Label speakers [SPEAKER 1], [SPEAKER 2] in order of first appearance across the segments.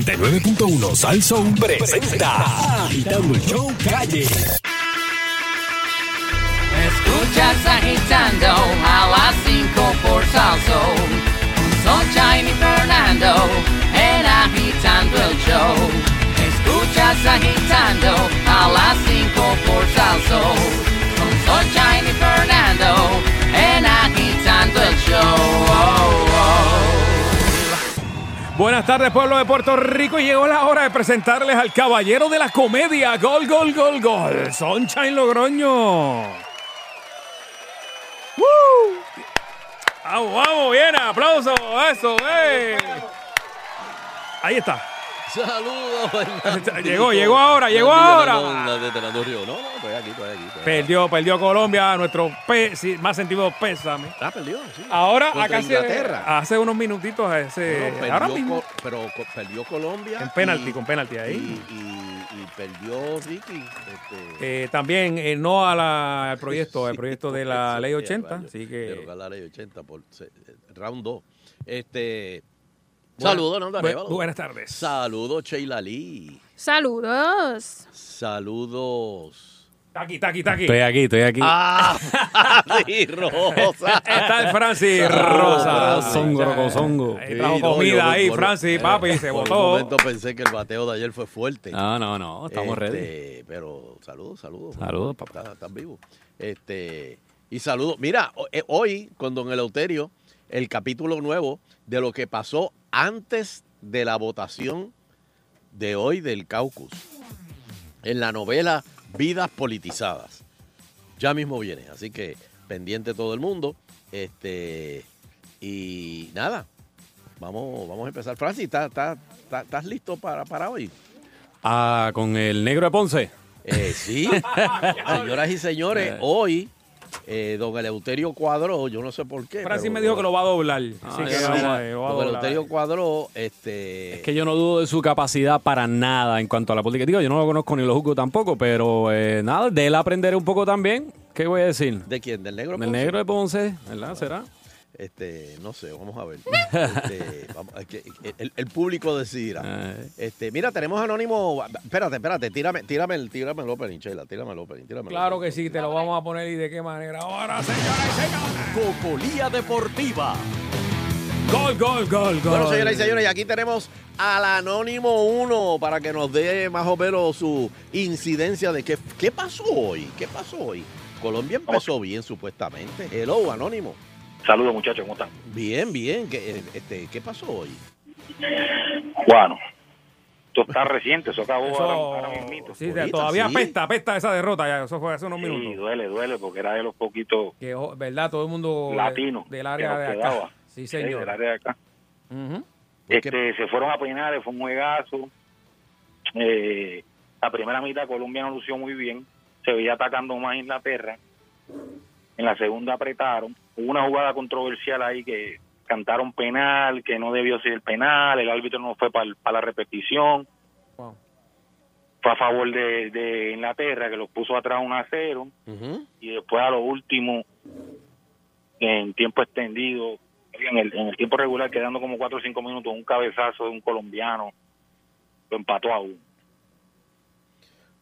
[SPEAKER 1] 99.1 Sal Soul presenta Agitando el Show Calle.
[SPEAKER 2] Escuchas agitando a las 5 por Salso. Sunshine y Fernando en agitando el show. Escuchas agitando a las 5 por Salso. Sunshine y Fernando en agitando el show.
[SPEAKER 3] Buenas tardes, pueblo de Puerto Rico. Llegó la hora de presentarles al caballero de la comedia. Gol, gol, gol, gol. Sunshine Logroño. ¡Woo! Vamos, vamos, bien, aplauso. Eso, eh. Ahí está.
[SPEAKER 4] Saludos, Fernando.
[SPEAKER 3] Llegó, llegó ahora, llegó
[SPEAKER 4] Fernando,
[SPEAKER 3] ahora.
[SPEAKER 4] No, no, desde la Torre. No, no, estoy aquí, estoy aquí. estoy aquí.
[SPEAKER 3] Perdió, perdió Colombia, nuestro pe- sí, más sentido pésame.
[SPEAKER 4] Ah, perdió, sí.
[SPEAKER 3] Ahora,
[SPEAKER 4] Contra
[SPEAKER 3] acá se-
[SPEAKER 4] Inglaterra.
[SPEAKER 3] hace unos minutitos, ese,
[SPEAKER 4] Bueno, perdió
[SPEAKER 3] ahora mismo,
[SPEAKER 4] Co- pero co- perdió Colombia.
[SPEAKER 3] en penalti,
[SPEAKER 4] y-
[SPEAKER 3] con penalti ahí.
[SPEAKER 4] Y, y- y perdió Ricky. Este,
[SPEAKER 3] Eh, también eh, no a la- al proyecto, al proyecto de la
[SPEAKER 4] sí,
[SPEAKER 3] ley
[SPEAKER 4] sí,
[SPEAKER 3] 80,
[SPEAKER 4] rayo,
[SPEAKER 3] así
[SPEAKER 4] de
[SPEAKER 3] que...
[SPEAKER 4] derogar la ley 80 por se- round 2. Este,
[SPEAKER 3] Buena-
[SPEAKER 4] saludos, Nando
[SPEAKER 3] bu-
[SPEAKER 4] Arevalo.
[SPEAKER 3] Buenas tardes.
[SPEAKER 4] Saludos, Sheila Lee.
[SPEAKER 5] Saludos.
[SPEAKER 4] Saludos.
[SPEAKER 3] Taqui, taqui, taqui.
[SPEAKER 6] Estoy aquí, estoy aquí.
[SPEAKER 4] Ah, sí, Rosa.
[SPEAKER 3] Está el Francis Rosa.
[SPEAKER 4] Francis.
[SPEAKER 6] Zongo,
[SPEAKER 3] Ya,
[SPEAKER 6] rocozongo.
[SPEAKER 3] ahí Trajo
[SPEAKER 4] Sí, no,
[SPEAKER 3] comida
[SPEAKER 4] yo por-
[SPEAKER 3] ahí,
[SPEAKER 4] por-
[SPEAKER 3] Francis,
[SPEAKER 4] eh,
[SPEAKER 3] papi, se
[SPEAKER 4] Por un
[SPEAKER 3] botó.
[SPEAKER 4] momento pensé que el bateo de ayer fue fuerte.
[SPEAKER 6] No, no, no, estamos
[SPEAKER 4] Este,
[SPEAKER 6] ready.
[SPEAKER 4] Pero saludos, saludos.
[SPEAKER 6] Saludos, papá.
[SPEAKER 4] Estás estás vivo. Este, y saludos. Mira, ho- eh, hoy con Don Eleuterio, el capítulo nuevo de lo que pasó antes de la votación de hoy del caucus. En la novela Vidas Politizadas. Ya mismo viene, así que pendiente todo el mundo. Este, y nada, vamos, vamos a empezar. Francis, ¿estás- estás- estás estás listo para, para hoy?
[SPEAKER 6] Ah, con el negro de Ponce.
[SPEAKER 4] Eh, sí, señoras y señores, hoy eh, don Eleuterio cuadró, yo no sé por qué.
[SPEAKER 3] Francis
[SPEAKER 4] pero-
[SPEAKER 3] me dijo que lo va a doblar. así
[SPEAKER 6] Ah,
[SPEAKER 3] que
[SPEAKER 6] sí.
[SPEAKER 3] vamos a ver, lo va a
[SPEAKER 4] Don
[SPEAKER 3] doblar.
[SPEAKER 4] Eleuterio cuadró, este...
[SPEAKER 6] Es que yo no dudo de su capacidad para nada en cuanto a la política. Digo, yo no lo conozco ni lo juzgo tampoco, pero eh, nada, de él aprenderé un poco también. ¿Qué voy a decir?
[SPEAKER 4] ¿De quién? ¿Del negro?
[SPEAKER 6] Del
[SPEAKER 4] Ponce?
[SPEAKER 6] negro de Ponce, ¿verdad? ¿Será?
[SPEAKER 4] Este, no sé, vamos a ver. Este, vamos, es que el, el público decidirá.
[SPEAKER 6] Eh,
[SPEAKER 4] Este, mira, tenemos anónimo. Espérate, espérate, tírame, tírame, el, tírame el opening, Sheila, tírame el opening, tírame el
[SPEAKER 3] Claro
[SPEAKER 4] opening.
[SPEAKER 3] que sí, te lo vamos a poner y de qué manera. Ahora, señoras y señores.
[SPEAKER 4] Cocolía Deportiva.
[SPEAKER 3] Gol, gol, gol, gol.
[SPEAKER 4] Bueno, señoras y señores, y aquí tenemos al Anónimo 1 para que nos dé más o menos su incidencia de qué, qué pasó hoy. ¿Qué pasó hoy? Colombia empezó bien, supuestamente. Hello, Anónimo.
[SPEAKER 7] Saludos muchachos, ¿cómo están?
[SPEAKER 4] Bien, bien. ¿Qué, este, ¿qué pasó hoy?
[SPEAKER 7] Bueno, esto está reciente, eso acabó
[SPEAKER 3] Eso-
[SPEAKER 7] ahora, ahora mismito.
[SPEAKER 3] sí,
[SPEAKER 4] Ahorita,
[SPEAKER 3] todavía
[SPEAKER 4] sí.
[SPEAKER 3] apesta, apesta esa derrota. Ya, eso fue hace unos
[SPEAKER 7] Sí,
[SPEAKER 3] minutos.
[SPEAKER 7] duele, duele, porque era de los poquitos
[SPEAKER 3] Que, oh, ¿verdad? Todo el mundo de-
[SPEAKER 7] latinos
[SPEAKER 3] del
[SPEAKER 7] que
[SPEAKER 3] área
[SPEAKER 7] nos
[SPEAKER 3] de acá.
[SPEAKER 7] quedaba.
[SPEAKER 3] Sí,
[SPEAKER 7] sí, del
[SPEAKER 3] señor.
[SPEAKER 7] área de acá.
[SPEAKER 3] Ujú.
[SPEAKER 4] Porque-
[SPEAKER 7] Este, se fueron a penales, fue un juegazo. Eh, la primera mitad Colombia no lució muy bien, se veía atacando más Inglaterra. En la segunda apretaron. Hubo una jugada controversial ahí que cantaron penal, que no debió ser el penal, el árbitro no fue para la repetición.
[SPEAKER 3] Wow.
[SPEAKER 7] Fue a favor de, de Inglaterra, que los puso atrás 1 a 0.
[SPEAKER 4] Ujú.
[SPEAKER 7] y después a lo último en tiempo extendido en el, en el tiempo regular quedando como 4 o 5 minutos un cabezazo de un colombiano lo empató a uno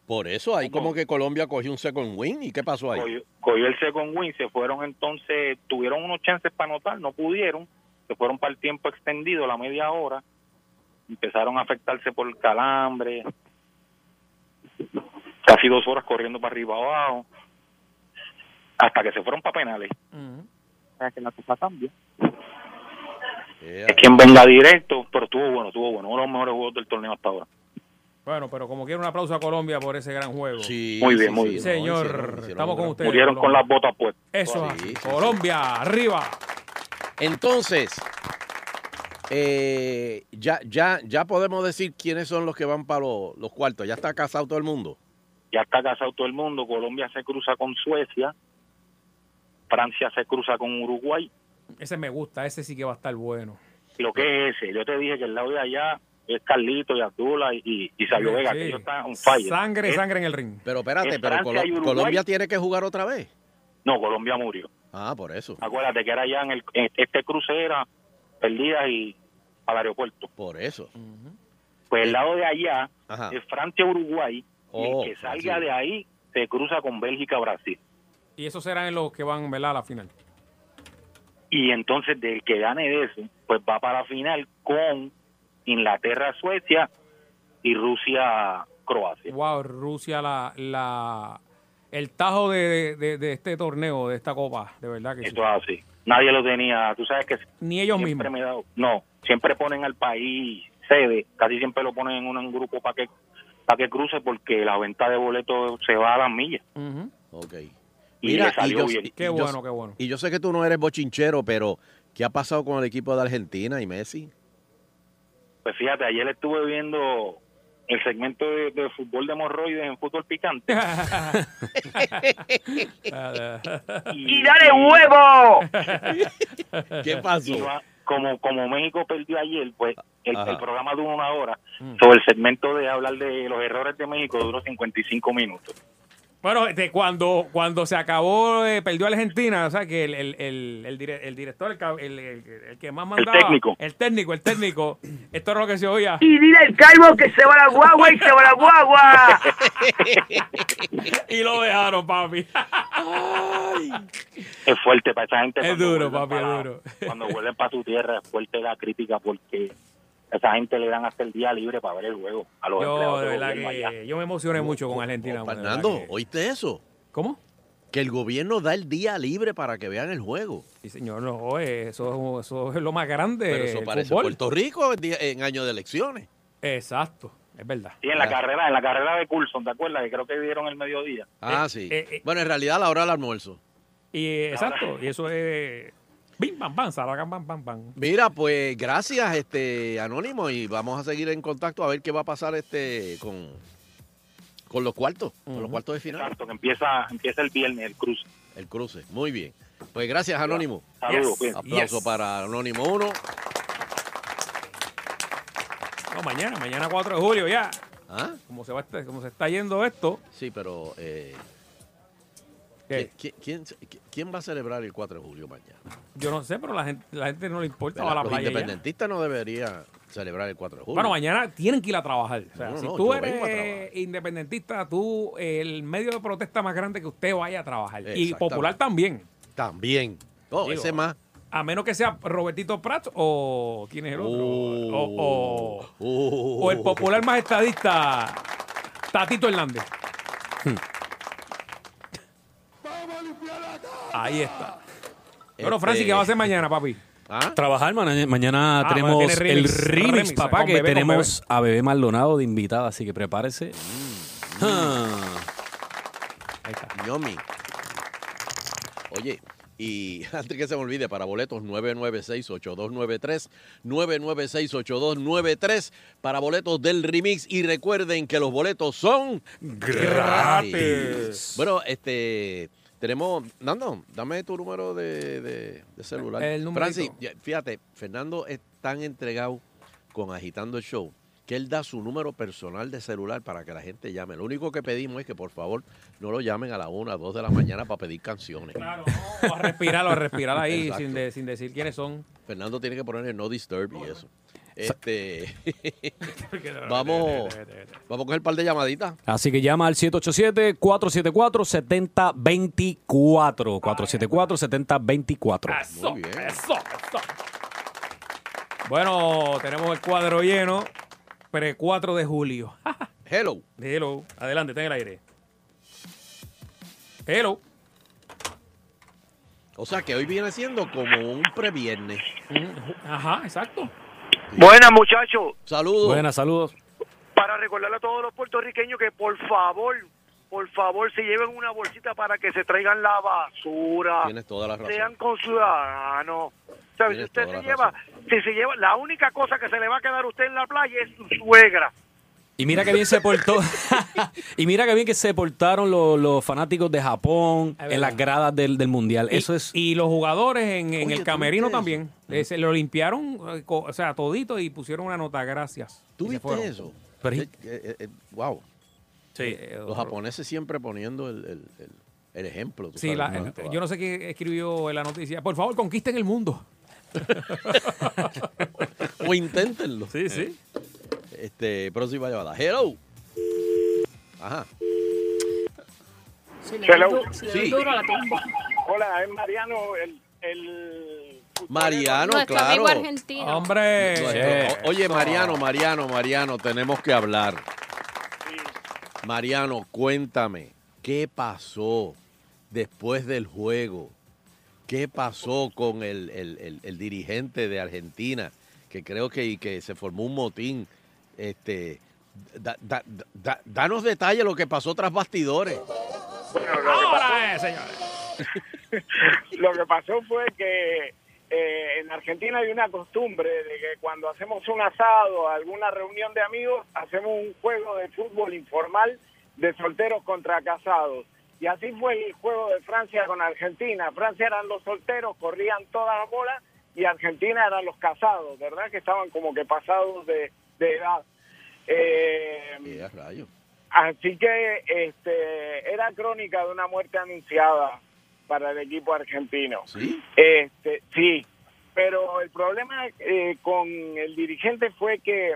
[SPEAKER 4] Por eso, ahí como que Colombia cogió un second win. ¿Y qué pasó ahí?
[SPEAKER 7] cogió, cogió el second win se fueron entonces tuvieron unos chances para anotar no pudieron se fueron para el tiempo extendido la media hora empezaron a afectarse por calambre casi dos horas corriendo para arriba abajo hasta que se fueron para penales
[SPEAKER 3] Ujú.
[SPEAKER 7] o sea que la cosa cambia
[SPEAKER 4] Eh,
[SPEAKER 7] Es quien venga directo, pero estuvo bueno, estuvo bueno. Uno de los mejores juegos del torneo hasta ahora.
[SPEAKER 3] Bueno, pero como quiera un aplauso a Colombia por ese gran juego.
[SPEAKER 4] sí,
[SPEAKER 7] Muy bien,
[SPEAKER 4] sí,
[SPEAKER 7] muy
[SPEAKER 4] sí,
[SPEAKER 7] bien.
[SPEAKER 4] no,
[SPEAKER 3] Señor,
[SPEAKER 4] hicieron- hicieron
[SPEAKER 3] estamos
[SPEAKER 4] un
[SPEAKER 3] con
[SPEAKER 4] gran-
[SPEAKER 3] usted.
[SPEAKER 7] Murieron con las botas puestas.
[SPEAKER 3] Eso,
[SPEAKER 4] Sí, sí, sí.
[SPEAKER 3] Colombia, arriba.
[SPEAKER 4] Entonces, eh, ya, ya, ya podemos decir quiénes son los que van para los- los cuartos. Ya está casado todo el mundo.
[SPEAKER 7] Ya está casado todo el mundo. Colombia se cruza con Suecia. Francia se cruza con Uruguay.
[SPEAKER 3] Ese me gusta, ese sí que va a estar bueno.
[SPEAKER 7] Lo que es ese. Yo te dije que el lado de allá es Carlito y Abdullah y, y, y Sabio Vega,
[SPEAKER 3] Sí.
[SPEAKER 7] que ellos están on fire.
[SPEAKER 3] Sangre,
[SPEAKER 7] Es-
[SPEAKER 3] sangre en el ring.
[SPEAKER 4] Pero espérate,
[SPEAKER 7] En
[SPEAKER 4] pero
[SPEAKER 7] Francia
[SPEAKER 4] Colo-
[SPEAKER 7] y Uruguay.
[SPEAKER 4] Colombia tiene que jugar otra vez.
[SPEAKER 7] No, Colombia murió.
[SPEAKER 4] Ah, por eso.
[SPEAKER 7] Acuérdate que era ya en, el, en este cruce era perdida y al aeropuerto.
[SPEAKER 4] Por eso.
[SPEAKER 7] Pues el lado de allá
[SPEAKER 4] Ajá.
[SPEAKER 7] es Francia-Uruguay
[SPEAKER 4] Oh,
[SPEAKER 7] y el que salga
[SPEAKER 4] Brasil.
[SPEAKER 7] de ahí se cruza con Bélgica-Brasil.
[SPEAKER 3] Y esos serán los que van ¿verdad? a la final.
[SPEAKER 7] Y entonces del que gane de eso, pues va para la final con Inglaterra-Suecia y Rusia-Croacia.
[SPEAKER 3] Wow, Rusia, la, la, el tajo de, de- de este torneo, de esta copa, de verdad que sí.
[SPEAKER 7] Eso es así. Nadie lo tenía. Tú sabes que
[SPEAKER 3] Ni ellos
[SPEAKER 7] siempre
[SPEAKER 3] mismos.
[SPEAKER 7] me he dado- no, siempre ponen al país sede, casi siempre lo ponen en un, en un grupo para que para que cruce porque la venta de boletos se va a las millas.
[SPEAKER 3] Ujú.
[SPEAKER 4] Ok.
[SPEAKER 7] Y le salió bien.
[SPEAKER 3] Qué
[SPEAKER 4] yo-
[SPEAKER 3] bueno, qué bueno.
[SPEAKER 4] Y yo sé que tú no eres bochinchero, pero ¿qué ha pasado con el equipo de Argentina y Messi?
[SPEAKER 7] Pues fíjate, ayer estuve viendo el segmento de, de fútbol de hemorroides en fútbol picante. y, dale
[SPEAKER 4] ¿Qué pasó?
[SPEAKER 7] como, como México perdió ayer, pues el,
[SPEAKER 4] Ajá.
[SPEAKER 7] el programa duró una hora
[SPEAKER 3] Mm.
[SPEAKER 7] sobre el segmento de hablar de los errores de México duró 55 minutos.
[SPEAKER 3] Bueno, este, cuando, cuando se acabó, eh, perdió Argentina, o sea que el, el, el, el dire- el director, el, cab- el- el- el que más mandaba.
[SPEAKER 7] técnico.
[SPEAKER 3] El técnico, el técnico. Esto es lo que se oía.
[SPEAKER 8] Y dile al calvo que se va la guagua y se va la guagua.
[SPEAKER 3] Y lo dejaron, papi.
[SPEAKER 7] Es fuerte para esa gente.
[SPEAKER 3] Es
[SPEAKER 7] cuando
[SPEAKER 3] duro,
[SPEAKER 7] vuelven
[SPEAKER 3] papi, es
[SPEAKER 7] para-
[SPEAKER 3] duro.
[SPEAKER 7] Cuando vuelven para su tierra es fuerte la crítica porque a esa gente le dan hasta el día libre para ver el juego. A los
[SPEAKER 3] Yo,
[SPEAKER 7] empleados
[SPEAKER 3] de
[SPEAKER 7] de
[SPEAKER 3] verdad
[SPEAKER 7] gobierno allá.
[SPEAKER 3] que Eh, yo me emocioné mucho con Argentina.
[SPEAKER 4] Oh,
[SPEAKER 3] bueno, de
[SPEAKER 4] Fernando,
[SPEAKER 3] verdad que-
[SPEAKER 4] ¿oíste eso?
[SPEAKER 3] ¿Cómo?
[SPEAKER 4] Que el gobierno da el día libre para que vean el juego.
[SPEAKER 3] Sí, señor, no, eh, eso, eso es lo más grande.
[SPEAKER 4] Pero eso
[SPEAKER 3] el
[SPEAKER 4] parece
[SPEAKER 3] fútbol.
[SPEAKER 4] Puerto Rico en, día- en año de elecciones.
[SPEAKER 3] Exacto, es verdad.
[SPEAKER 7] Sí, en la
[SPEAKER 4] Ah.
[SPEAKER 7] carrera, en la carrera de Coulson, ¿te acuerdas? Que creo que dieron el mediodía.
[SPEAKER 4] Ah, sí.
[SPEAKER 3] eh, eh.
[SPEAKER 4] bueno, en realidad a la hora del almuerzo.
[SPEAKER 3] Y eh, exacto, y eso es. Bim, bam, bam, salagam, bam, bam, bam.
[SPEAKER 4] Mira, pues gracias, este Anónimo, y vamos a seguir en contacto a ver qué va a pasar este con, con los cuartos, con los cuartos de final.
[SPEAKER 7] Exacto, que empieza, empieza el viernes el cruce.
[SPEAKER 4] El cruce, muy bien. Pues gracias, Anónimo.
[SPEAKER 7] Saludos,
[SPEAKER 3] Yes.
[SPEAKER 7] cuídense.
[SPEAKER 4] Aplauso
[SPEAKER 3] Yes.
[SPEAKER 4] para Anónimo 1.
[SPEAKER 3] No, mañana, mañana 4 de julio ya.
[SPEAKER 4] ¿Ah?
[SPEAKER 3] Como se, va, este- como se está yendo esto.
[SPEAKER 4] Sí, pero eh,
[SPEAKER 3] que
[SPEAKER 4] ¿qui- quién, quién- quién va a celebrar el 4 de julio mañana?
[SPEAKER 3] Yo no sé, pero la gente, la gente no le importa.
[SPEAKER 4] ¿Verdad?
[SPEAKER 3] Va Pues, a la
[SPEAKER 4] los
[SPEAKER 3] playa. ya.
[SPEAKER 4] independentistas no deberían celebrar el 4 de julio.
[SPEAKER 3] Bueno, mañana tienen que ir a trabajar. O sea,
[SPEAKER 4] No,
[SPEAKER 3] si
[SPEAKER 4] no,
[SPEAKER 3] tú
[SPEAKER 4] yo vengo a
[SPEAKER 3] eres
[SPEAKER 4] trabajar.
[SPEAKER 3] independentista, tú, eh, el medio de protesta más grande que usted vaya a trabajar. Y
[SPEAKER 4] Exactamente.
[SPEAKER 3] popular también.
[SPEAKER 4] También. Oh,
[SPEAKER 3] Digo,
[SPEAKER 4] ese más.
[SPEAKER 3] A menos que sea Robertito Prat o quién es el otro. O, o-
[SPEAKER 4] Oh.
[SPEAKER 3] o el popular más estadista, Tatito Hernández.
[SPEAKER 4] Hmm.
[SPEAKER 3] Ahí está. Bueno,
[SPEAKER 4] Este-
[SPEAKER 3] Francis, ¿qué va a hacer mañana, papi?
[SPEAKER 4] ¿Ah?
[SPEAKER 6] Trabajar, mañana, mañana
[SPEAKER 3] Ah,
[SPEAKER 6] tenemos
[SPEAKER 3] mañana tiene remix.
[SPEAKER 6] el remix,
[SPEAKER 3] Remix,
[SPEAKER 6] papá,
[SPEAKER 3] con
[SPEAKER 6] que
[SPEAKER 3] Bebé, con
[SPEAKER 6] tenemos a Bebé Maldonado de invitada, así que prepárese. Ah.
[SPEAKER 3] Ahí está.
[SPEAKER 4] Yomi. Oye, y antes que se me olvide, para boletos 996-8293, 996-8293, para boletos del remix. Y recuerden que los boletos son gratis. Bueno, este, tenemos, Nando, dame tu número de, de- de celular.
[SPEAKER 3] El numerito.
[SPEAKER 4] Francis, ya- fíjate, Fernando es tan entregado con Agitando el Show que él da su número personal de celular para que la gente llame. Lo único que pedimos es que por favor no lo llamen a la 1, a 2 de la mañana para pedir canciones.
[SPEAKER 3] Claro, no, a respirar, a respirar ahí
[SPEAKER 4] Exacto.
[SPEAKER 3] sin, de- sin decir quiénes son.
[SPEAKER 4] Fernando tiene que poner el no disturb y eso. Este, vamos, vamos a coger un par de llamaditas.
[SPEAKER 6] Así que llama al 787-474-7024. 474-7024.
[SPEAKER 3] Eso,
[SPEAKER 4] Muy bien.
[SPEAKER 3] eso, eso. Bueno, tenemos el cuadro lleno. Pre 4 de julio.
[SPEAKER 4] Hello.
[SPEAKER 3] Hello. Adelante, está en el aire. Hello.
[SPEAKER 4] O sea que hoy viene siendo como un previernes.
[SPEAKER 3] Ajá, exacto.
[SPEAKER 8] Buenas, muchachos.
[SPEAKER 4] Saludos.
[SPEAKER 6] Buenas, saludos.
[SPEAKER 8] Para recordarle a todos los puertorriqueños que por favor, por favor, se lleven una bolsita para que se traigan la basura.
[SPEAKER 4] Tienes toda la razón.
[SPEAKER 8] Sean conciudadanos. ¿Sabes? Si
[SPEAKER 4] Tienes
[SPEAKER 8] usted
[SPEAKER 4] toda
[SPEAKER 8] se
[SPEAKER 4] la
[SPEAKER 8] lleva, si se lleva, la única cosa que se le va a quedar a usted en la playa es su suegra.
[SPEAKER 6] Y mira que bien se portó. y mira que bien que se portaron los, los fanáticos de Japón
[SPEAKER 3] Es
[SPEAKER 6] en las
[SPEAKER 3] verdad.
[SPEAKER 6] gradas del, del Mundial.
[SPEAKER 3] Y-
[SPEAKER 6] Eso es.
[SPEAKER 3] Y los jugadores en, en
[SPEAKER 4] Oye,
[SPEAKER 3] el
[SPEAKER 4] ¿tú
[SPEAKER 3] camerino
[SPEAKER 4] viste eso?
[SPEAKER 3] también. Eh, se lo limpiaron, eh, co- o sea, todito y pusieron una nota, gracias.
[SPEAKER 4] ¿Tú
[SPEAKER 3] Y se fueron.
[SPEAKER 4] viste eso?
[SPEAKER 6] Pero-
[SPEAKER 4] Eh, eh, eh, wow.
[SPEAKER 6] Sí.
[SPEAKER 3] Eh,
[SPEAKER 4] Los japoneses siempre poniendo el, el- el- el ejemplo. tú
[SPEAKER 3] Sí,
[SPEAKER 4] sabes,
[SPEAKER 3] la-
[SPEAKER 4] ¿no?
[SPEAKER 3] eh, yo no sé quién escribió la noticia. Por favor, conquisten el mundo.
[SPEAKER 4] O inténtenlo.
[SPEAKER 3] Sí, sí.
[SPEAKER 9] Este, próxima llamada. Hello. Ajá.
[SPEAKER 10] Si le
[SPEAKER 7] Hello.
[SPEAKER 10] doy du- si le doy
[SPEAKER 9] Sí.
[SPEAKER 10] duro, la tumba.
[SPEAKER 7] Hola, es Mariano, el... el...
[SPEAKER 9] Mariano,
[SPEAKER 5] Nuestro
[SPEAKER 9] claro.
[SPEAKER 5] amigo argentino.
[SPEAKER 3] Hombre.
[SPEAKER 9] Nuestro- o- Oye, Mariano, Mariano, Mariano, tenemos que hablar. Mariano, cuéntame, ¿qué pasó después del juego? ¿Qué pasó con el, el- el- el dirigente de Argentina? Que creo que, y que se formó un motín. Este, da- da- da- danos detalles lo que pasó tras bastidores.
[SPEAKER 10] Bueno, lo que pasó-
[SPEAKER 3] Ahora es, señores.
[SPEAKER 10] lo que pasó fue que eh, en Argentina hay una costumbre de que cuando hacemos un asado, alguna reunión de amigos, hacemos un juego de fútbol informal de solteros contra casados. Y así fue el juego de Francia con Argentina. Francia eran los solteros, corrían todas las bolas y Argentina eran los casados, ¿verdad? Que estaban como que pasados de, de edad. Eh,
[SPEAKER 9] Y a rayos.
[SPEAKER 10] Así que este, era crónica de una muerte anunciada para el equipo argentino.
[SPEAKER 9] ¿Sí?
[SPEAKER 10] Este, sí, pero el problema eh, con el dirigente fue que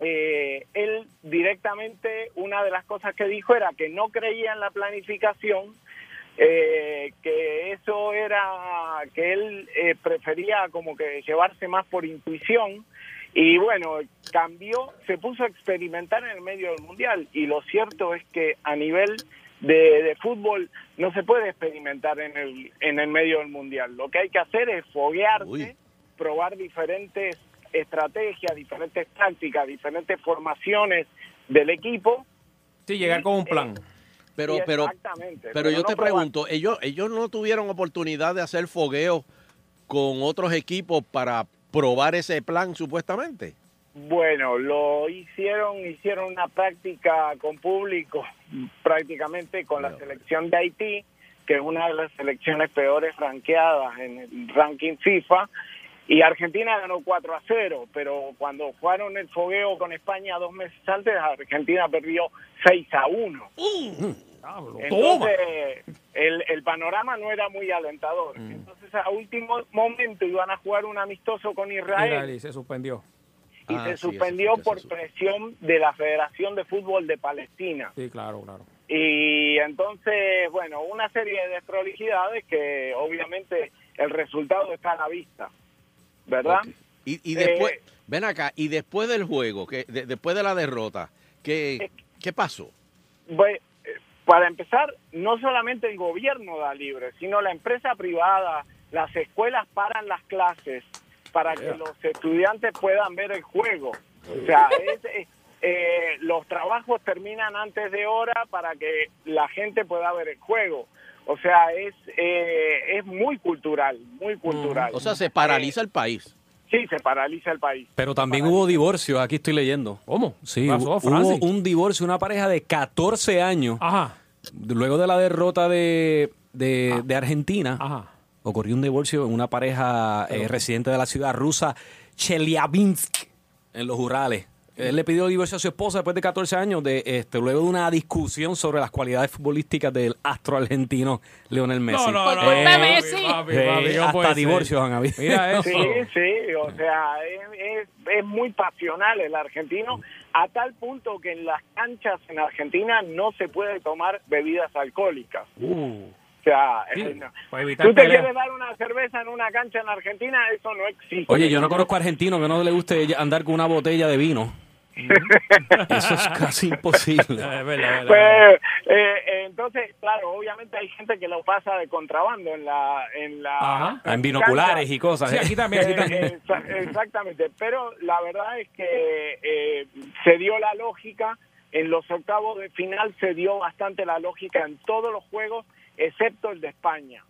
[SPEAKER 10] eh, él directamente, una de las cosas que dijo era que no creía en la planificación, eh, que eso era, que él eh, prefería como que llevarse más por intuición. Y bueno, cambió, se puso a experimentar en el medio del mundial. Y lo cierto es que a nivel de, de fútbol no se puede experimentar en el, en el medio del mundial. Lo que hay que hacer es foguearse,
[SPEAKER 9] Uy.
[SPEAKER 10] probar diferentes estrategias, diferentes tácticas, diferentes formaciones del equipo.
[SPEAKER 3] Sí, llegar con un plan.
[SPEAKER 9] Pero,
[SPEAKER 10] Y
[SPEAKER 9] pero,
[SPEAKER 10] exactamente,
[SPEAKER 9] Pero yo
[SPEAKER 10] no
[SPEAKER 9] te
[SPEAKER 10] probar.
[SPEAKER 9] pregunto, ellos, ellos no tuvieron oportunidad de hacer fogueo con otros equipos para probar ese plan supuestamente.
[SPEAKER 10] Bueno, lo hicieron, hicieron una práctica con público, prácticamente con la
[SPEAKER 9] Bueno.
[SPEAKER 10] selección de Haití, que es una de las selecciones peores ranqueadas en el ranking FIFA, y Argentina ganó 4 a 0, pero cuando jugaron el fogueo con España dos meses antes, Argentina perdió 6 a 1. Entonces, el, el panorama no era muy alentador.
[SPEAKER 9] Mm.
[SPEAKER 10] Entonces, a último momento iban a jugar un amistoso con Israel
[SPEAKER 3] Mira, y se suspendió.
[SPEAKER 10] y
[SPEAKER 9] Ah,
[SPEAKER 10] se
[SPEAKER 9] sí,
[SPEAKER 10] suspendió
[SPEAKER 9] ese fue
[SPEAKER 10] por
[SPEAKER 9] el que se
[SPEAKER 10] presión de la Federación de Fútbol de Palestina.
[SPEAKER 3] Sí, claro, claro.
[SPEAKER 10] Y entonces, bueno, una serie de desprolijidades que obviamente el resultado está a la vista, ¿verdad?
[SPEAKER 9] Ok. Y, y después,
[SPEAKER 10] Eh,
[SPEAKER 9] ven acá, y después del juego, que de- después de la derrota, ¿qué,
[SPEAKER 10] Eh,
[SPEAKER 9] qué pasó?
[SPEAKER 10] Bue- eh, para empezar, no solamente el gobierno da libre, sino la empresa privada, las escuelas paran las clases para que los estudiantes puedan ver el juego. O sea, es, eh, eh, los trabajos terminan antes de hora para que la gente pueda ver el juego. O sea, es, eh, es muy cultural, muy cultural.
[SPEAKER 9] O sea, se paraliza
[SPEAKER 10] eh,
[SPEAKER 9] el país.
[SPEAKER 10] Sí, se paraliza el país.
[SPEAKER 6] Pero también hubo divorcios, aquí estoy leyendo.
[SPEAKER 3] ¿Cómo?
[SPEAKER 6] Sí,
[SPEAKER 3] Pasó,
[SPEAKER 6] hu-
[SPEAKER 3] Francis.
[SPEAKER 6] hubo un divorcio, una pareja de 14 años,
[SPEAKER 3] Ajá, Ah.
[SPEAKER 6] luego de la derrota de, de, de Argentina,
[SPEAKER 3] ajá.
[SPEAKER 6] ocurrió un divorcio en una pareja eh, residente de la ciudad rusa Chelyabinsk, en los Urales. Él le pidió divorcio a su esposa después de 14 años, de este, luego de una discusión sobre las cualidades futbolísticas del astro argentino Leonel Messi.
[SPEAKER 5] Por culpa de
[SPEAKER 3] papi,
[SPEAKER 5] Messi.
[SPEAKER 3] papi,
[SPEAKER 6] Eh,
[SPEAKER 3] papi, no
[SPEAKER 6] hasta
[SPEAKER 3] puede ser.
[SPEAKER 6] divorcios han habido.
[SPEAKER 3] Mira eso.
[SPEAKER 10] Sí, sí, o sea, es, es, es muy pasional el argentino, a tal punto que en las canchas en Argentina no se puede tomar bebidas alcohólicas. O sea,
[SPEAKER 3] Sí,
[SPEAKER 10] eh, no.
[SPEAKER 3] para Pues, evitar
[SPEAKER 10] tú te
[SPEAKER 3] peleas.
[SPEAKER 10] quieres dar una cerveza en una cancha en Argentina, eso no existe.
[SPEAKER 6] Oye, yo no conozco a argentino que no le guste ya- andar con una botella de vino. Eso es casi imposible. Ah,
[SPEAKER 3] Es verdad, es verdad.
[SPEAKER 10] Pues, eh, entonces, claro, obviamente hay gente que lo pasa de contrabando en la... En la
[SPEAKER 3] Ajá.
[SPEAKER 6] En binoculares y cosas.
[SPEAKER 3] Sí,
[SPEAKER 6] ¿eh?
[SPEAKER 3] aquí también, aquí
[SPEAKER 10] Eh,
[SPEAKER 3] también.
[SPEAKER 10] exa- exactamente, pero la verdad es que eh, se dio la lógica, en los octavos de final se dio bastante la lógica en todos los juegos, excepto el de España.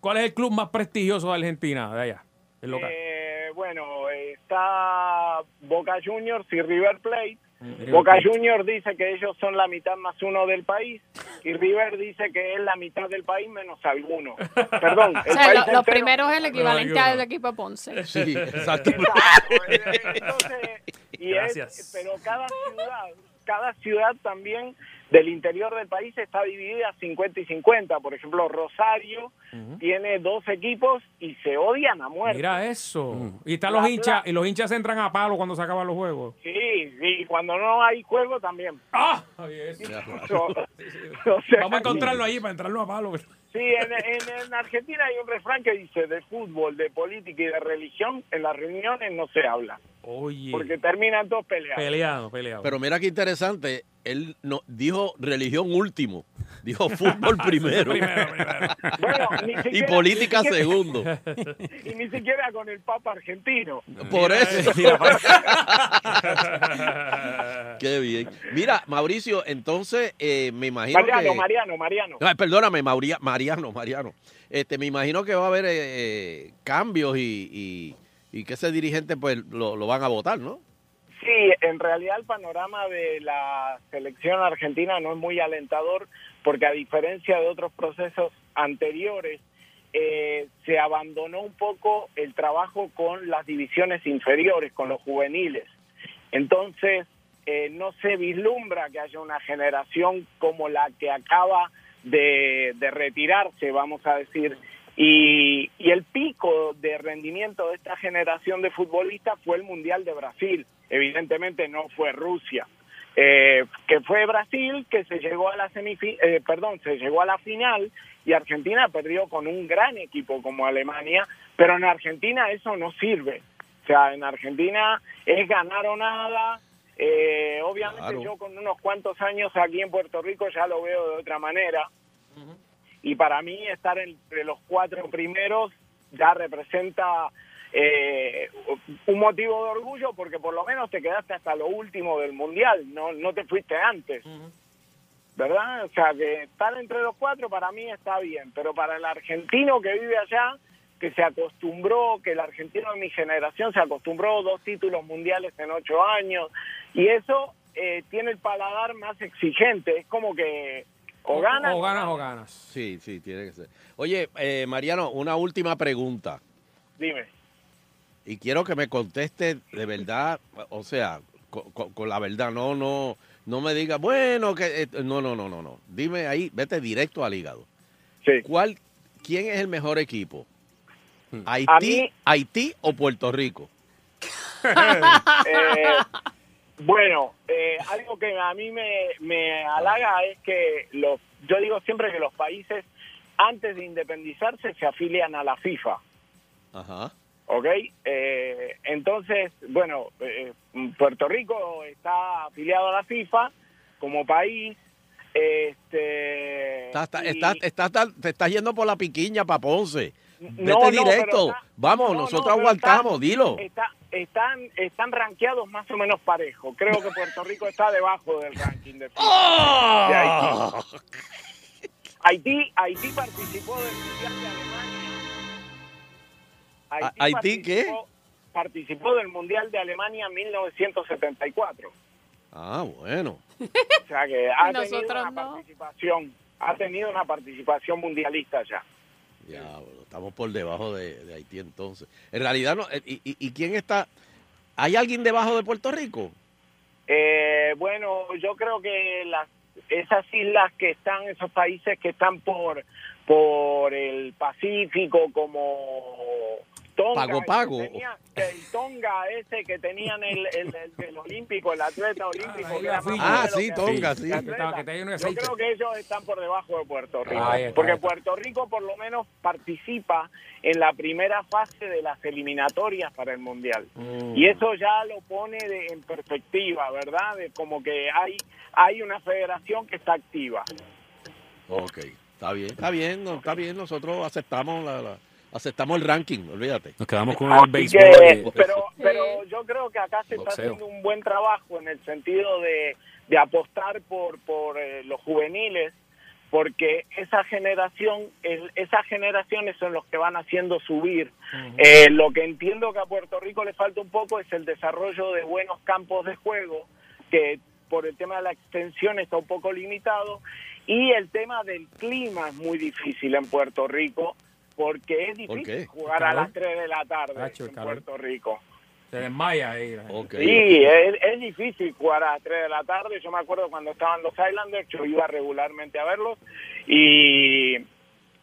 [SPEAKER 3] ¿Cuál es el club más prestigioso de Argentina, de allá? El local.
[SPEAKER 10] Eh, bueno, eh, está Boca Juniors y River Plate.
[SPEAKER 3] River
[SPEAKER 10] Boca
[SPEAKER 3] Plate.
[SPEAKER 10] Juniors dice que ellos son la mitad más uno del país y River dice que es la mitad del país menos alguno. Perdón, Ah,
[SPEAKER 5] O
[SPEAKER 10] el
[SPEAKER 5] sea,
[SPEAKER 10] país
[SPEAKER 5] lo, lo
[SPEAKER 10] entero.
[SPEAKER 5] primero es el equivalente
[SPEAKER 3] Pero
[SPEAKER 5] al
[SPEAKER 3] ayuda.
[SPEAKER 5] equipo Ponce.
[SPEAKER 9] Sí, exacto.
[SPEAKER 10] Entonces, y es-
[SPEAKER 3] Gracias.
[SPEAKER 10] pero cada ciudad, cada ciudad también del interior del país está dividida 50 y 50. Por ejemplo, Rosario
[SPEAKER 6] ¿Mm?
[SPEAKER 10] tiene dos equipos y se odian a muerte.
[SPEAKER 6] eh.
[SPEAKER 3] Mira eso. Y están
[SPEAKER 4] Mm.
[SPEAKER 10] La
[SPEAKER 3] los
[SPEAKER 10] pla-
[SPEAKER 3] hinchas, y los hinchas entran a palo cuando se acaban los juegos.
[SPEAKER 10] Sí, sí, cuando no hay juego también.
[SPEAKER 3] ¡Ah! Oye, eso.
[SPEAKER 10] So- o sea,
[SPEAKER 3] Vamos a encontrarlo ahí para entrarlo a palo.
[SPEAKER 10] Sí, en, en- en Argentina hay un refrán que dice, de fútbol, de política y de religión, en las reuniones no se habla,
[SPEAKER 3] Oye.
[SPEAKER 10] porque terminan dos peleas.
[SPEAKER 3] Peleado, peleado.
[SPEAKER 4] Pero mira qué interesante, él no dijo religión último, dijo fútbol primero,
[SPEAKER 3] Primero, primero.
[SPEAKER 10] Bueno, ni
[SPEAKER 4] y
[SPEAKER 10] siquiera-
[SPEAKER 4] política
[SPEAKER 10] ni siquiera-
[SPEAKER 4] segundo.
[SPEAKER 10] Y ni siquiera con el Papa argentino.
[SPEAKER 4] Por eso.
[SPEAKER 6] Mira, pa-
[SPEAKER 4] Qué bien. Mira, Mauricio, entonces eh, me imagino
[SPEAKER 10] Mariano,
[SPEAKER 4] que...
[SPEAKER 10] Mariano, Mariano.
[SPEAKER 4] No, perdóname, Mauria- Mariano, Mariano. Este, me imagino que va a haber eh, eh, cambios y, y- y que ese dirigente pues lo, lo van a votar, ¿no?
[SPEAKER 10] Sí, en realidad el panorama de la selección argentina no es muy alentador porque a diferencia de otros procesos anteriores, eh, se abandonó un poco el trabajo con las divisiones inferiores, con los juveniles. Entonces, eh, no se vislumbra que haya una generación como la que acaba de, de retirarse, vamos a decir. Y, y el pico de rendimiento de esta generación de futbolistas fue el Mundial de Brasil. Evidentemente no fue Rusia. Eh, que fue Brasil que se llegó a la semifi- eh, perdón, se llegó a la final y Argentina perdió con un gran equipo como Alemania, pero en Argentina eso no sirve. O sea, en Argentina es ganar o nada. Eh, obviamente
[SPEAKER 4] Claro.
[SPEAKER 10] yo con unos cuantos años aquí en Puerto Rico ya lo veo de otra manera. Y para mí estar entre los cuatro primeros ya representa eh, un motivo de orgullo porque por lo menos te quedaste hasta lo último del mundial, no, no te fuiste antes. ¿Verdad? O sea, que estar entre los cuatro para mí está bien, pero para el argentino que vive allá, que se acostumbró, que el argentino de mi generación se acostumbró a dos títulos mundiales en ocho años, y eso eh, tiene el paladar más exigente, es como que o ganas
[SPEAKER 3] O ganas o ganas.
[SPEAKER 4] Sí, sí, tiene que ser. Oye, eh, Mariano, una última pregunta.
[SPEAKER 10] Dime.
[SPEAKER 4] Y quiero que me conteste de verdad, o sea, co- co- con, la verdad, no, no, no me diga, bueno, que eh, no, no, no, no, no. Dime ahí, vete directo al hígado.
[SPEAKER 10] Sí.
[SPEAKER 4] ¿Cuál, quién es el mejor equipo?
[SPEAKER 10] A
[SPEAKER 4] Haití,
[SPEAKER 10] mí-
[SPEAKER 4] Haití o Puerto Rico.
[SPEAKER 10] Eh, bueno, eh, algo que a mí me, me halaga es que los, yo digo siempre que los países antes de independizarse se afilian a la FIFA.
[SPEAKER 4] Ajá.
[SPEAKER 10] ¿Ok? Eh, entonces, bueno, eh, Puerto Rico está afiliado a la FIFA como país. Este,
[SPEAKER 4] Está- está-
[SPEAKER 10] y-
[SPEAKER 4] está- está- está- te estás yendo por la piquiña para Ponce. Vete
[SPEAKER 10] No, no,
[SPEAKER 4] directo.
[SPEAKER 10] pero está-
[SPEAKER 4] Vamos,
[SPEAKER 10] no, no,
[SPEAKER 4] nosotros
[SPEAKER 10] pero eh,
[SPEAKER 4] aguantamos,
[SPEAKER 10] está-
[SPEAKER 4] dilo.
[SPEAKER 10] está- están, están rankeados más o menos parejo. Creo que Puerto Rico está debajo del ranking de FIFA.
[SPEAKER 4] ¡Oh!
[SPEAKER 10] de Haití. Haití, Haití participó del Mundial de Alemania.
[SPEAKER 4] ¿A- Haití qué?
[SPEAKER 10] participó- Participó del Mundial de Alemania en 1974.
[SPEAKER 4] Ah, bueno.
[SPEAKER 10] O sea que ha tenido
[SPEAKER 5] Nosotros
[SPEAKER 10] una
[SPEAKER 5] no.
[SPEAKER 10] participación, ha tenido una participación mundialista ya.
[SPEAKER 4] Ya, bueno, estamos por debajo de, de Haití entonces. En realidad, no, eh, y, y- y quién está? ¿Hay alguien debajo de Puerto Rico?
[SPEAKER 10] Eh, bueno, yo creo que las, esas islas que están, esos países que están por, por el Pacífico, como Tonga,
[SPEAKER 4] Pago, pago.
[SPEAKER 10] que tenía- el Tonga ese que tenían el, el, el del olímpico, el atleta olímpico.
[SPEAKER 3] Ah, ahí
[SPEAKER 10] que
[SPEAKER 3] la
[SPEAKER 10] era más
[SPEAKER 3] fui.
[SPEAKER 4] Ah,
[SPEAKER 10] malo
[SPEAKER 4] sí,
[SPEAKER 10] que-
[SPEAKER 4] Tonga,
[SPEAKER 10] que
[SPEAKER 4] sí.
[SPEAKER 10] atleta.
[SPEAKER 3] Estaba que tenía uno de
[SPEAKER 10] Yo
[SPEAKER 3] aceite.
[SPEAKER 10] creo que ellos están por debajo de Puerto Rico,
[SPEAKER 3] Ahí está, ahí
[SPEAKER 10] porque
[SPEAKER 3] está.
[SPEAKER 10] Puerto Rico por lo menos participa en la primera fase de las eliminatorias para el Mundial.
[SPEAKER 4] Mm.
[SPEAKER 10] Y eso ya lo pone de- en perspectiva, ¿verdad? De como que hay, hay una federación que está activa.
[SPEAKER 4] Ok, está bien. Está bien, no, está bien. Nosotros aceptamos la, la- aceptamos el ranking, olvídate.
[SPEAKER 6] Nos quedamos con el
[SPEAKER 10] Así que,
[SPEAKER 6] béisbol. Eh,
[SPEAKER 10] pero, pero yo creo que acá se está
[SPEAKER 6] Boxeo.
[SPEAKER 10] haciendo un buen trabajo en el sentido de, de apostar por, por eh, los juveniles, porque esa generación, el- esas generaciones son los que van haciendo subir.
[SPEAKER 4] Mm.
[SPEAKER 10] Eh, lo que entiendo que a Puerto Rico le falta un poco es el desarrollo de buenos campos de juego, que por el tema de la extensión está un poco limitado, y el tema del clima es muy difícil en Puerto Rico. Porque es
[SPEAKER 4] ¿Por qué?
[SPEAKER 10] difícil jugar a
[SPEAKER 3] ¿Calor?
[SPEAKER 10] las 3 de la tarde
[SPEAKER 3] Tacho, el
[SPEAKER 10] en
[SPEAKER 3] calor.
[SPEAKER 10] Puerto Rico.
[SPEAKER 3] Se desmaya ahí. la gente.
[SPEAKER 4] Ok.
[SPEAKER 10] Sí, eh, es, es difícil jugar a las 3 de la tarde. Yo me acuerdo cuando estaban los Islanders, yo iba regularmente a verlos y,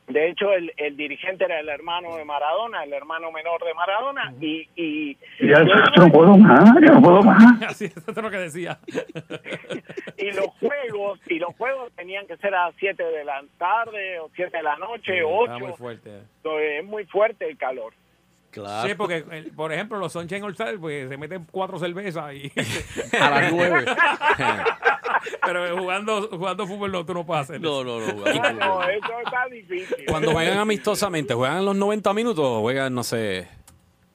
[SPEAKER 10] De hecho, el, el dirigente era el hermano de Maradona, el hermano menor de Maradona, y, y
[SPEAKER 11] Ya yo no puedo más, ya no puedo más.
[SPEAKER 3] Así es, eso es lo que decía.
[SPEAKER 10] y los juegos y los juegos tenían que ser a 7 de la tarde o 7 de la noche,
[SPEAKER 3] Está muy
[SPEAKER 10] 8.
[SPEAKER 3] fuerte.
[SPEAKER 10] Es muy fuerte el calor.
[SPEAKER 4] Claro.
[SPEAKER 3] Sí, porque, eh, por ejemplo, los Sunshine All Stars pues, se meten cuatro cervezas y...
[SPEAKER 4] A las nueve.
[SPEAKER 3] Pero jugando, jugando fútbol no, tú no puedes hacer
[SPEAKER 4] No,
[SPEAKER 3] eso.
[SPEAKER 4] no, no.
[SPEAKER 10] No,
[SPEAKER 4] ahí
[SPEAKER 10] no, eh. eso está difícil.
[SPEAKER 6] Cuando juegan amistosamente, ¿juegan los 90 minutos o juegan, no sé?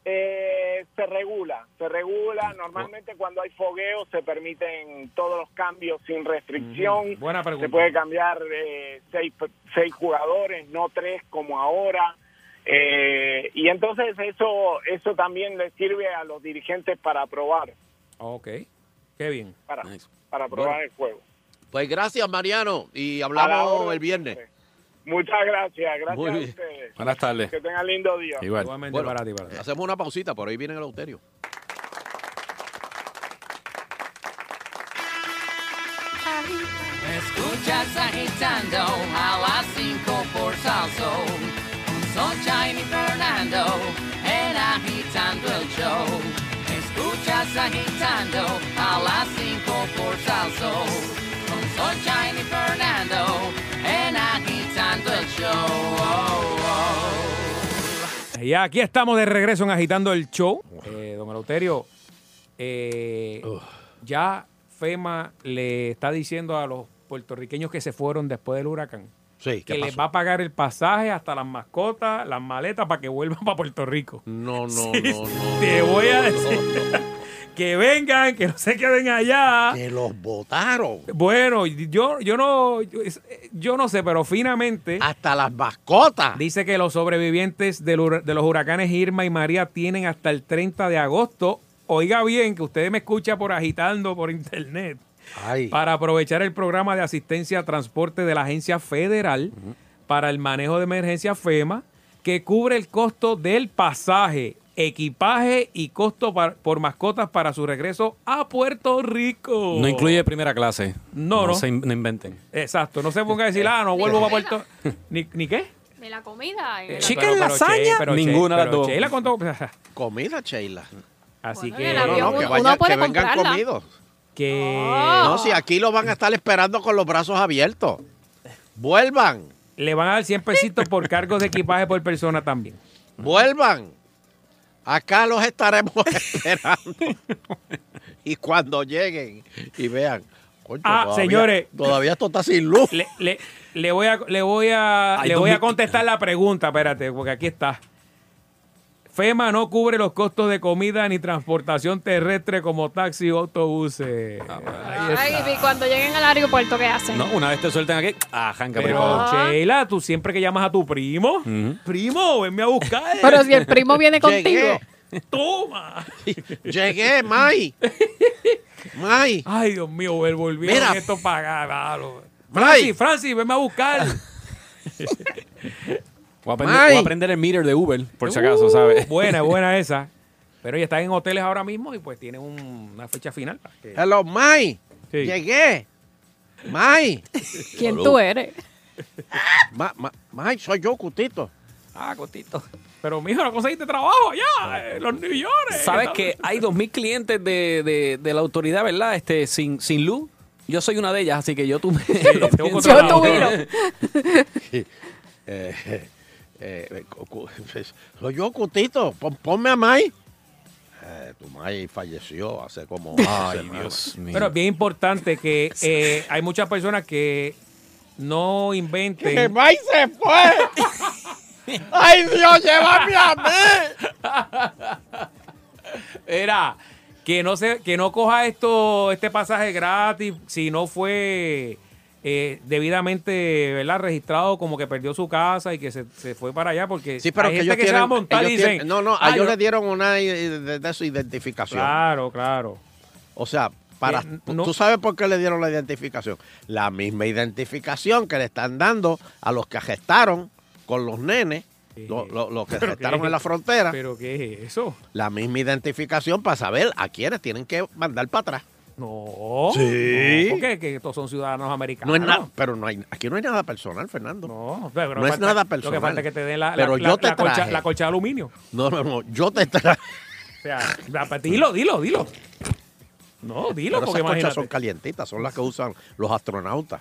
[SPEAKER 10] Eh, se regula, se regula. Normalmente cuando hay fogueo se permiten todos los cambios sin restricción.
[SPEAKER 3] Ujú, buena pregunta.
[SPEAKER 10] Se puede cambiar eh, seis, seis jugadores, no tres como ahora. Eh, y entonces eso eso también le sirve a los dirigentes para probar,
[SPEAKER 3] Ok, qué bien.
[SPEAKER 10] para,
[SPEAKER 4] Nice.
[SPEAKER 10] para probar
[SPEAKER 4] Bueno.
[SPEAKER 10] el juego.
[SPEAKER 4] Pues gracias, Mariano. Y
[SPEAKER 10] A la
[SPEAKER 4] hablamos
[SPEAKER 10] orden.
[SPEAKER 4] el viernes.
[SPEAKER 10] Muchas gracias, gracias
[SPEAKER 4] Muy
[SPEAKER 10] a
[SPEAKER 4] bien.
[SPEAKER 10] ustedes.
[SPEAKER 6] Buenas tardes.
[SPEAKER 10] Que tengan lindo día.
[SPEAKER 6] Igual.
[SPEAKER 3] Igualmente
[SPEAKER 4] Bueno,
[SPEAKER 3] para ti, para ti.
[SPEAKER 4] Hacemos una pausita, por ahí viene el auterio.
[SPEAKER 2] Me escuchas agitando a las 5 por Salso. Con Sunshine y Fernando en agitando el show. Me escuchas agitando a las 5 por Salso. Con Sunshine y Fernando en agitando el show.
[SPEAKER 3] Y aquí estamos de regreso en Agitando el Show. Eh, don Eleuterio, eh, ya FEMA le está diciendo a los puertorriqueños que se fueron después del huracán
[SPEAKER 4] Sí,
[SPEAKER 3] que les va a pagar el pasaje hasta las mascotas, las maletas para que vuelvan para Puerto Rico.
[SPEAKER 4] No, no,
[SPEAKER 3] Sí,
[SPEAKER 4] no, no.
[SPEAKER 3] te
[SPEAKER 4] no,
[SPEAKER 3] voy
[SPEAKER 4] no,
[SPEAKER 3] a decir.
[SPEAKER 4] no, no.
[SPEAKER 3] Que vengan, que no se queden allá.
[SPEAKER 4] Que los votaron.
[SPEAKER 3] Bueno, yo, yo no yo, es- yo no sé, pero finalmente
[SPEAKER 4] Hasta las mascotas.
[SPEAKER 3] dice que los sobrevivientes del hur- de los huracanes Irma y María tienen hasta el 30 de agosto. Oiga bien, que usted me escucha por agitando por internet
[SPEAKER 4] Ay.
[SPEAKER 3] para aprovechar el programa de asistencia a transporte de la Agencia Federal para el manejo de emergencia FEMA, que cubre el costo del pasaje, equipaje y costo par- por mascotas para su regreso a Puerto Rico.
[SPEAKER 6] No incluye primera clase.
[SPEAKER 3] No, no.
[SPEAKER 6] se in- no inventen.
[SPEAKER 3] Exacto, no se ponga a decir, ah, no vuelvo a Puerto ¿Ni, ¿Ni qué?
[SPEAKER 5] De la comida. y-
[SPEAKER 3] Eh,
[SPEAKER 6] Chicken
[SPEAKER 3] pero- pero
[SPEAKER 6] lasagna,
[SPEAKER 3] che, pero che,
[SPEAKER 6] ninguna de las
[SPEAKER 3] pero
[SPEAKER 6] dos.
[SPEAKER 3] Sheila, ¿cuánto?
[SPEAKER 4] Comida, Sheila.
[SPEAKER 3] Así
[SPEAKER 5] Bueno, en
[SPEAKER 3] que,
[SPEAKER 5] el
[SPEAKER 4] No,
[SPEAKER 5] avión
[SPEAKER 4] no, que,
[SPEAKER 5] uno
[SPEAKER 4] vaya-
[SPEAKER 5] puede
[SPEAKER 4] que vengan
[SPEAKER 5] comprarla.
[SPEAKER 4] comidos.
[SPEAKER 3] que
[SPEAKER 5] Oh.
[SPEAKER 4] No, si aquí los van a estar esperando con los brazos abiertos. Vuelvan,
[SPEAKER 3] le van a dar 100 pesitos por cargos de equipaje por persona también.
[SPEAKER 4] vuelvan. Acá los estaremos esperando. y cuando lleguen y vean. coño,
[SPEAKER 3] Ah, señores.
[SPEAKER 4] Todavía esto está sin luz.
[SPEAKER 3] Le, le- le voy a le voy a
[SPEAKER 6] Ay,
[SPEAKER 3] le voy a
[SPEAKER 6] Domingo.
[SPEAKER 3] contestar la pregunta, espérate, porque aquí está. FEMA no cubre los costos de comida ni transportación terrestre como taxi o autobuses.
[SPEAKER 5] Ah, Ay, y cuando lleguen al aeropuerto, ¿qué hacen?
[SPEAKER 6] No, una vez te sueltan aquí, ah, janca,
[SPEAKER 3] Pero,
[SPEAKER 6] pero...
[SPEAKER 3] Sheila, tú siempre que llamas a tu primo, primo, venme a buscar.
[SPEAKER 5] Pero si el primo viene contigo.
[SPEAKER 4] Llegué,
[SPEAKER 3] Toma.
[SPEAKER 4] llegué, May. May.
[SPEAKER 3] Ay, Dios mío, vol- volvieron
[SPEAKER 4] Mira.
[SPEAKER 3] esto pagado.
[SPEAKER 4] Bray.
[SPEAKER 3] Francis, Francis, venme a buscar.
[SPEAKER 6] Voy a, aprender, voy a
[SPEAKER 4] Ay.
[SPEAKER 6] aprender el meter de Uber, por si acaso, ¿sabes?
[SPEAKER 3] Uh, buena, buena esa. Pero ya están en hoteles ahora mismo y pues tienen un- una fecha final.
[SPEAKER 4] Hello, May.
[SPEAKER 3] Sí.
[SPEAKER 4] Llegué. May.
[SPEAKER 5] ¿Quién tú eres?
[SPEAKER 4] Ma- ma- May, soy yo, Cutito.
[SPEAKER 3] Ah, cortito. Pero, mijo, no conseguiste trabajo ya. eh, Los millones.
[SPEAKER 6] Sabes que hay 2.000 clientes de, de, de la autoridad, ¿verdad? Este, sin, sin luz. Yo soy una de ellas, así que yo tuve...
[SPEAKER 3] tengo que
[SPEAKER 5] Yo
[SPEAKER 3] controlar.
[SPEAKER 5] tu vino.
[SPEAKER 4] Eh, eh, eh, cu- cu- soy yo, Cutito. Pon- ponme a May. Eh, tu May falleció hace como.
[SPEAKER 6] Ay,
[SPEAKER 4] semanas.
[SPEAKER 6] Dios mío.
[SPEAKER 3] Pero es bien importante que eh, hay muchas personas que no
[SPEAKER 4] ¡Que
[SPEAKER 3] inventen.
[SPEAKER 4] May se fue! ¡Ay, Dios, llévame a mí!
[SPEAKER 3] Era que no se, que no coja esto, este pasaje gratis si no fue eh, debidamente ¿verdad? registrado como que perdió su casa y que se, se fue para allá porque
[SPEAKER 4] Sí, pero
[SPEAKER 3] hay
[SPEAKER 4] que
[SPEAKER 3] gente
[SPEAKER 4] ellos
[SPEAKER 3] que se va a
[SPEAKER 4] tienen-
[SPEAKER 3] montar
[SPEAKER 4] ellos
[SPEAKER 3] y dicen
[SPEAKER 4] tienen- no, no, a
[SPEAKER 3] "Ah,
[SPEAKER 4] ellos
[SPEAKER 3] yo-".
[SPEAKER 4] le dieron una eh, de, de su identificación.
[SPEAKER 3] Claro, claro.
[SPEAKER 4] O sea, para,
[SPEAKER 3] Eh, no-
[SPEAKER 4] tú sabes por qué le dieron la identificación. La misma identificación que le están dando a los que arrestaron con los nenes, lo- lo- los que
[SPEAKER 3] Eh, Pero
[SPEAKER 4] arrestaron
[SPEAKER 3] qué-
[SPEAKER 4] en la frontera,
[SPEAKER 3] Pero qué es eso?
[SPEAKER 4] la misma identificación para saber a quiénes tienen que mandar para atrás.
[SPEAKER 3] No.
[SPEAKER 4] Sí.
[SPEAKER 3] No, ¿Por qué? Que estos son ciudadanos americanos.
[SPEAKER 4] No es nada, pero no hay, aquí no hay nada personal, Fernando.
[SPEAKER 3] No, pero
[SPEAKER 4] no es
[SPEAKER 3] falta-
[SPEAKER 4] nada personal.
[SPEAKER 3] Lo que falta es que te den la, la-
[SPEAKER 4] pero
[SPEAKER 3] la-
[SPEAKER 4] yo te
[SPEAKER 3] la colcha,
[SPEAKER 4] traje.
[SPEAKER 3] la colcha de aluminio. O
[SPEAKER 4] No, no, no, yo te traje.
[SPEAKER 3] sea, la- pues, dilo, dilo, dilo.
[SPEAKER 4] Pero
[SPEAKER 3] No, dilo, porque
[SPEAKER 4] esas colchas
[SPEAKER 3] imagínate.
[SPEAKER 4] son calientitas, son las que usan los astronautas.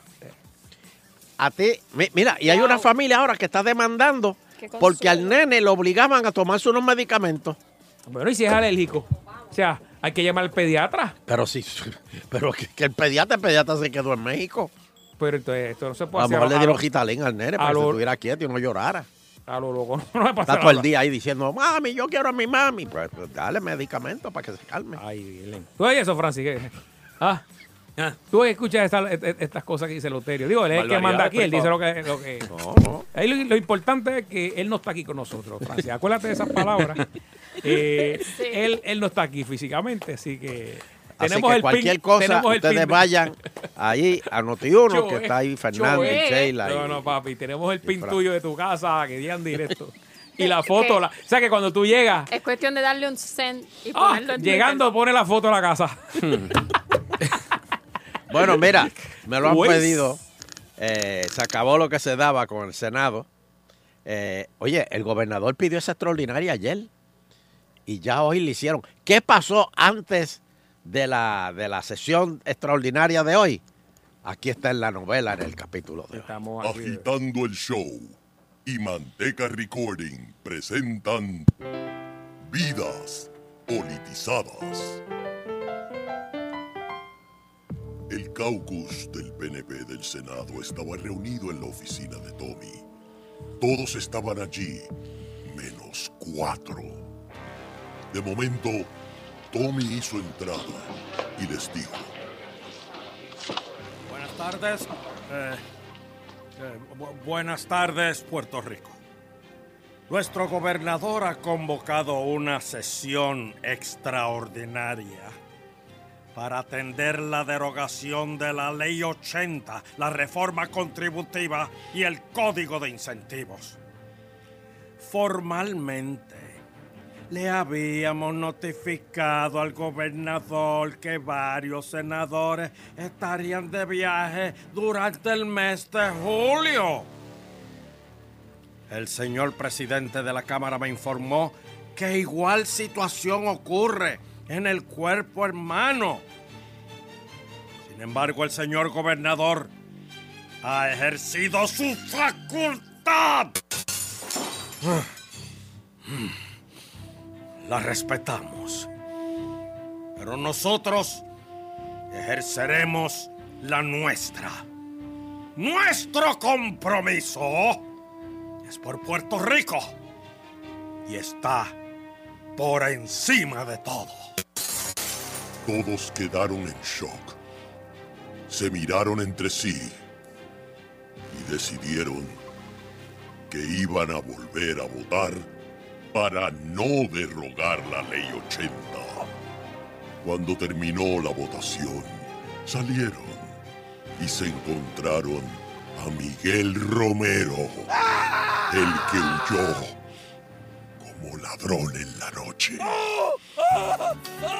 [SPEAKER 4] A ti, mi- mira, y hay una familia ahora que está demandando
[SPEAKER 3] Qué consuelo.
[SPEAKER 4] porque al nene lo obligaban a tomarse unos medicamentos.
[SPEAKER 3] Bueno, y si es alérgico. O sea, Ah, hay que llamar al pediatra.
[SPEAKER 4] Pero sí, pero que, que el pediatra, el pediatra se quedó en México.
[SPEAKER 3] Pero entonces esto no se puede
[SPEAKER 4] A lo
[SPEAKER 3] hacer.
[SPEAKER 4] mejor le dieron
[SPEAKER 3] lo-
[SPEAKER 4] gitalín al nene para
[SPEAKER 3] Pues a
[SPEAKER 4] que
[SPEAKER 3] lo-
[SPEAKER 4] se estuviera quieto y no llorara.
[SPEAKER 3] A lo loco, no le pasa
[SPEAKER 4] Está todo el
[SPEAKER 3] nada.
[SPEAKER 4] día ahí diciendo, mami, yo quiero a mi mami. Pues, pues, dale medicamento para que se calme.
[SPEAKER 3] Ay, ¿Tú oyes eso, Francis? ¿Qué? Ah. Tú escuchas esta- et- et- estas cosas que dice Loterio. Digo, él es el que
[SPEAKER 4] Barbaridades,
[SPEAKER 3] manda aquí,
[SPEAKER 4] por
[SPEAKER 3] él dice lo
[SPEAKER 4] favor.
[SPEAKER 3] que. Lo que-
[SPEAKER 4] No, pues, no.
[SPEAKER 3] Ahí lo, lo importante es que él no está aquí con nosotros, Francis. Acuérdate de esas palabras. Eh, él, él no está aquí físicamente, así que.
[SPEAKER 4] Así
[SPEAKER 3] tenemos
[SPEAKER 4] que
[SPEAKER 3] el
[SPEAKER 4] cualquier
[SPEAKER 3] pin-
[SPEAKER 4] cosa,
[SPEAKER 3] tenemos el
[SPEAKER 4] ustedes
[SPEAKER 3] pin-
[SPEAKER 4] vayan ahí a Notiuno, que
[SPEAKER 3] Joel,
[SPEAKER 4] está ahí Fernando y
[SPEAKER 3] Joel.
[SPEAKER 4] Sheila. y-
[SPEAKER 3] eh. No, no, papi, tenemos el pin
[SPEAKER 4] Fran.
[SPEAKER 3] tuyo de tu casa que digan directo. Y la foto, la, o sea que cuando tú llegas,
[SPEAKER 5] Es cuestión de darle un send y
[SPEAKER 3] ¡ah!
[SPEAKER 5] ponerlo en
[SPEAKER 3] llegando pone la foto a la casa.
[SPEAKER 4] Bueno, mira, me lo han
[SPEAKER 3] Pues.
[SPEAKER 4] pedido. Eh, se acabó lo que se daba con el Senado. Eh, oye, el gobernador pidió esa extraordinaria ayer y ya hoy le hicieron. ¿Qué pasó antes de la, de la sesión extraordinaria de hoy? Aquí está en la novela, en el capítulo de hoy.
[SPEAKER 12] Agitando el show y Manteca Recording presentan Vidas Politizadas. El caucus del PNP del Senado estaba reunido en la oficina de Tommy. Todos estaban allí, menos cuatro. De momento, Tommy hizo entrada y les dijo,
[SPEAKER 13] Buenas tardes. Eh, eh, bu- buenas tardes, Puerto Rico. Nuestro gobernador ha convocado una sesión extraordinaria para atender la derogación de la Ley 80, la reforma contributiva y el Código de Incentivos. Formalmente, le habíamos notificado al gobernador que varios senadores estarían de viaje durante el mes de julio. El señor presidente de la Cámara me informó que igual situación ocurre en el cuerpo hermano. Sin embargo, el señor gobernador ha ejercido su facultad. La respetamos. Pero nosotros ejerceremos la nuestra. Nuestro compromiso es por Puerto Rico y está por encima de todo.
[SPEAKER 12] Todos quedaron en shock. Se miraron entre sí y decidieron que iban a volver a votar para no derrogar la ley 80. Cuando terminó la votación, salieron y se encontraron a Miguel Romero, el que huyó como ladrón en la noche.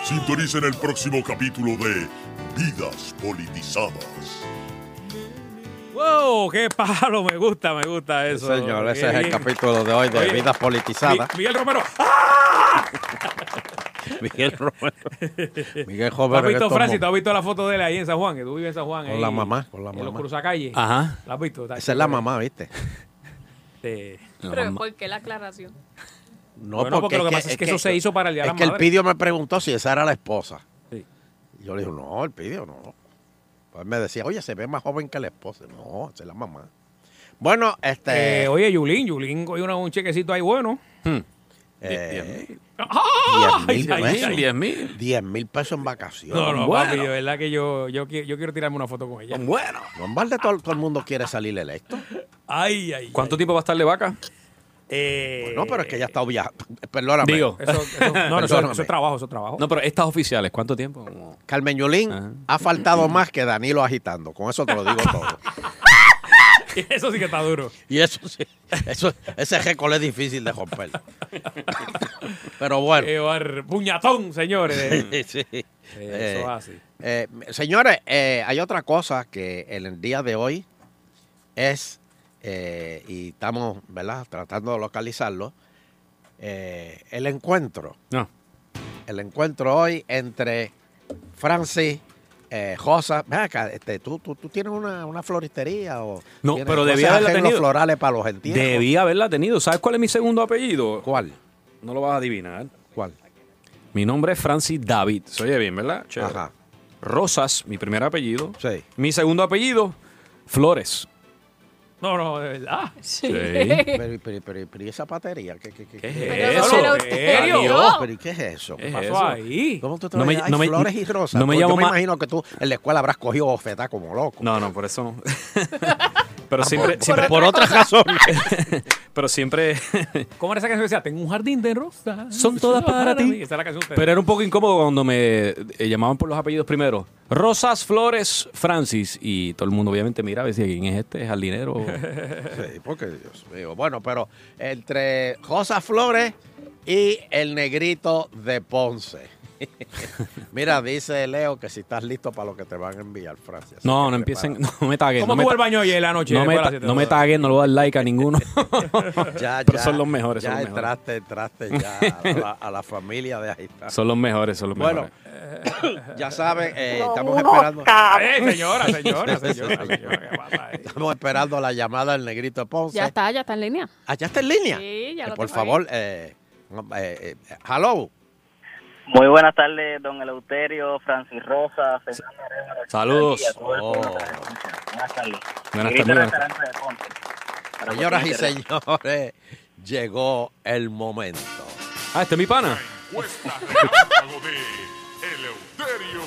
[SPEAKER 12] Sintonicen el próximo capítulo de Vidas Politizadas.
[SPEAKER 3] ¡Wow! ¡Qué palo! Me gusta, me gusta eso.
[SPEAKER 4] Señor, ese
[SPEAKER 3] Qué
[SPEAKER 4] es el
[SPEAKER 3] bien.
[SPEAKER 4] capítulo de hoy de
[SPEAKER 3] Oye,
[SPEAKER 4] Vidas Politizadas.
[SPEAKER 3] Mi- Miguel Romero.
[SPEAKER 4] Miguel Romero. Miguel Romero.
[SPEAKER 3] ¿Tú has
[SPEAKER 4] en
[SPEAKER 3] visto,
[SPEAKER 4] estos
[SPEAKER 3] Francis? ¿Tú has visto la foto de él ahí en San Juan? Que tú vives en San Juan.
[SPEAKER 4] Con
[SPEAKER 3] ahí,
[SPEAKER 4] la mamá, con la
[SPEAKER 3] En los
[SPEAKER 4] mamá.
[SPEAKER 3] cruzacalles.
[SPEAKER 4] Ajá.
[SPEAKER 3] ¿La has visto? Está
[SPEAKER 4] Esa es la
[SPEAKER 3] chévere.
[SPEAKER 4] mamá, ¿viste?
[SPEAKER 3] Este,
[SPEAKER 5] Pero
[SPEAKER 4] La mamá.
[SPEAKER 5] ¿por qué la aclaración?
[SPEAKER 4] No,
[SPEAKER 3] Bueno, porque lo que pasa es que eso se hizo para el Día de
[SPEAKER 4] Es
[SPEAKER 3] la
[SPEAKER 4] que el
[SPEAKER 3] Madre.
[SPEAKER 4] pidio me preguntó si esa era la esposa.
[SPEAKER 3] Sí.
[SPEAKER 4] Y yo le dije, no, el pidio no. Pues me decía, oye, se ve más joven que la esposa. No, esa es la mamá. Bueno, este.
[SPEAKER 3] eh, oye, Yulín, Yulín, hoy una- un chequecito ahí bueno.
[SPEAKER 6] Hmm.
[SPEAKER 4] eh,
[SPEAKER 3] ¡Ah!
[SPEAKER 4] 10 mil
[SPEAKER 3] Ay, ay,
[SPEAKER 4] pesos.
[SPEAKER 3] ay.
[SPEAKER 4] 10 mil. pesos en vacaciones.
[SPEAKER 3] No, no,
[SPEAKER 4] Bueno.
[SPEAKER 3] papi, de verdad que yo, yo, qui- yo quiero tirarme una foto con ella.
[SPEAKER 4] Bueno. Lombardi, todo, todo el mundo quiere salir electo.
[SPEAKER 3] Ay, ay.
[SPEAKER 14] ¿Cuánto tiempo va a estar de vaca?
[SPEAKER 4] No, pero es que ya está viajando. Perdóname.
[SPEAKER 14] Digo.
[SPEAKER 3] Eh, Eso- eso- no, no, eso-
[SPEAKER 4] Perdóname.
[SPEAKER 3] eso es trabajo, eso es trabajo.
[SPEAKER 14] No, pero estas oficiales, ¿cuánto tiempo? Como- Ah.
[SPEAKER 4] Carmen Yulín ha faltado más que Danilo agitando. Con eso te lo digo todo.
[SPEAKER 3] Eso sí que está duro.
[SPEAKER 4] Y eso sí, eso, ese récord es difícil de romper. Pero bueno.
[SPEAKER 3] Qué bar- Puñatón, señores.
[SPEAKER 4] Sí, sí.
[SPEAKER 3] Eh, eso
[SPEAKER 4] Eh,
[SPEAKER 3] es así.
[SPEAKER 4] Eh, señores, eh, hay otra cosa que en el día de hoy es, eh, y estamos ¿verdad? tratando de localizarlo, eh, el encuentro.
[SPEAKER 6] No.
[SPEAKER 4] El encuentro hoy entre Francis, eh, Josa. Ven acá, este, ¿tú, tú, tú tienes una, una floristería o.?
[SPEAKER 6] No,
[SPEAKER 4] tienes
[SPEAKER 6] pero
[SPEAKER 4] cosas
[SPEAKER 6] debía
[SPEAKER 4] de
[SPEAKER 6] haberla
[SPEAKER 4] arreglos
[SPEAKER 6] tenido.
[SPEAKER 4] florales para los gentiles.
[SPEAKER 6] Debía haberla tenido. ¿Sabes cuál es mi segundo apellido?
[SPEAKER 4] ¿Cuál?
[SPEAKER 6] No lo vas a adivinar.
[SPEAKER 4] ¿Cuál?
[SPEAKER 6] Mi nombre es Francis David. Se oye bien, ¿verdad? Chévere. Rosas, mi primer apellido.
[SPEAKER 4] Sí.
[SPEAKER 6] Mi segundo apellido, Flores.
[SPEAKER 3] No, no, de verdad.
[SPEAKER 6] Sí.
[SPEAKER 4] Pero, pero, pero, pero, ¿y esa patería? ¿Qué, qué, qué,
[SPEAKER 6] es Pero eso?
[SPEAKER 3] será usted,
[SPEAKER 4] Adiós.
[SPEAKER 3] ¿no?
[SPEAKER 4] ¿Pero y qué es eso?
[SPEAKER 3] ¿Qué pasó ahí?
[SPEAKER 4] ¿Cómo tú
[SPEAKER 6] No me-
[SPEAKER 4] traes
[SPEAKER 6] no me-
[SPEAKER 4] flores y rosas?
[SPEAKER 6] no me
[SPEAKER 4] Pues
[SPEAKER 6] llamo
[SPEAKER 4] Yo me
[SPEAKER 6] Ma-
[SPEAKER 4] imagino que tú en la escuela habrás cogido bofetá como loco.
[SPEAKER 6] No, no, por eso no. Pero siempre,
[SPEAKER 4] por-
[SPEAKER 6] siempre-
[SPEAKER 4] por otras razones.
[SPEAKER 6] Pero siempre.
[SPEAKER 3] ¿Cómo era esa canción que decía? Tengo un jardín de rosas.
[SPEAKER 6] Son todas para ti.
[SPEAKER 3] mí. Esa es la canción de ustedes.
[SPEAKER 6] Pero era un poco incómodo cuando me eh, llamaban por los apellidos primero. Rosas, Flores, Francis. Y todo el mundo obviamente mira a ver si quién es este, es jardinero.
[SPEAKER 4] Sí, porque Dios mío. Bueno, pero entre Rosa Flores y el negrito de Ponce. Mira, dice Leo que si estás listo para lo que te van a enviar, Francia. Así
[SPEAKER 6] No,
[SPEAKER 4] que
[SPEAKER 6] no empiecen, no me taguen.
[SPEAKER 3] ¿Cómo
[SPEAKER 6] no me
[SPEAKER 3] tuvo el
[SPEAKER 6] ta-
[SPEAKER 3] baño ayer la noche?
[SPEAKER 6] No me,
[SPEAKER 3] Después de las
[SPEAKER 6] ta-
[SPEAKER 3] siete
[SPEAKER 6] no me
[SPEAKER 3] de la
[SPEAKER 6] taguen, no le voy a dar like a ninguno.
[SPEAKER 4] Ya,
[SPEAKER 6] Pero
[SPEAKER 4] ya,
[SPEAKER 6] son los mejores, son
[SPEAKER 4] Ya
[SPEAKER 6] los mejores.
[SPEAKER 4] entraste, entraste ya a la, a la familia de Agitando.
[SPEAKER 6] Son los mejores, son los
[SPEAKER 4] Bueno,
[SPEAKER 6] mejores.
[SPEAKER 4] ya saben, eh,
[SPEAKER 15] No,
[SPEAKER 4] estamos
[SPEAKER 15] uno
[SPEAKER 4] esperando.
[SPEAKER 15] está.
[SPEAKER 3] Eh, señora, señora,
[SPEAKER 4] Sí, sí,
[SPEAKER 3] señora,
[SPEAKER 4] sí.
[SPEAKER 3] señora, ¿qué pasa ahí?
[SPEAKER 4] Estamos esperando la llamada del negrito de Ponce.
[SPEAKER 5] Ya está, ya está en línea.
[SPEAKER 4] Ah, ya está en línea.
[SPEAKER 5] Sí, ya
[SPEAKER 4] Eh,
[SPEAKER 5] lo
[SPEAKER 4] por
[SPEAKER 5] tengo ahí.
[SPEAKER 4] favor, eh, no, eh, eh, hello.
[SPEAKER 16] Muy buenas tardes, don Eleuterio, Francis Rosa, Fernando Arevalo,
[SPEAKER 6] Saludos.
[SPEAKER 16] y a todo el
[SPEAKER 4] Oh.
[SPEAKER 16] pueblo de la provincia. Buenas tardes.
[SPEAKER 6] Buenas tardes,
[SPEAKER 16] Grito
[SPEAKER 6] buenas
[SPEAKER 16] Restaurante de Ponce. Para
[SPEAKER 4] Señoras y
[SPEAKER 16] cualquier interés.
[SPEAKER 4] señores, llegó el momento.
[SPEAKER 6] Ah, este es mi pana.
[SPEAKER 12] Cuesta relámpago de Eleuterio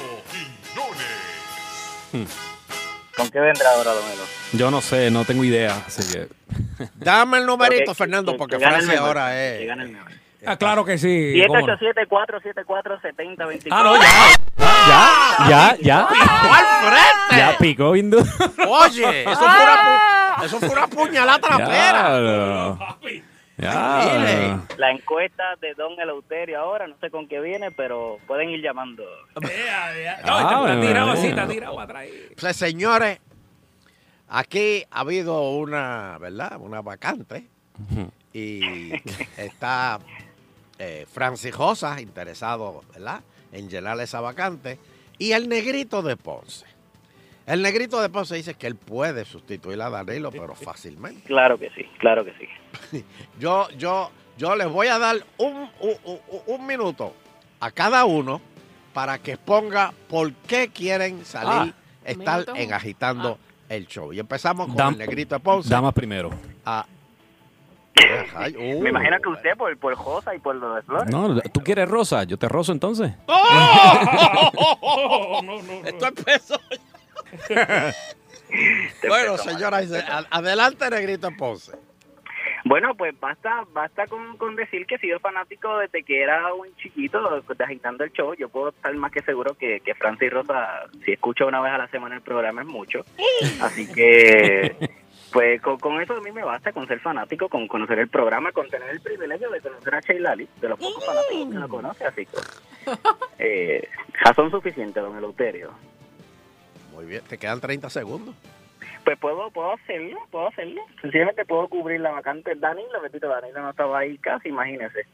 [SPEAKER 12] Quiñones.
[SPEAKER 16] ¿Con qué vendrá ahora, don Elo?
[SPEAKER 6] Hmm. Yo no sé, no tengo idea. Así que.
[SPEAKER 4] Dame el numerito,
[SPEAKER 16] Ok,
[SPEAKER 4] Fernando,
[SPEAKER 16] que-
[SPEAKER 4] porque
[SPEAKER 16] que gane el
[SPEAKER 4] Francia
[SPEAKER 16] mejor,
[SPEAKER 4] ahora
[SPEAKER 16] que
[SPEAKER 4] es.
[SPEAKER 16] gane el mejor.
[SPEAKER 3] Ah, claro que sí. cómo no.
[SPEAKER 16] 787-474-7024.
[SPEAKER 3] Ah, no, ya.
[SPEAKER 6] Ya, ya.
[SPEAKER 4] ¡Al frente!
[SPEAKER 6] Ya picó, Bindu.
[SPEAKER 4] Oye, eso fue
[SPEAKER 6] Ah.
[SPEAKER 4] una, pu- eso fue una puñalada trapera.
[SPEAKER 6] Ya. Ya.
[SPEAKER 16] La encuesta de don Eleuterio ahora, no sé con qué viene, pero pueden ir llamando.
[SPEAKER 3] No, está-
[SPEAKER 6] Ah,
[SPEAKER 3] está tirado
[SPEAKER 6] bueno.
[SPEAKER 3] así, está tirado atrás. ahí.
[SPEAKER 4] Pues, señores, aquí ha habido una, ¿verdad? Una vacante. Y está eh, Francis Josa interesado, ¿verdad? En llenar esa vacante. Y el negrito de Ponce. El negrito de Ponce dice que él puede sustituir a Danilo, pero fácilmente.
[SPEAKER 16] Claro que sí, claro que sí.
[SPEAKER 4] Yo, yo, yo les voy a dar un, un- un- un minuto a cada uno para que exponga por qué quieren salir, estar
[SPEAKER 5] minuto.
[SPEAKER 4] en agitando el show. Y empezamos con
[SPEAKER 6] Dam-
[SPEAKER 4] el negrito de Ponce.
[SPEAKER 6] Damas primero.
[SPEAKER 4] Ah. Ay, uh.
[SPEAKER 16] Me imagino que usted por, por Josa y por lo de Flores.
[SPEAKER 6] No, ¿tú quieres rosa? Yo te rozo entonces.
[SPEAKER 4] Esto empezó. bueno, señoras, y se- a- adelante, negrito de Ponce.
[SPEAKER 16] Bueno, pues basta basta con, con decir que he sido fanático desde que era un chiquito de agitando el show. Yo puedo estar más que seguro que, que Francis Rosa, si escucha una vez a la semana el programa, es mucho. Así que, pues con, con eso a mí me basta, con ser fanático, con conocer el programa, con tener el privilegio de conocer a Sheilali, de los pocos fanáticos que lo conoce. Así que, eh, razón suficiente, don Eleuterio.
[SPEAKER 4] Muy bien, te quedan 30 segundos.
[SPEAKER 16] Pues puedo, puedo hacerlo, puedo hacerlo. Sencillamente puedo cubrir la vacante. Danilo, repito, Danilo no estaba ahí casi, imagínese.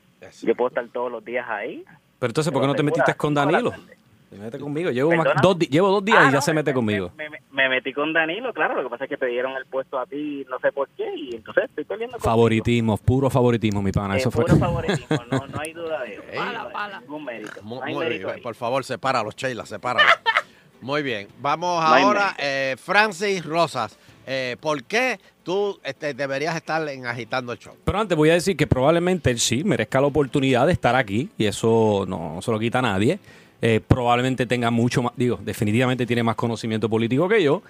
[SPEAKER 16] Yo puedo estar todos los días ahí.
[SPEAKER 6] Pero entonces, ¿por qué no te
[SPEAKER 16] Segura,
[SPEAKER 6] metiste con
[SPEAKER 16] toda la
[SPEAKER 6] Danilo?
[SPEAKER 16] tarde.
[SPEAKER 6] Te mete conmigo. Llevo, más-
[SPEAKER 16] ¿Perdona?
[SPEAKER 6] dos, di- llevo dos días
[SPEAKER 16] Ah,
[SPEAKER 6] y ya
[SPEAKER 16] no,
[SPEAKER 6] se
[SPEAKER 16] me-
[SPEAKER 6] mete
[SPEAKER 16] me-
[SPEAKER 6] conmigo.
[SPEAKER 16] Me, me- me metí con Danilo, claro. Lo que pasa es que te dieron el puesto a ti, no sé por qué, y entonces estoy perdiendo. contigo.
[SPEAKER 6] Favoritismo, puro favoritismo, mi pana.
[SPEAKER 16] Eh,
[SPEAKER 6] Eso fue.
[SPEAKER 16] puro favoritismo, no, no hay duda de eso.
[SPEAKER 4] Ey.
[SPEAKER 16] Pala, pala. Ningún mérito.
[SPEAKER 4] Mu-
[SPEAKER 16] no hay
[SPEAKER 4] muy
[SPEAKER 16] mérito
[SPEAKER 4] bien,
[SPEAKER 16] ahí.
[SPEAKER 4] por favor, sepáralos, Sheila, sepáralos. muy bien, vamos
[SPEAKER 16] No hay
[SPEAKER 4] ahora,
[SPEAKER 16] mérito.
[SPEAKER 4] eh, Francis Rosas. eh, ¿Por qué tú este, deberías estar en agitando el show?
[SPEAKER 6] Pero antes voy a decir que probablemente él sí merezca la oportunidad de estar aquí y eso no, no se lo quita a nadie. Eh, probablemente tenga mucho más, digo, definitivamente tiene más conocimiento político que yo.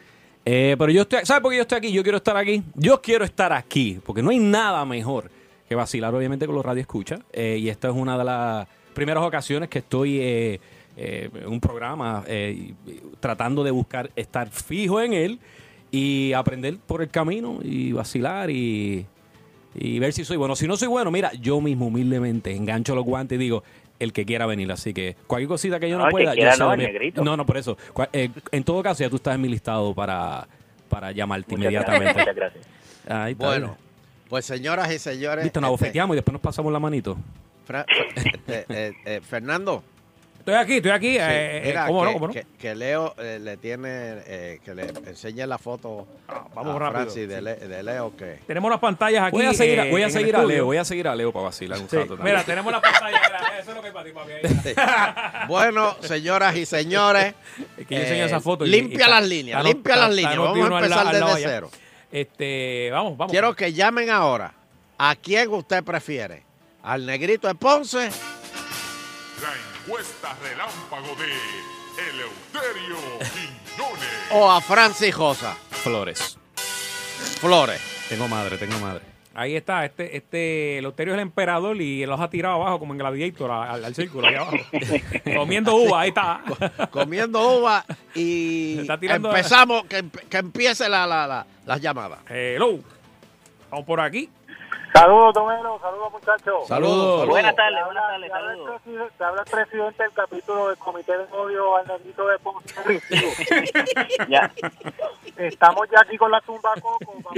[SPEAKER 6] Eh, pero yo estoy, ¿sabes por qué yo estoy aquí? Yo quiero estar aquí. Yo quiero estar aquí porque no hay nada mejor que vacilar obviamente con los radio escucha. Eh, y esta es una de las primeras ocasiones que estoy eh, eh, en un programa eh, y- y tratando de buscar estar fijo en él y aprender por el camino y vacilar y y ver si soy bueno. Si no soy bueno, mira, yo mismo humildemente engancho los guantes y digo, el que quiera venir. Así que cualquier cosita que yo
[SPEAKER 16] No,
[SPEAKER 6] no,
[SPEAKER 16] el que
[SPEAKER 6] pueda. yo
[SPEAKER 16] quiera
[SPEAKER 6] sé
[SPEAKER 16] no,
[SPEAKER 6] de
[SPEAKER 16] el
[SPEAKER 6] mi-
[SPEAKER 16] negrito.
[SPEAKER 6] no, no, por eso. Cua- eh, en todo caso, ya tú estás en mi listado para, para llamarte
[SPEAKER 16] Muchas gracias,
[SPEAKER 6] inmediatamente.
[SPEAKER 16] muchas gracias.
[SPEAKER 6] Ahí está.
[SPEAKER 4] Bueno, pues señoras y señores.
[SPEAKER 6] Viste, nos
[SPEAKER 4] este,
[SPEAKER 6] bofeteamos y después nos pasamos la manito.
[SPEAKER 4] Fra- este, eh, eh, Fernando.
[SPEAKER 3] Estoy aquí, estoy aquí.
[SPEAKER 4] Sí,
[SPEAKER 3] eh, eh,
[SPEAKER 4] mira,
[SPEAKER 3] ¿Cómo
[SPEAKER 4] que,
[SPEAKER 3] no? ¿Cómo no?
[SPEAKER 4] Que, que Leo eh, le tiene, eh, que le enseñe la foto
[SPEAKER 3] Ah, vamos
[SPEAKER 4] a
[SPEAKER 3] rápido,
[SPEAKER 4] Francis de, Le- de Leo que...
[SPEAKER 3] Tenemos las pantallas aquí.
[SPEAKER 6] Voy a seguir, a-
[SPEAKER 3] eh,
[SPEAKER 6] voy a,
[SPEAKER 3] en el
[SPEAKER 6] seguir a
[SPEAKER 3] estudio.
[SPEAKER 6] Leo, voy a seguir a Leo para vacilar un
[SPEAKER 4] Sí,
[SPEAKER 6] rato también.
[SPEAKER 3] Mira, tenemos las pantallas grandes. Eso es lo que es para ti, papi. ahí está.
[SPEAKER 4] Bueno, señoras y señores. eh,
[SPEAKER 3] Es que yo enseñé esa foto. y- y
[SPEAKER 4] Limpia
[SPEAKER 3] está-
[SPEAKER 4] las líneas,
[SPEAKER 3] está-
[SPEAKER 4] limpia
[SPEAKER 3] está-
[SPEAKER 4] las
[SPEAKER 3] está
[SPEAKER 4] líneas.
[SPEAKER 3] noti
[SPEAKER 4] Vamos
[SPEAKER 3] uno
[SPEAKER 4] a
[SPEAKER 3] al la-
[SPEAKER 4] empezar
[SPEAKER 3] al lado
[SPEAKER 4] desde
[SPEAKER 3] allá.
[SPEAKER 4] cero.
[SPEAKER 3] Este, vamos, vamos.
[SPEAKER 4] Quiero que llamen ahora. ¿A quién usted prefiere? ¿Al negrito de Ponce?
[SPEAKER 17] La encuesta relámpago de Eleuterio Quiñones.
[SPEAKER 4] o a Francis Josa?
[SPEAKER 6] Flores.
[SPEAKER 4] Flores.
[SPEAKER 6] Tengo madre, tengo madre.
[SPEAKER 3] Ahí está, este, este Loterio es el emperador y los ha tirado abajo como en Gladiator a- al, al círculo, ahí abajo. Comiendo uva, ahí está.
[SPEAKER 4] Comiendo uva y
[SPEAKER 3] está tirando-
[SPEAKER 4] empezamos, que, emp- que empiece la, la, la, las llamadas.
[SPEAKER 3] Hello. Vamos por aquí.
[SPEAKER 18] Saludos, Tomero. Saludos, muchachos.
[SPEAKER 4] Saludos,
[SPEAKER 18] Buenas
[SPEAKER 4] Buenas saludos.
[SPEAKER 18] tardes, buenas tardes. Te habla el presidente del capítulo del Comité de Novio al Negrito de Ponce.
[SPEAKER 16] Ya.
[SPEAKER 18] Estamos ya aquí con la tumba coco. Vamos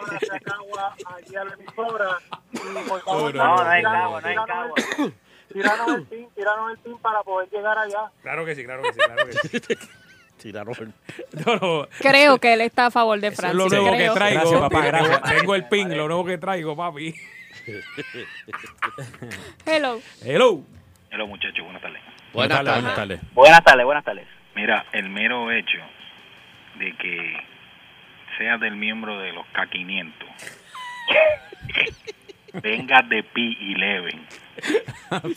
[SPEAKER 18] ahora hacia Cagua, allí a la emisora. Y por favor,
[SPEAKER 3] No, no, no hay
[SPEAKER 18] tíranos-
[SPEAKER 3] Cagua, no hay
[SPEAKER 18] tíranos
[SPEAKER 3] Cagua.
[SPEAKER 18] el- Tíranos el pin, tíranos el pin para poder llegar allá.
[SPEAKER 3] Claro que sí, claro que sí, claro que sí.
[SPEAKER 4] Tiraron.
[SPEAKER 3] No, no.
[SPEAKER 5] Creo que él está a favor de
[SPEAKER 3] Eso es
[SPEAKER 5] Francia.
[SPEAKER 3] lo nuevo
[SPEAKER 5] creo.
[SPEAKER 3] que traigo.
[SPEAKER 6] Gracias, papá,
[SPEAKER 3] Tengo-
[SPEAKER 6] gracias.
[SPEAKER 3] Tengo el pin, lo nuevo que traigo, papi.
[SPEAKER 5] Hello.
[SPEAKER 3] Hello.
[SPEAKER 19] Hello, muchachos, buenas tardes.
[SPEAKER 6] Buenas tardes, buenas tardes.
[SPEAKER 16] Buenas tardes, buenas tardes.
[SPEAKER 19] Mira, el mero hecho de que seas del miembro de los K500, vengas de P11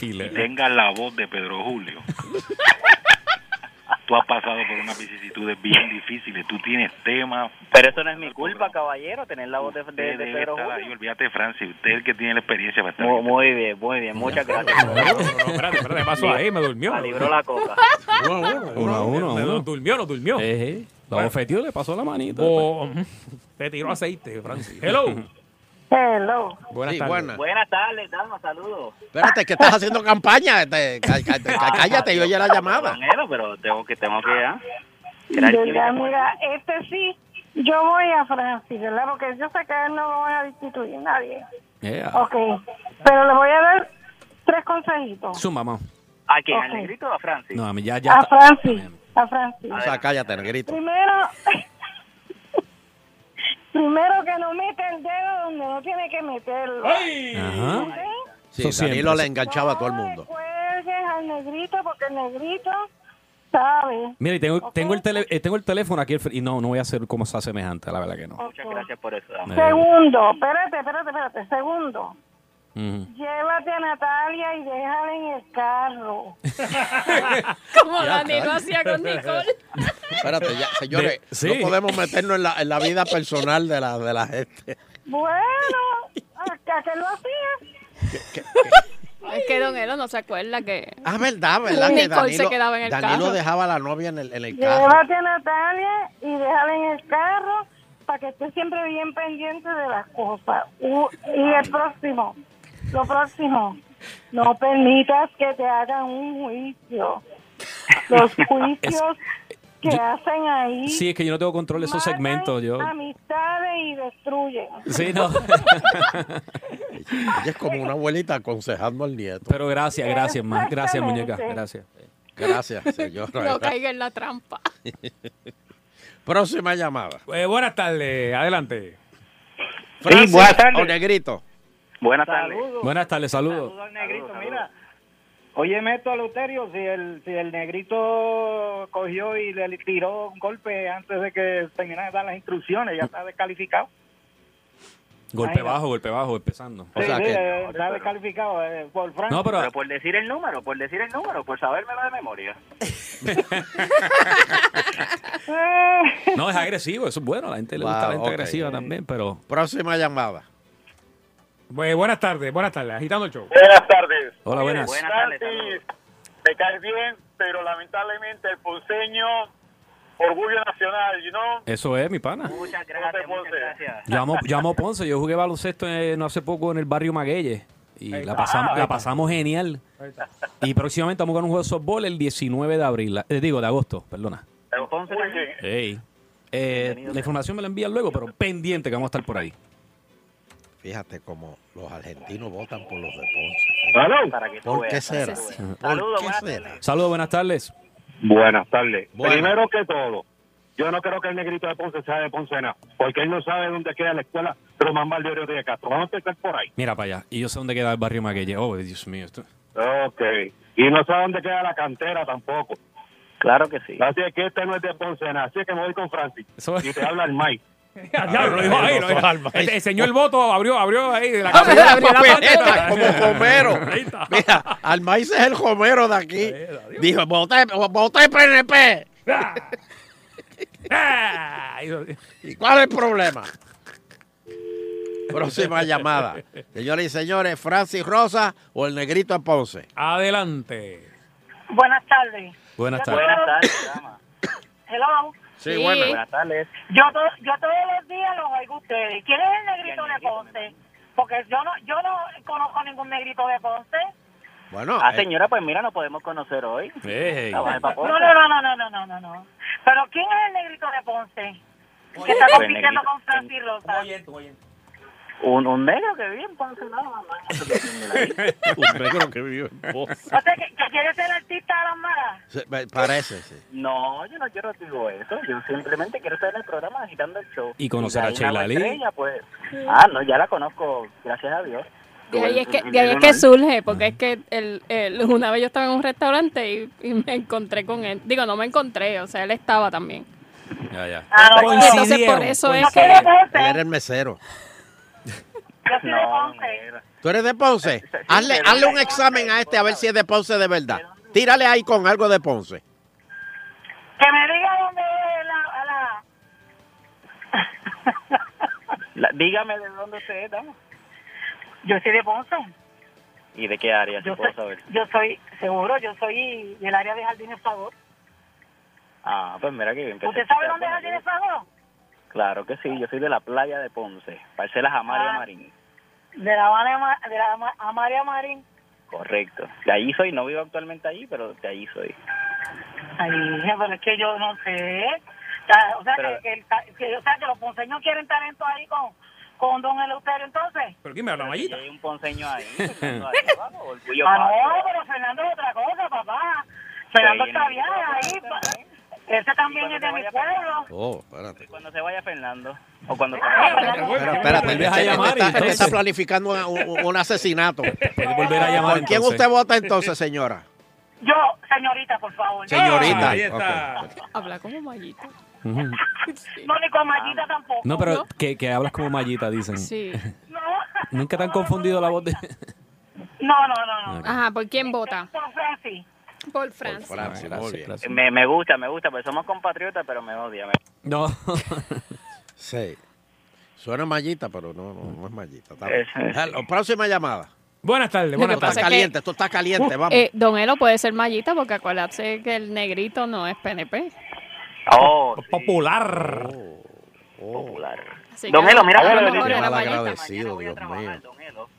[SPEAKER 19] y tengas la voz de Pedro Julio, tú has pasado por unas vicisitudes bien difíciles, tú tienes temas.
[SPEAKER 16] Pero eso no es mi culpa, caballero, tener la voz de, de, de
[SPEAKER 19] Usted debe
[SPEAKER 16] Pedro
[SPEAKER 19] estar
[SPEAKER 16] Julio.
[SPEAKER 19] ahí, olvídate, Francis, usted es el que tiene la experiencia para estar
[SPEAKER 16] Muy, muy bien, muy bien, muchas gracias.
[SPEAKER 3] Espérate, espérate, pasó ahí, me durmió.
[SPEAKER 16] Calibró la coca.
[SPEAKER 6] Uno a uno, a
[SPEAKER 3] Me- me-
[SPEAKER 6] uno.
[SPEAKER 3] Durmió, no durmió.
[SPEAKER 6] Eh, Lo bofeteó, le pasó la manita.
[SPEAKER 3] O- te tiró aceite, Francis. Hello.
[SPEAKER 18] Hello.
[SPEAKER 3] Buenas
[SPEAKER 4] Sí,
[SPEAKER 3] tardes.
[SPEAKER 4] buena.
[SPEAKER 16] Buenas tardes, Dalma, saludos.
[SPEAKER 4] Espérate, que estás haciendo campaña. este, ca- ca- ca- cállate y oye la llamada.
[SPEAKER 16] Pero, pero tengo que, tengo que, ¿ah? Era el
[SPEAKER 18] Mira,
[SPEAKER 16] que-
[SPEAKER 18] mira, este sí, yo voy a Francis, ¿verdad? Porque yo sé que a él no lo van a destituir nadie. Ok, pero le voy a dar tres consejitos.
[SPEAKER 6] Su mamá.
[SPEAKER 16] ¿A quién?
[SPEAKER 18] Ok.
[SPEAKER 16] ¿Al negrito o a Francis?
[SPEAKER 6] No, a mí ya, ya.
[SPEAKER 16] Ah,
[SPEAKER 18] A
[SPEAKER 6] está-
[SPEAKER 18] Francis, a Francis.
[SPEAKER 4] O sea, cállate, negrito.
[SPEAKER 18] Primero, primero que no mete el dedo donde no tiene que meterlo.
[SPEAKER 4] Ajá.
[SPEAKER 18] ¿Ok?
[SPEAKER 4] Sí,
[SPEAKER 6] Eso siempre.
[SPEAKER 4] Danilo le enganchaba a todo el mundo.
[SPEAKER 18] Cuelgues al negrito porque el negrito sabe.
[SPEAKER 6] Mira, y tengo, tengo, el tele- eh, tengo el teléfono aquí al fr- y no, no voy a hacer como sea semejante, la verdad que no.
[SPEAKER 16] Muchas gracias por eso.
[SPEAKER 6] Eh,
[SPEAKER 18] Segundo, espérate, espérate, espérate. Segundo,
[SPEAKER 6] ujú.
[SPEAKER 18] llévate a Natalia y déjala en el carro.
[SPEAKER 5] Como
[SPEAKER 4] Ya,
[SPEAKER 5] Danilo
[SPEAKER 4] claro.
[SPEAKER 5] hacía con Nicole.
[SPEAKER 4] Espérate, ya, señores,
[SPEAKER 6] ah, De- sí.
[SPEAKER 4] no podemos meternos en la, en la vida personal de la, de la gente.
[SPEAKER 18] Bueno, acá que ¿eh? lo hacía.
[SPEAKER 5] Es que Don Elo no se acuerda que.
[SPEAKER 4] Ah, verdad, verdad. que
[SPEAKER 5] Nicole
[SPEAKER 4] Danilo,
[SPEAKER 5] se quedaba en el
[SPEAKER 4] Danilo
[SPEAKER 5] carro.
[SPEAKER 4] dejaba a la novia en el, en el carro.
[SPEAKER 18] Llévate a Natalia y déjala en el carro para que esté siempre bien pendiente de las cosas. U- y el próximo, lo próximo, no permitas que te hagan un juicio. Los juicios que
[SPEAKER 6] yo-
[SPEAKER 18] hacen ahí
[SPEAKER 6] Sí, es que yo no tengo control de esos segmentos. Yo.
[SPEAKER 18] amistades y destruyen.
[SPEAKER 6] Sí, no.
[SPEAKER 4] Ella es como una abuelita aconsejando al nieto.
[SPEAKER 6] Pero gracias, gracias, ma. Gracias, muñeca. Gracias.
[SPEAKER 4] Gracias, señora.
[SPEAKER 5] No caiga en la trampa.
[SPEAKER 4] Próxima llamada.
[SPEAKER 3] Eh, buenas tardes, adelante.
[SPEAKER 4] Francis,
[SPEAKER 3] buenas tardes.
[SPEAKER 4] O negrito.
[SPEAKER 16] Buenas
[SPEAKER 6] tardes. Buenas tardes, saludos.
[SPEAKER 20] Saludos al negrito, mira. Oye, meto a Luterio, si el, si el negrito cogió y le tiró un golpe antes de que terminara de dar las instrucciones, ya está descalificado.
[SPEAKER 6] Golpe
[SPEAKER 20] Imagínate.
[SPEAKER 6] bajo, golpe bajo, empezando.
[SPEAKER 20] Sí, sí, eh, está descalificado eh, por Frank.
[SPEAKER 6] No, pero- Pero
[SPEAKER 16] Por decir el número, por decir el número, por sabérmelo de memoria.
[SPEAKER 6] No, es agresivo, eso es bueno. La gente le gusta
[SPEAKER 4] Wow,
[SPEAKER 6] la gente
[SPEAKER 4] ok.
[SPEAKER 6] agresiva también, pero.
[SPEAKER 4] Próxima llamada.
[SPEAKER 3] Eh, buenas tardes, buenas tardes, agitando el show.
[SPEAKER 20] Buenas tardes.
[SPEAKER 6] Hola, buenas.
[SPEAKER 20] Francis, me caes bien, pero lamentablemente el ponceño, orgullo nacional, you know.
[SPEAKER 6] Eso es, mi pana.
[SPEAKER 20] Muchas gracias, muchas gracias.
[SPEAKER 6] Yo amo, yo amo Ponce, yo jugué baloncesto eh, no hace poco en el barrio Magueyes. Y la pasamos, la pasamos genial. Y próximamente vamos con un juego de softball el 19 de abril, eh, digo, de agosto, perdona. Ey. Eh, la información me la envían luego, pero pendiente que vamos a estar por ahí.
[SPEAKER 4] Fíjate cómo los argentinos votan por los de Ponce.
[SPEAKER 6] Hello.
[SPEAKER 4] Para que tú ¿Por qué veas. será? Sí, sí. ¿Por
[SPEAKER 16] Saludos,
[SPEAKER 4] qué
[SPEAKER 16] buenas
[SPEAKER 4] será?
[SPEAKER 6] Saludos, buenas tardes.
[SPEAKER 8] Buenas tardes.
[SPEAKER 6] Buenas.
[SPEAKER 8] Primero que todo, yo no creo que el negrito de Ponce sea de Ponce, no, porque él no sabe dónde queda la escuela Román Valderio de Castro. Vamos a empezar por ahí.
[SPEAKER 6] Mira para allá. Y yo sé dónde queda el barrio Maquille. Oh, Dios mío. Esto...
[SPEAKER 8] Ok. Y no sabe dónde queda la cantera tampoco.
[SPEAKER 16] Claro que sí.
[SPEAKER 8] Así es que este no es de Ponce, no. así es que me voy con Francis. Y te habla el Mike.
[SPEAKER 3] Ya, ya, lo dijo ahí, lo dijo. Este, El, el señor Boto abrió, abrió ahí de la
[SPEAKER 4] Ah,
[SPEAKER 3] cabeza.
[SPEAKER 4] mira, papeleta, como Homero. Mira, al maíz es el Homero de aquí. Dijo, voté, voté PNP. ¿Y cuál es el problema? Próxima llamada. Señoras y señores, Francis Rosa o el negrito de Ponce.
[SPEAKER 3] Adelante.
[SPEAKER 11] Buenas tardes.
[SPEAKER 4] Buenas
[SPEAKER 11] Yo
[SPEAKER 4] tardes.
[SPEAKER 11] todo-
[SPEAKER 4] Buenas
[SPEAKER 11] Hello.
[SPEAKER 4] Sí, bueno. Buenas
[SPEAKER 16] tardes.
[SPEAKER 11] Yo, to- yo todos los días los oigo a ustedes. ¿Quién es el negrito de Ponce? Porque yo no, yo no conozco ningún negrito de Ponce.
[SPEAKER 4] Bueno. eh.
[SPEAKER 16] Ah, señora, pues mira, nos podemos conocer hoy. Ah, vale, pa'
[SPEAKER 11] No,
[SPEAKER 16] Ponce.
[SPEAKER 11] no, no, no, no, no, no, no, no. Pero ¿quién es el negrito de Ponce? Que está
[SPEAKER 16] Pues,
[SPEAKER 11] compitiendo
[SPEAKER 16] negrito.
[SPEAKER 11] con Francis Rosa.
[SPEAKER 16] Un, un negro que vive en Ponce, no, mamá.
[SPEAKER 4] Un negro que vive en Ponce.
[SPEAKER 11] O sea, que, que quiere ser artista de las malas.
[SPEAKER 4] Sí, me Parece, sí.
[SPEAKER 16] No, yo no quiero digo eso. Yo simplemente quiero estar en el programa agitando el show.
[SPEAKER 6] Y conocer
[SPEAKER 16] de
[SPEAKER 6] a
[SPEAKER 16] ahí
[SPEAKER 6] Sheila
[SPEAKER 16] hago
[SPEAKER 6] Lee.
[SPEAKER 16] estrella, pues. Ah, no, ya la conozco, gracias a Dios.
[SPEAKER 5] De ahí es que,
[SPEAKER 16] El-
[SPEAKER 5] de ahí es
[SPEAKER 16] el-
[SPEAKER 5] que surge, porque es que el, el- una vez yo estaba en un restaurante y, y me encontré con él. Digo, no me encontré, o sea, él estaba también.
[SPEAKER 6] Ya, ya.
[SPEAKER 5] Ah, no, Coincidieron, entonces por eso es que-
[SPEAKER 4] coincidieron. Él era el mesero.
[SPEAKER 11] Yo soy de Ponce.
[SPEAKER 4] ¿Tú eres de Ponce? Hazle, hazle un examen a este a ver si es de Ponce de verdad. Tírale ahí con algo de Ponce.
[SPEAKER 11] Que me diga dónde es la... la...
[SPEAKER 16] La- dígame de dónde usted es, dama.
[SPEAKER 11] Yo soy de Ponce.
[SPEAKER 16] ¿Y de qué área, si
[SPEAKER 11] Yo
[SPEAKER 16] puedo
[SPEAKER 11] soy,
[SPEAKER 16] saber?
[SPEAKER 11] yo soy, seguro, yo soy del área de Jardines Favor.
[SPEAKER 16] Ah, pues mira que bien. que
[SPEAKER 11] ¿Usted
[SPEAKER 16] se-
[SPEAKER 11] sabe dónde es
[SPEAKER 16] bueno,
[SPEAKER 11] Jardines Favor?
[SPEAKER 16] Claro que sí, yo soy de la playa de Ponce, Parcelas Amalia
[SPEAKER 11] Ah.
[SPEAKER 16] Marín.
[SPEAKER 11] De la Habana Ma- de la Ma- Amalia Marín.
[SPEAKER 16] Correcto. De allí soy, no vivo actualmente allí, pero de allí soy.
[SPEAKER 11] Ay, pero es que yo no sé. Ta- O sea,
[SPEAKER 16] Pero-
[SPEAKER 11] que, que el ta- que- o sea, que los ponceños quieren talento ahí con, con Don Eleuterio, entonces.
[SPEAKER 3] ¿Pero quién me habla, Mayita?
[SPEAKER 16] Hay un ponceño ahí. pues, orgullo
[SPEAKER 11] Ah,
[SPEAKER 16] patrio.
[SPEAKER 11] no, pero Fernando es otra cosa, papá. Fernando
[SPEAKER 16] Sí,
[SPEAKER 11] está bien ahí. pa- Ese también es de mi pueblo.
[SPEAKER 4] Oh, espérate.
[SPEAKER 16] Cuando se vaya Fernando. O cuando se
[SPEAKER 11] Ah,
[SPEAKER 16] vaya.
[SPEAKER 11] pero-
[SPEAKER 4] Pero espérate,
[SPEAKER 6] Vuelves
[SPEAKER 4] este,
[SPEAKER 6] a
[SPEAKER 4] este
[SPEAKER 6] llamar,
[SPEAKER 4] está, este
[SPEAKER 6] entonces.
[SPEAKER 4] está planificando un- un, un asesinato.
[SPEAKER 6] Puede volver a llamar
[SPEAKER 4] ¿Por quién
[SPEAKER 6] entonces.
[SPEAKER 4] usted vota entonces, señora?
[SPEAKER 11] Yo, señorita, por
[SPEAKER 5] Ah,
[SPEAKER 11] favor.
[SPEAKER 4] Señorita.
[SPEAKER 6] ahí está.
[SPEAKER 4] ok.
[SPEAKER 5] Habla como mallita.
[SPEAKER 6] Ujú.
[SPEAKER 11] No, ni con Mayita tampoco.
[SPEAKER 6] No, pero que, que hablas como Mallita, dicen.
[SPEAKER 5] Sí.
[SPEAKER 6] Nunca te han confundido la voz de...
[SPEAKER 11] No, no, no.
[SPEAKER 6] Ok.
[SPEAKER 5] Ajá, ¿por quién vota?
[SPEAKER 11] Por Francis.
[SPEAKER 5] Por Francis.
[SPEAKER 6] Gracias, gracias.
[SPEAKER 16] Me, me gusta, me gusta, pues somos compatriotas, pero me odia. me-
[SPEAKER 6] No.
[SPEAKER 4] Sí. Suena mallita, pero no, no, no es mallita. Está
[SPEAKER 16] Es-
[SPEAKER 4] bien. Hello, próxima llamada.
[SPEAKER 3] Buenas tardes,
[SPEAKER 5] buenas
[SPEAKER 4] Esto
[SPEAKER 5] tardes.
[SPEAKER 4] está caliente, esto está caliente, vamos.
[SPEAKER 5] Eh, don Elo puede ser mallita porque acuérdate que el negrito no es PNP.
[SPEAKER 16] Oh,
[SPEAKER 3] Popular.
[SPEAKER 16] Popular.
[SPEAKER 5] Oh. Así que
[SPEAKER 16] Don Elo, mira,
[SPEAKER 5] a lo
[SPEAKER 16] abuelo,
[SPEAKER 5] mejor
[SPEAKER 16] bendición.
[SPEAKER 5] era
[SPEAKER 4] Mal
[SPEAKER 5] mallita.
[SPEAKER 4] agradecido, Dios mío.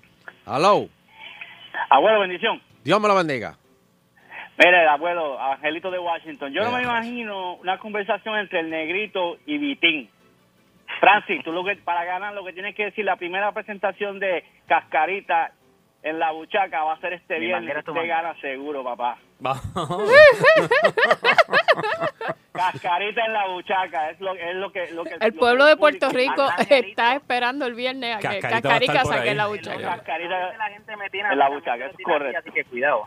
[SPEAKER 4] Hello,
[SPEAKER 16] Abuelo, bendición.
[SPEAKER 4] Dios me lo bendiga.
[SPEAKER 16] Mire, abuelo, Angelito de Washington, yo no me
[SPEAKER 4] Mira.
[SPEAKER 16] imagino una conversación entre el negrito y Vitín. Francis, tú lo que, para ganar lo que tienes que decir, la primera presentación de Cascarita en la buchaca va a ser este
[SPEAKER 6] Mi
[SPEAKER 16] viernes.
[SPEAKER 6] manguera es tu
[SPEAKER 16] Te
[SPEAKER 6] manguera.
[SPEAKER 16] gana seguro, papá.
[SPEAKER 6] Vamos.
[SPEAKER 16] Cascarita en la buchaca, es lo, es lo que... Lo que
[SPEAKER 5] El pueblo de Puerto Rico está esperando el viernes a que
[SPEAKER 16] Cascarita va a
[SPEAKER 5] Cascarica
[SPEAKER 16] estar por
[SPEAKER 5] saque
[SPEAKER 16] ahí.
[SPEAKER 5] la
[SPEAKER 16] Sí,
[SPEAKER 5] buchaca.
[SPEAKER 16] Cascarita
[SPEAKER 11] la gente me tiene
[SPEAKER 16] en la buchaca, eso es correcto. Así que cuidado.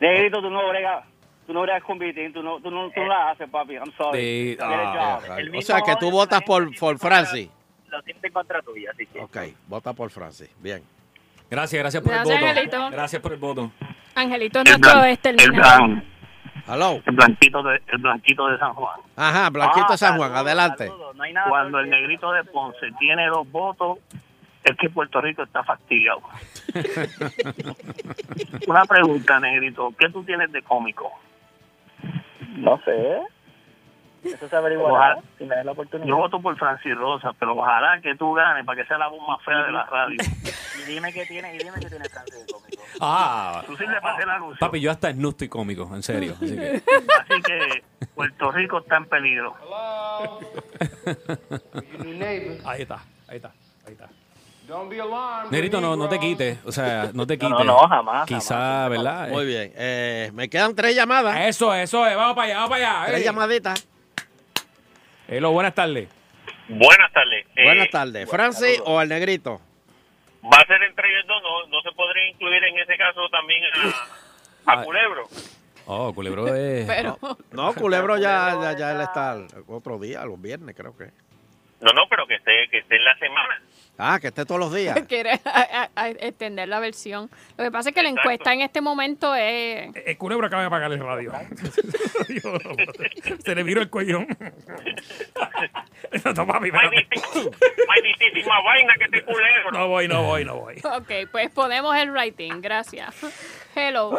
[SPEAKER 16] Negrito, tú no bregas, tú no bregas con Vitín, tú no, tú no, tú no la haces, papi, I'm sorry.
[SPEAKER 4] Sí,
[SPEAKER 16] Get a
[SPEAKER 4] ah,
[SPEAKER 16] job.
[SPEAKER 4] ok.
[SPEAKER 16] El
[SPEAKER 4] o
[SPEAKER 16] mismo
[SPEAKER 4] sea que
[SPEAKER 16] odio
[SPEAKER 4] tú votas por, por Francis.
[SPEAKER 16] Lo sientes contra tuya, así que...
[SPEAKER 4] Ok, vota por Francis. Bien.
[SPEAKER 6] Gracias, gracias por
[SPEAKER 5] Gracias,
[SPEAKER 6] el voto.
[SPEAKER 5] Angelito.
[SPEAKER 6] Gracias por el voto.
[SPEAKER 5] Angelito es nuestro este, es terminado.
[SPEAKER 4] Hello.
[SPEAKER 21] El blanquito de, el blanquito de San Juan.
[SPEAKER 4] Ajá, Blanquito
[SPEAKER 21] Ah,
[SPEAKER 4] San Juan, adelante.
[SPEAKER 21] Cuando el negrito de Ponce tiene dos votos, es que Puerto Rico está fastidiado. Una pregunta, negrito, ¿qué tú tienes de cómico?
[SPEAKER 16] No sé. Eso se
[SPEAKER 21] Ojalá.
[SPEAKER 16] averiguará si me das la oportunidad.
[SPEAKER 21] Yo voto por Francis Rosa, pero ojalá que tú ganes para que sea la voz más fea de la radio.
[SPEAKER 16] Y dime que tiene, y dime que tiene Francis conmigo.
[SPEAKER 6] Ah,
[SPEAKER 16] Tú sí le pasé la luz.
[SPEAKER 6] papi, yo hasta es nusto y cómico, en serio. Así que-
[SPEAKER 16] Así que Puerto Rico está en peligro.
[SPEAKER 3] Ahí está, ahí está, ahí está.
[SPEAKER 6] Negrito, no, no te quites, o sea, no te
[SPEAKER 4] No, no,
[SPEAKER 6] quites.
[SPEAKER 4] no, jamás,
[SPEAKER 6] Quizá, ¿verdad?
[SPEAKER 4] Muy bien. Eh, me quedan tres llamadas.
[SPEAKER 3] Eso, eso es. Vamos para allá, vamos para allá.
[SPEAKER 4] Tres
[SPEAKER 3] eh.
[SPEAKER 4] llamaditas.
[SPEAKER 3] Hello, buenas tardes.
[SPEAKER 4] Buenas tardes. Eh, buenas tardes. ¿Francis o el negrito?
[SPEAKER 16] Va a ser entre ellos dos, no, no se podría incluir en ese caso también a,
[SPEAKER 8] Ah.
[SPEAKER 16] a Culebro.
[SPEAKER 6] Oh, culebro
[SPEAKER 8] Eh,
[SPEAKER 6] es.
[SPEAKER 16] Pero-
[SPEAKER 4] No, Culebro ya, ya, ya él está al- otro día, los viernes creo que.
[SPEAKER 16] No, no, pero que esté, que esté en la semana.
[SPEAKER 4] Ah, que esté todos los días.
[SPEAKER 5] Quiere a- a- a extender la versión. Lo que pasa es que la
[SPEAKER 3] Exacto.
[SPEAKER 5] encuesta en este momento es...
[SPEAKER 3] El culebro acaba de apagar el radio. Se le viró el cuello. No, papi, espérate.
[SPEAKER 16] Malditísima vaina que te culebro.
[SPEAKER 3] No voy, no voy, no voy.
[SPEAKER 5] Ok, pues ponemos el writing, gracias. Hello.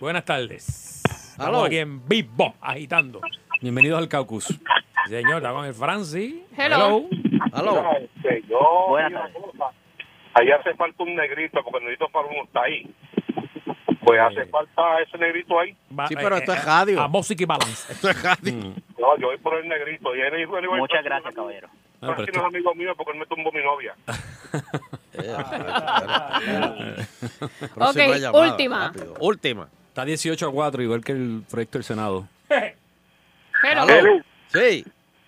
[SPEAKER 3] Buenas tardes. Estamos
[SPEAKER 6] Hello.
[SPEAKER 3] aquí en vivo, agitando.
[SPEAKER 6] Bienvenidos al Caucus.
[SPEAKER 3] Señor, está con el Francis.
[SPEAKER 5] Hello.
[SPEAKER 3] Hello.
[SPEAKER 8] Este, yo, una cosa, ahí hace falta un negrito, porque el negrito para uno está ahí. Pues hace falta ese negrito ahí.
[SPEAKER 3] Eh,
[SPEAKER 8] Eh,
[SPEAKER 3] Va- eh,
[SPEAKER 4] Sí, pero esto es
[SPEAKER 3] A, Mm, música y balance.
[SPEAKER 4] Esto es radio.
[SPEAKER 8] No, yo voy por el negrito. Y él, Muchas gracias, caballero.
[SPEAKER 6] Ah, pero
[SPEAKER 8] Francis no es amigo mío porque él me tumbó mi novia.
[SPEAKER 6] Eh,
[SPEAKER 4] Ah,
[SPEAKER 6] ah,
[SPEAKER 5] Ok, última.
[SPEAKER 4] Última.
[SPEAKER 6] Está 18 a 4, igual que el proyecto del Senado.
[SPEAKER 5] Hello.
[SPEAKER 8] Hello.
[SPEAKER 4] Sí.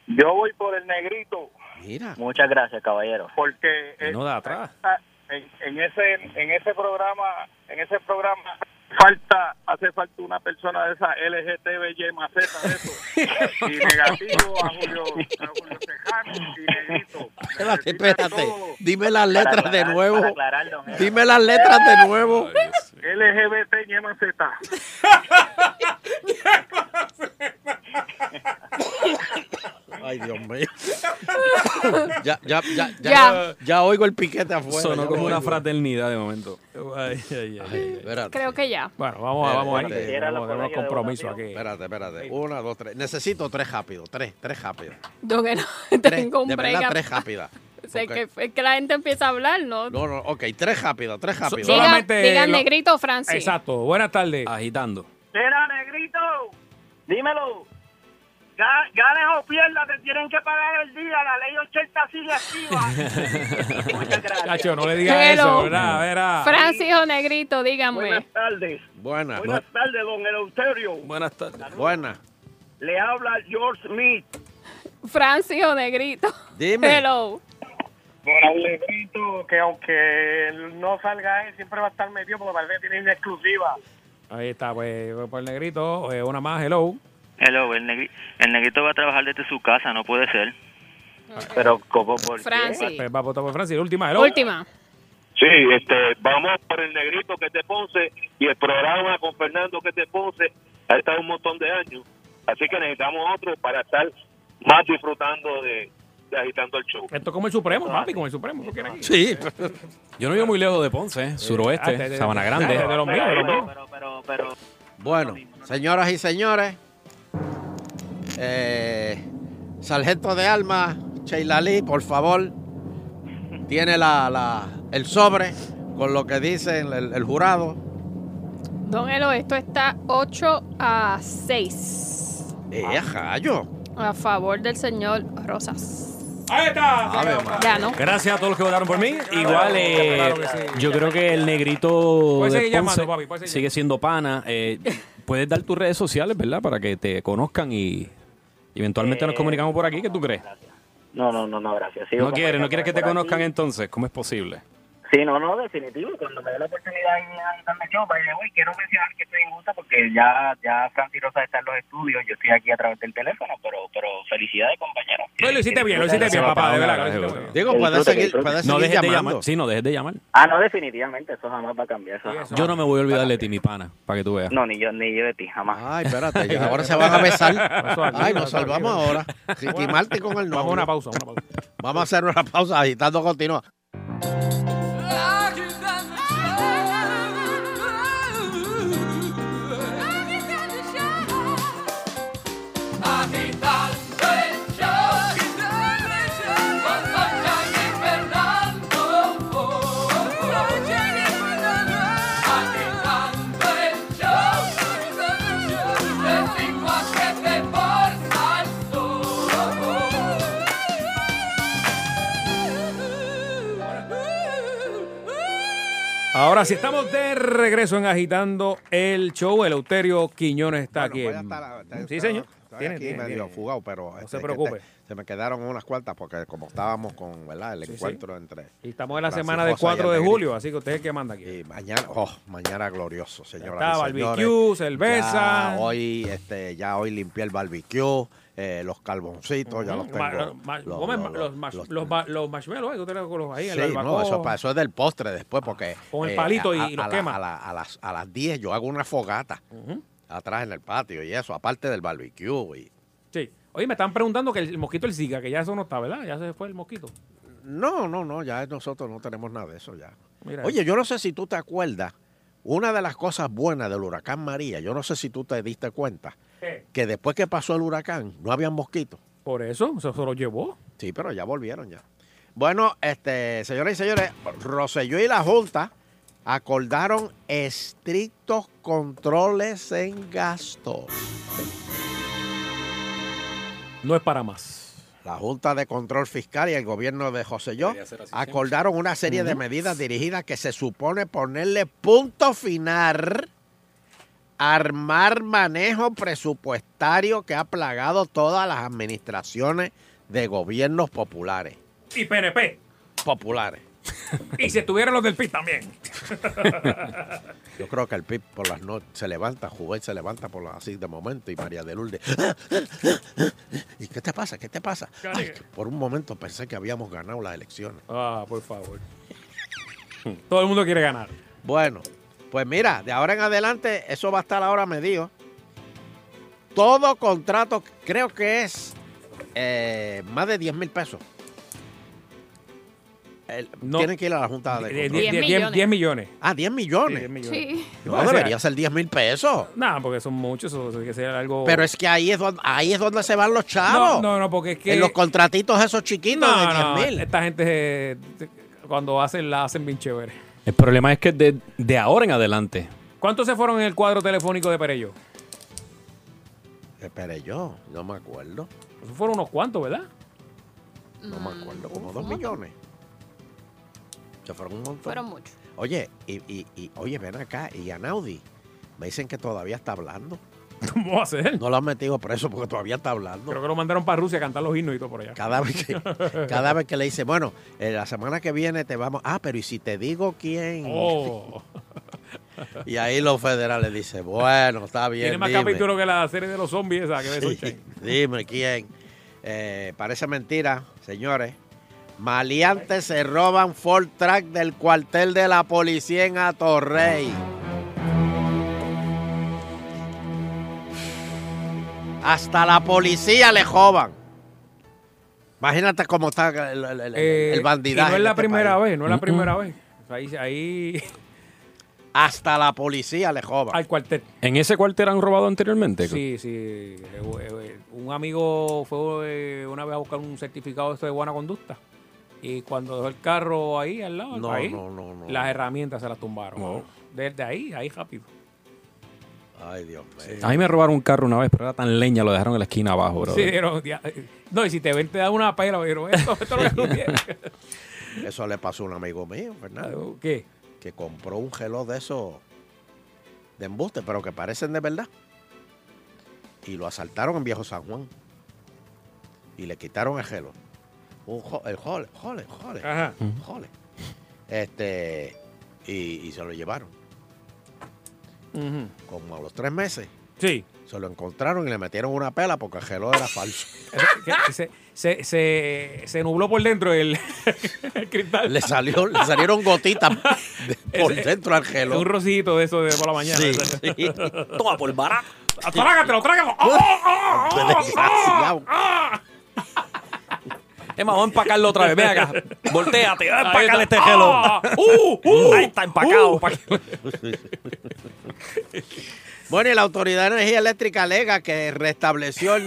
[SPEAKER 8] Yo voy por el negrito
[SPEAKER 4] Mira.
[SPEAKER 16] Muchas gracias, caballero.
[SPEAKER 8] porque eh,
[SPEAKER 6] No da atrás.
[SPEAKER 8] ah, en, en ese en ese programa en ese programa falta hace falta una persona de esa LGTBY más Z de eso y negativo a Julio a Julio Tejano y negrito
[SPEAKER 4] Espérate, espérate. Dime las letras de
[SPEAKER 8] aclarar,
[SPEAKER 4] nuevo.
[SPEAKER 8] para aclarar, don Elo.
[SPEAKER 4] Dime las letras de nuevo.
[SPEAKER 8] LGBT más Z
[SPEAKER 4] Ay, Dios mío. Ya, ya, ya, ya,
[SPEAKER 5] Ya.
[SPEAKER 4] ya. oigo el piquete afuera.
[SPEAKER 6] Sonó
[SPEAKER 4] ya
[SPEAKER 6] como
[SPEAKER 4] lo
[SPEAKER 6] una
[SPEAKER 4] oigo.
[SPEAKER 6] fraternidad de momento.
[SPEAKER 3] Ay, ay, ay.
[SPEAKER 4] Espérate.
[SPEAKER 5] Creo que ya.
[SPEAKER 3] Bueno, vamos a, vamos a
[SPEAKER 4] Espérate,
[SPEAKER 3] ir.
[SPEAKER 4] espérate.
[SPEAKER 3] Tenemos tenemos compromiso aquí.
[SPEAKER 4] Espérate, espérate. Una, dos, tres. Necesito tres rápido. Tres, tres rápido.
[SPEAKER 5] Don Elo,
[SPEAKER 4] Tres,
[SPEAKER 5] tengo un
[SPEAKER 4] de
[SPEAKER 5] break.
[SPEAKER 4] verdad,
[SPEAKER 5] atrás.
[SPEAKER 4] tres rápidas.
[SPEAKER 5] O sea,
[SPEAKER 4] Ok.
[SPEAKER 5] que, es que la gente empieza a hablar, ¿no?
[SPEAKER 4] No, no, ok. Tres rápido, tres rápido.
[SPEAKER 5] Diga- diga negrito o Francis.
[SPEAKER 3] Exacto. Buenas tardes.
[SPEAKER 6] Agitando.
[SPEAKER 16] Mira, negrito. Dímelo. Ganes o pierdas, te tienen que pagar el día. La ley 80 sigue activa.
[SPEAKER 3] Cacho, no le digas
[SPEAKER 5] Hello.
[SPEAKER 3] eso, ¿verdad? Verá.
[SPEAKER 5] Francis o negrito, díganme.
[SPEAKER 22] Buenas tardes.
[SPEAKER 4] Buenas.
[SPEAKER 22] Buenas tardes, don Eleuterio.
[SPEAKER 6] Buenas tardes.
[SPEAKER 4] Buenas.
[SPEAKER 22] Le habla George Smith.
[SPEAKER 5] Francis o negrito.
[SPEAKER 4] Dime.
[SPEAKER 5] Hello.
[SPEAKER 22] Por el negrito, que aunque no salga él, siempre va a estar metido porque parece que tiene una exclusiva.
[SPEAKER 3] Ahí está, pues, voy por el negrito. eh, una más, hello.
[SPEAKER 23] Hello, el, negri- el negrito va a trabajar desde su casa, no puede ser.
[SPEAKER 16] Pero, ¿cómo por
[SPEAKER 5] Francis.
[SPEAKER 3] Pues va a votar por Francis. Última, hello.
[SPEAKER 5] Última.
[SPEAKER 22] Sí, este, vamos por el negrito que te Ponce y el programa con Fernando que te Ponce ha estado un montón de años. Así que necesitamos otro para estar más disfrutando de, de agitando el show.
[SPEAKER 3] Esto es como el Supremo,
[SPEAKER 8] Ah.
[SPEAKER 3] papi, como el Supremo. ¿Tú quieres aquí?
[SPEAKER 6] Sí. Yo no vivo muy lejos de Ponce, eh,
[SPEAKER 3] Ah, de-
[SPEAKER 6] suroeste,
[SPEAKER 3] de-
[SPEAKER 6] Sabana
[SPEAKER 3] de-
[SPEAKER 6] Grande.
[SPEAKER 3] de- de los míos, de los míos.
[SPEAKER 4] Bueno, señoras y señores, eh, sargento de alma, Sheila Lee, por favor, tiene la, la- el sobre con lo que dice el, el- el jurado.
[SPEAKER 5] Don Elo, esto está 8 a 6.
[SPEAKER 3] Ah.
[SPEAKER 4] ¡Eh, jayo!
[SPEAKER 5] A favor del señor Rosas.
[SPEAKER 3] Ahí está.
[SPEAKER 4] Ave María.
[SPEAKER 5] Ya, ¿no?
[SPEAKER 6] Gracias a todos los que votaron por mí. Igual, eh,
[SPEAKER 3] Claro que sí.
[SPEAKER 6] yo creo que el negrito
[SPEAKER 3] Puedes
[SPEAKER 6] de
[SPEAKER 3] seguir llamando,
[SPEAKER 6] Ponce
[SPEAKER 3] papi, puedes seguir
[SPEAKER 6] sigue siendo pana. Eh, puedes dar tus redes sociales, ¿verdad? Para que te conozcan y eventualmente nos comunicamos por aquí. ¿Qué tú crees?
[SPEAKER 16] Eh, No, no, no, no, gracias. Sigo
[SPEAKER 6] No quieres, no quieres que te
[SPEAKER 16] por aquí.
[SPEAKER 6] conozcan entonces. ¿Cómo es posible?
[SPEAKER 16] Sí, no, no, definitivo. Cuando me dé la oportunidad en Agitando el Show, by the way, quiero mencionar que estoy en gusto porque ya, ya Francis Rosa está en los estudios. Yo estoy aquí a través del teléfono, pero, pero felicidades, compañero.
[SPEAKER 3] Pues lo hiciste bien, lo hiciste bien, papá, de verdad. que lo hiciste muy bien.
[SPEAKER 4] Digo, puedes seguir, puedes
[SPEAKER 6] No
[SPEAKER 4] seguir
[SPEAKER 6] dejes de
[SPEAKER 4] llamando.
[SPEAKER 6] llamar. Sí, no dejes de llamar.
[SPEAKER 16] Ah, no, definitivamente, eso jamás va a cambiar. Eso jamás.
[SPEAKER 6] Yo no me voy a olvidar de ti, mi pana, para que tú veas.
[SPEAKER 16] No, ni yo, ni yo de ti, jamás.
[SPEAKER 4] Ay, espérate, ya, ahora se van a besar. Ay, nos salvamos ahora. Ricky Martin con el novio.
[SPEAKER 3] Vamos a una pausa, una pausa.
[SPEAKER 4] Vamos a hacer una pausa, agitando continúa.
[SPEAKER 2] Agitando el show con Sunshine y Fernando.
[SPEAKER 3] Ahora sí, estamos de regreso en Agitando el Show. Eleuterio Quiñones está aquí. sí, señor. Tiene,
[SPEAKER 4] aquí
[SPEAKER 3] tiene,
[SPEAKER 4] medio
[SPEAKER 3] tiene.
[SPEAKER 4] fugado, pero
[SPEAKER 3] No
[SPEAKER 4] este,
[SPEAKER 3] se
[SPEAKER 4] que
[SPEAKER 3] preocupe.
[SPEAKER 4] te- se me quedaron unas cuartas porque como estábamos con ¿verdad? el
[SPEAKER 3] Sí, sí.
[SPEAKER 4] encuentro entre...
[SPEAKER 3] Y estamos en la
[SPEAKER 4] Francis
[SPEAKER 3] semana del
[SPEAKER 4] Rosa y
[SPEAKER 3] 4 de
[SPEAKER 4] Alegrito.
[SPEAKER 3] julio, así que usted es el que manda aquí.
[SPEAKER 4] mañana, oh, mañana glorioso, señoras
[SPEAKER 3] está,
[SPEAKER 4] y señores.
[SPEAKER 3] barbecue, cerveza.
[SPEAKER 4] Ya hoy, este, ya hoy limpié el barbecue, eh, los carboncitos, ya los
[SPEAKER 3] Mm, Ma-
[SPEAKER 4] tengo.
[SPEAKER 3] ma-
[SPEAKER 4] los-
[SPEAKER 3] come
[SPEAKER 4] los-
[SPEAKER 3] ma- los mash- los ba- los marshmallows, eh, que usted los coloca ahí, en la
[SPEAKER 4] Sí, no,
[SPEAKER 3] barbacoa. Ah,
[SPEAKER 4] eso, es pa- eso es del postre después porque... eh,
[SPEAKER 3] Con el palito y-
[SPEAKER 4] a-
[SPEAKER 3] y los
[SPEAKER 4] a la-
[SPEAKER 3] quema.
[SPEAKER 4] a, la- a las, a las 10 yo hago una fogata
[SPEAKER 3] Ujú.
[SPEAKER 4] atrás en el patio y eso, aparte del barbecue y...
[SPEAKER 3] Sí. Oye, me están preguntando que el, el mosquito el Zika, que ya eso no está, ¿verdad? Ya se fue el mosquito.
[SPEAKER 4] No, no, no, ya nosotros no tenemos nada de eso ya.
[SPEAKER 3] Mira
[SPEAKER 4] Oye,
[SPEAKER 3] eso.
[SPEAKER 4] yo no sé si tú te acuerdas, una de las cosas buenas del huracán María, yo no sé si tú te diste cuenta,
[SPEAKER 3] ¿Qué?
[SPEAKER 4] que después que pasó el huracán no habían mosquitos.
[SPEAKER 3] Por eso, eso se lo llevó.
[SPEAKER 4] Sí, pero ya volvieron ya. Bueno, este, señoras y señores, Rosselló y la Junta acordaron estrictos controles en gastos.
[SPEAKER 3] No es para más.
[SPEAKER 4] La Junta de Control Fiscal y el gobierno de José Yo
[SPEAKER 6] Debería ser así
[SPEAKER 4] acordaron una serie de
[SPEAKER 6] Ujú.
[SPEAKER 4] medidas dirigidas que se supone ponerle punto final, armar manejo presupuestario que ha plagado todas las administraciones de gobiernos populares.
[SPEAKER 3] Y PNP.
[SPEAKER 4] Populares.
[SPEAKER 3] Y si estuvieran los del PIB también.
[SPEAKER 4] Yo creo que el PIB por las noches se levanta, Juven se levanta por las así de momento y María de Lourdes. "Ah, ¿Y qué te pasa? ¿Qué te pasa? Ay, que por un momento pensé que habíamos ganado las elecciones.
[SPEAKER 3] Ah, por favor. Todo el mundo quiere ganar.
[SPEAKER 4] Bueno, pues mira, de ahora en adelante eso va a estar ahora medido. Todo contrato, creo que es eh, más de 10 mil pesos. El- Tienen que ir a la Junta de
[SPEAKER 3] Die- die-
[SPEAKER 4] Control.
[SPEAKER 3] die- die- 10 millones.
[SPEAKER 4] Ah, 10 millones.
[SPEAKER 3] Sí, 10 millones. Sí.
[SPEAKER 4] No, debería ser 10 mil pesos.
[SPEAKER 3] Nada, porque son muchos, eso tiene que ser algo.
[SPEAKER 4] Pero es que ahí es donde, ahí es donde se van los chavos.
[SPEAKER 3] No, no, no, porque es que-
[SPEAKER 4] En los contratitos esos chiquitos
[SPEAKER 3] No,
[SPEAKER 4] de 10
[SPEAKER 3] no,
[SPEAKER 4] mil.
[SPEAKER 3] esta gente eh, cuando hacen la hacen bien chévere.
[SPEAKER 6] El problema es que de, de ahora en adelante.
[SPEAKER 3] ¿Cuántos se fueron en el cuadro telefónico de Perello?
[SPEAKER 4] Espere yo, no me acuerdo.
[SPEAKER 3] Eso Pues fueron unos cuantos, ¿verdad?
[SPEAKER 4] No me acuerdo, como 2 millones. Se fueron un montón.
[SPEAKER 5] Fueron muchos.
[SPEAKER 4] Oye, y, y- y- oye, ven acá, y a Naudi, me dicen que todavía está hablando.
[SPEAKER 3] ¿Cómo va a ser?
[SPEAKER 4] No lo han metido preso porque todavía está hablando.
[SPEAKER 3] Creo que lo mandaron para Rusia a cantar los himnos y todo por allá.
[SPEAKER 4] Cada vez que, cada vez que le dice, bueno, eh, la semana que viene te vamos. Ah, pero ¿y si te digo quién?
[SPEAKER 3] Oh,
[SPEAKER 4] Y ahí los federales dicen, bueno, está bien.
[SPEAKER 3] tiene más
[SPEAKER 4] dime.
[SPEAKER 3] capítulo que la serie de los zombies esa que ves
[SPEAKER 4] Sí, dime quién. Eh, parece mentira, señores. Maleantes se roban Ford Track del cuartel de la policía en Atorrey. Hasta la policía le joban. Imagínate cómo está el, el, el- el bandidaje
[SPEAKER 3] Eh, Y no es
[SPEAKER 4] en
[SPEAKER 3] la
[SPEAKER 4] este
[SPEAKER 3] primera
[SPEAKER 4] país.
[SPEAKER 3] vez, no es la primera vez. Ahí, ahí
[SPEAKER 4] Hasta la policía le joban.
[SPEAKER 3] al cuartel.
[SPEAKER 6] ¿En ese cuartel han robado anteriormente?
[SPEAKER 3] Sí, sí. eh, eh, Un amigo fue eh, una vez a buscar un certificado de esto de buena conducta. Y cuando dejó el carro ahí al lado, del
[SPEAKER 4] No,
[SPEAKER 3] país,
[SPEAKER 4] no, no, no.
[SPEAKER 3] las herramientas se las tumbaron.
[SPEAKER 6] No.
[SPEAKER 3] Desde ahí, ahí rápido.
[SPEAKER 4] Ay, Dios mío.
[SPEAKER 6] A mí me robaron un carro una vez, pero era tan leña, lo dejaron en la esquina abajo, bro.
[SPEAKER 3] Sí, pero, ya, eh, no, y si te ven, te da una pela. Pero esto, esto es lo que tú tienes.
[SPEAKER 4] Eso le pasó a un amigo mío, Fernando.
[SPEAKER 3] ¿Qué?
[SPEAKER 4] Que compró un geló de esos de embuste, pero que parecen de verdad. Y lo asaltaron en Viejo San Juan. Y le quitaron el gelo. Un jo- el jole, jole, jole.
[SPEAKER 3] Ajá.
[SPEAKER 4] Jole. Este, y, y se lo llevaron. Como a los tres meses.
[SPEAKER 3] Sí.
[SPEAKER 4] Se lo encontraron y le metieron una pela porque el gelo era falso.
[SPEAKER 3] Que se, se, se, se nubló por dentro el, el cristal.
[SPEAKER 4] Le, salió, le salieron gotitas de- por
[SPEAKER 3] Ese-
[SPEAKER 4] dentro al gelo.
[SPEAKER 3] Un rosito de eso de por la mañana.
[SPEAKER 4] Sí, sí.
[SPEAKER 3] Toma por barato. Trágatelo, trágatelo. ¡Oh, oh, oh, oh!
[SPEAKER 4] Desgraciado.
[SPEAKER 6] Es más, vamos a empacarlo otra vez. Ven acá. Voltéate. Empacale este gelo.
[SPEAKER 3] Ah, uh, uh,
[SPEAKER 6] Ahí está empacado. pa' que-
[SPEAKER 4] Bueno, y la Autoridad de Energía Eléctrica alega que restableció el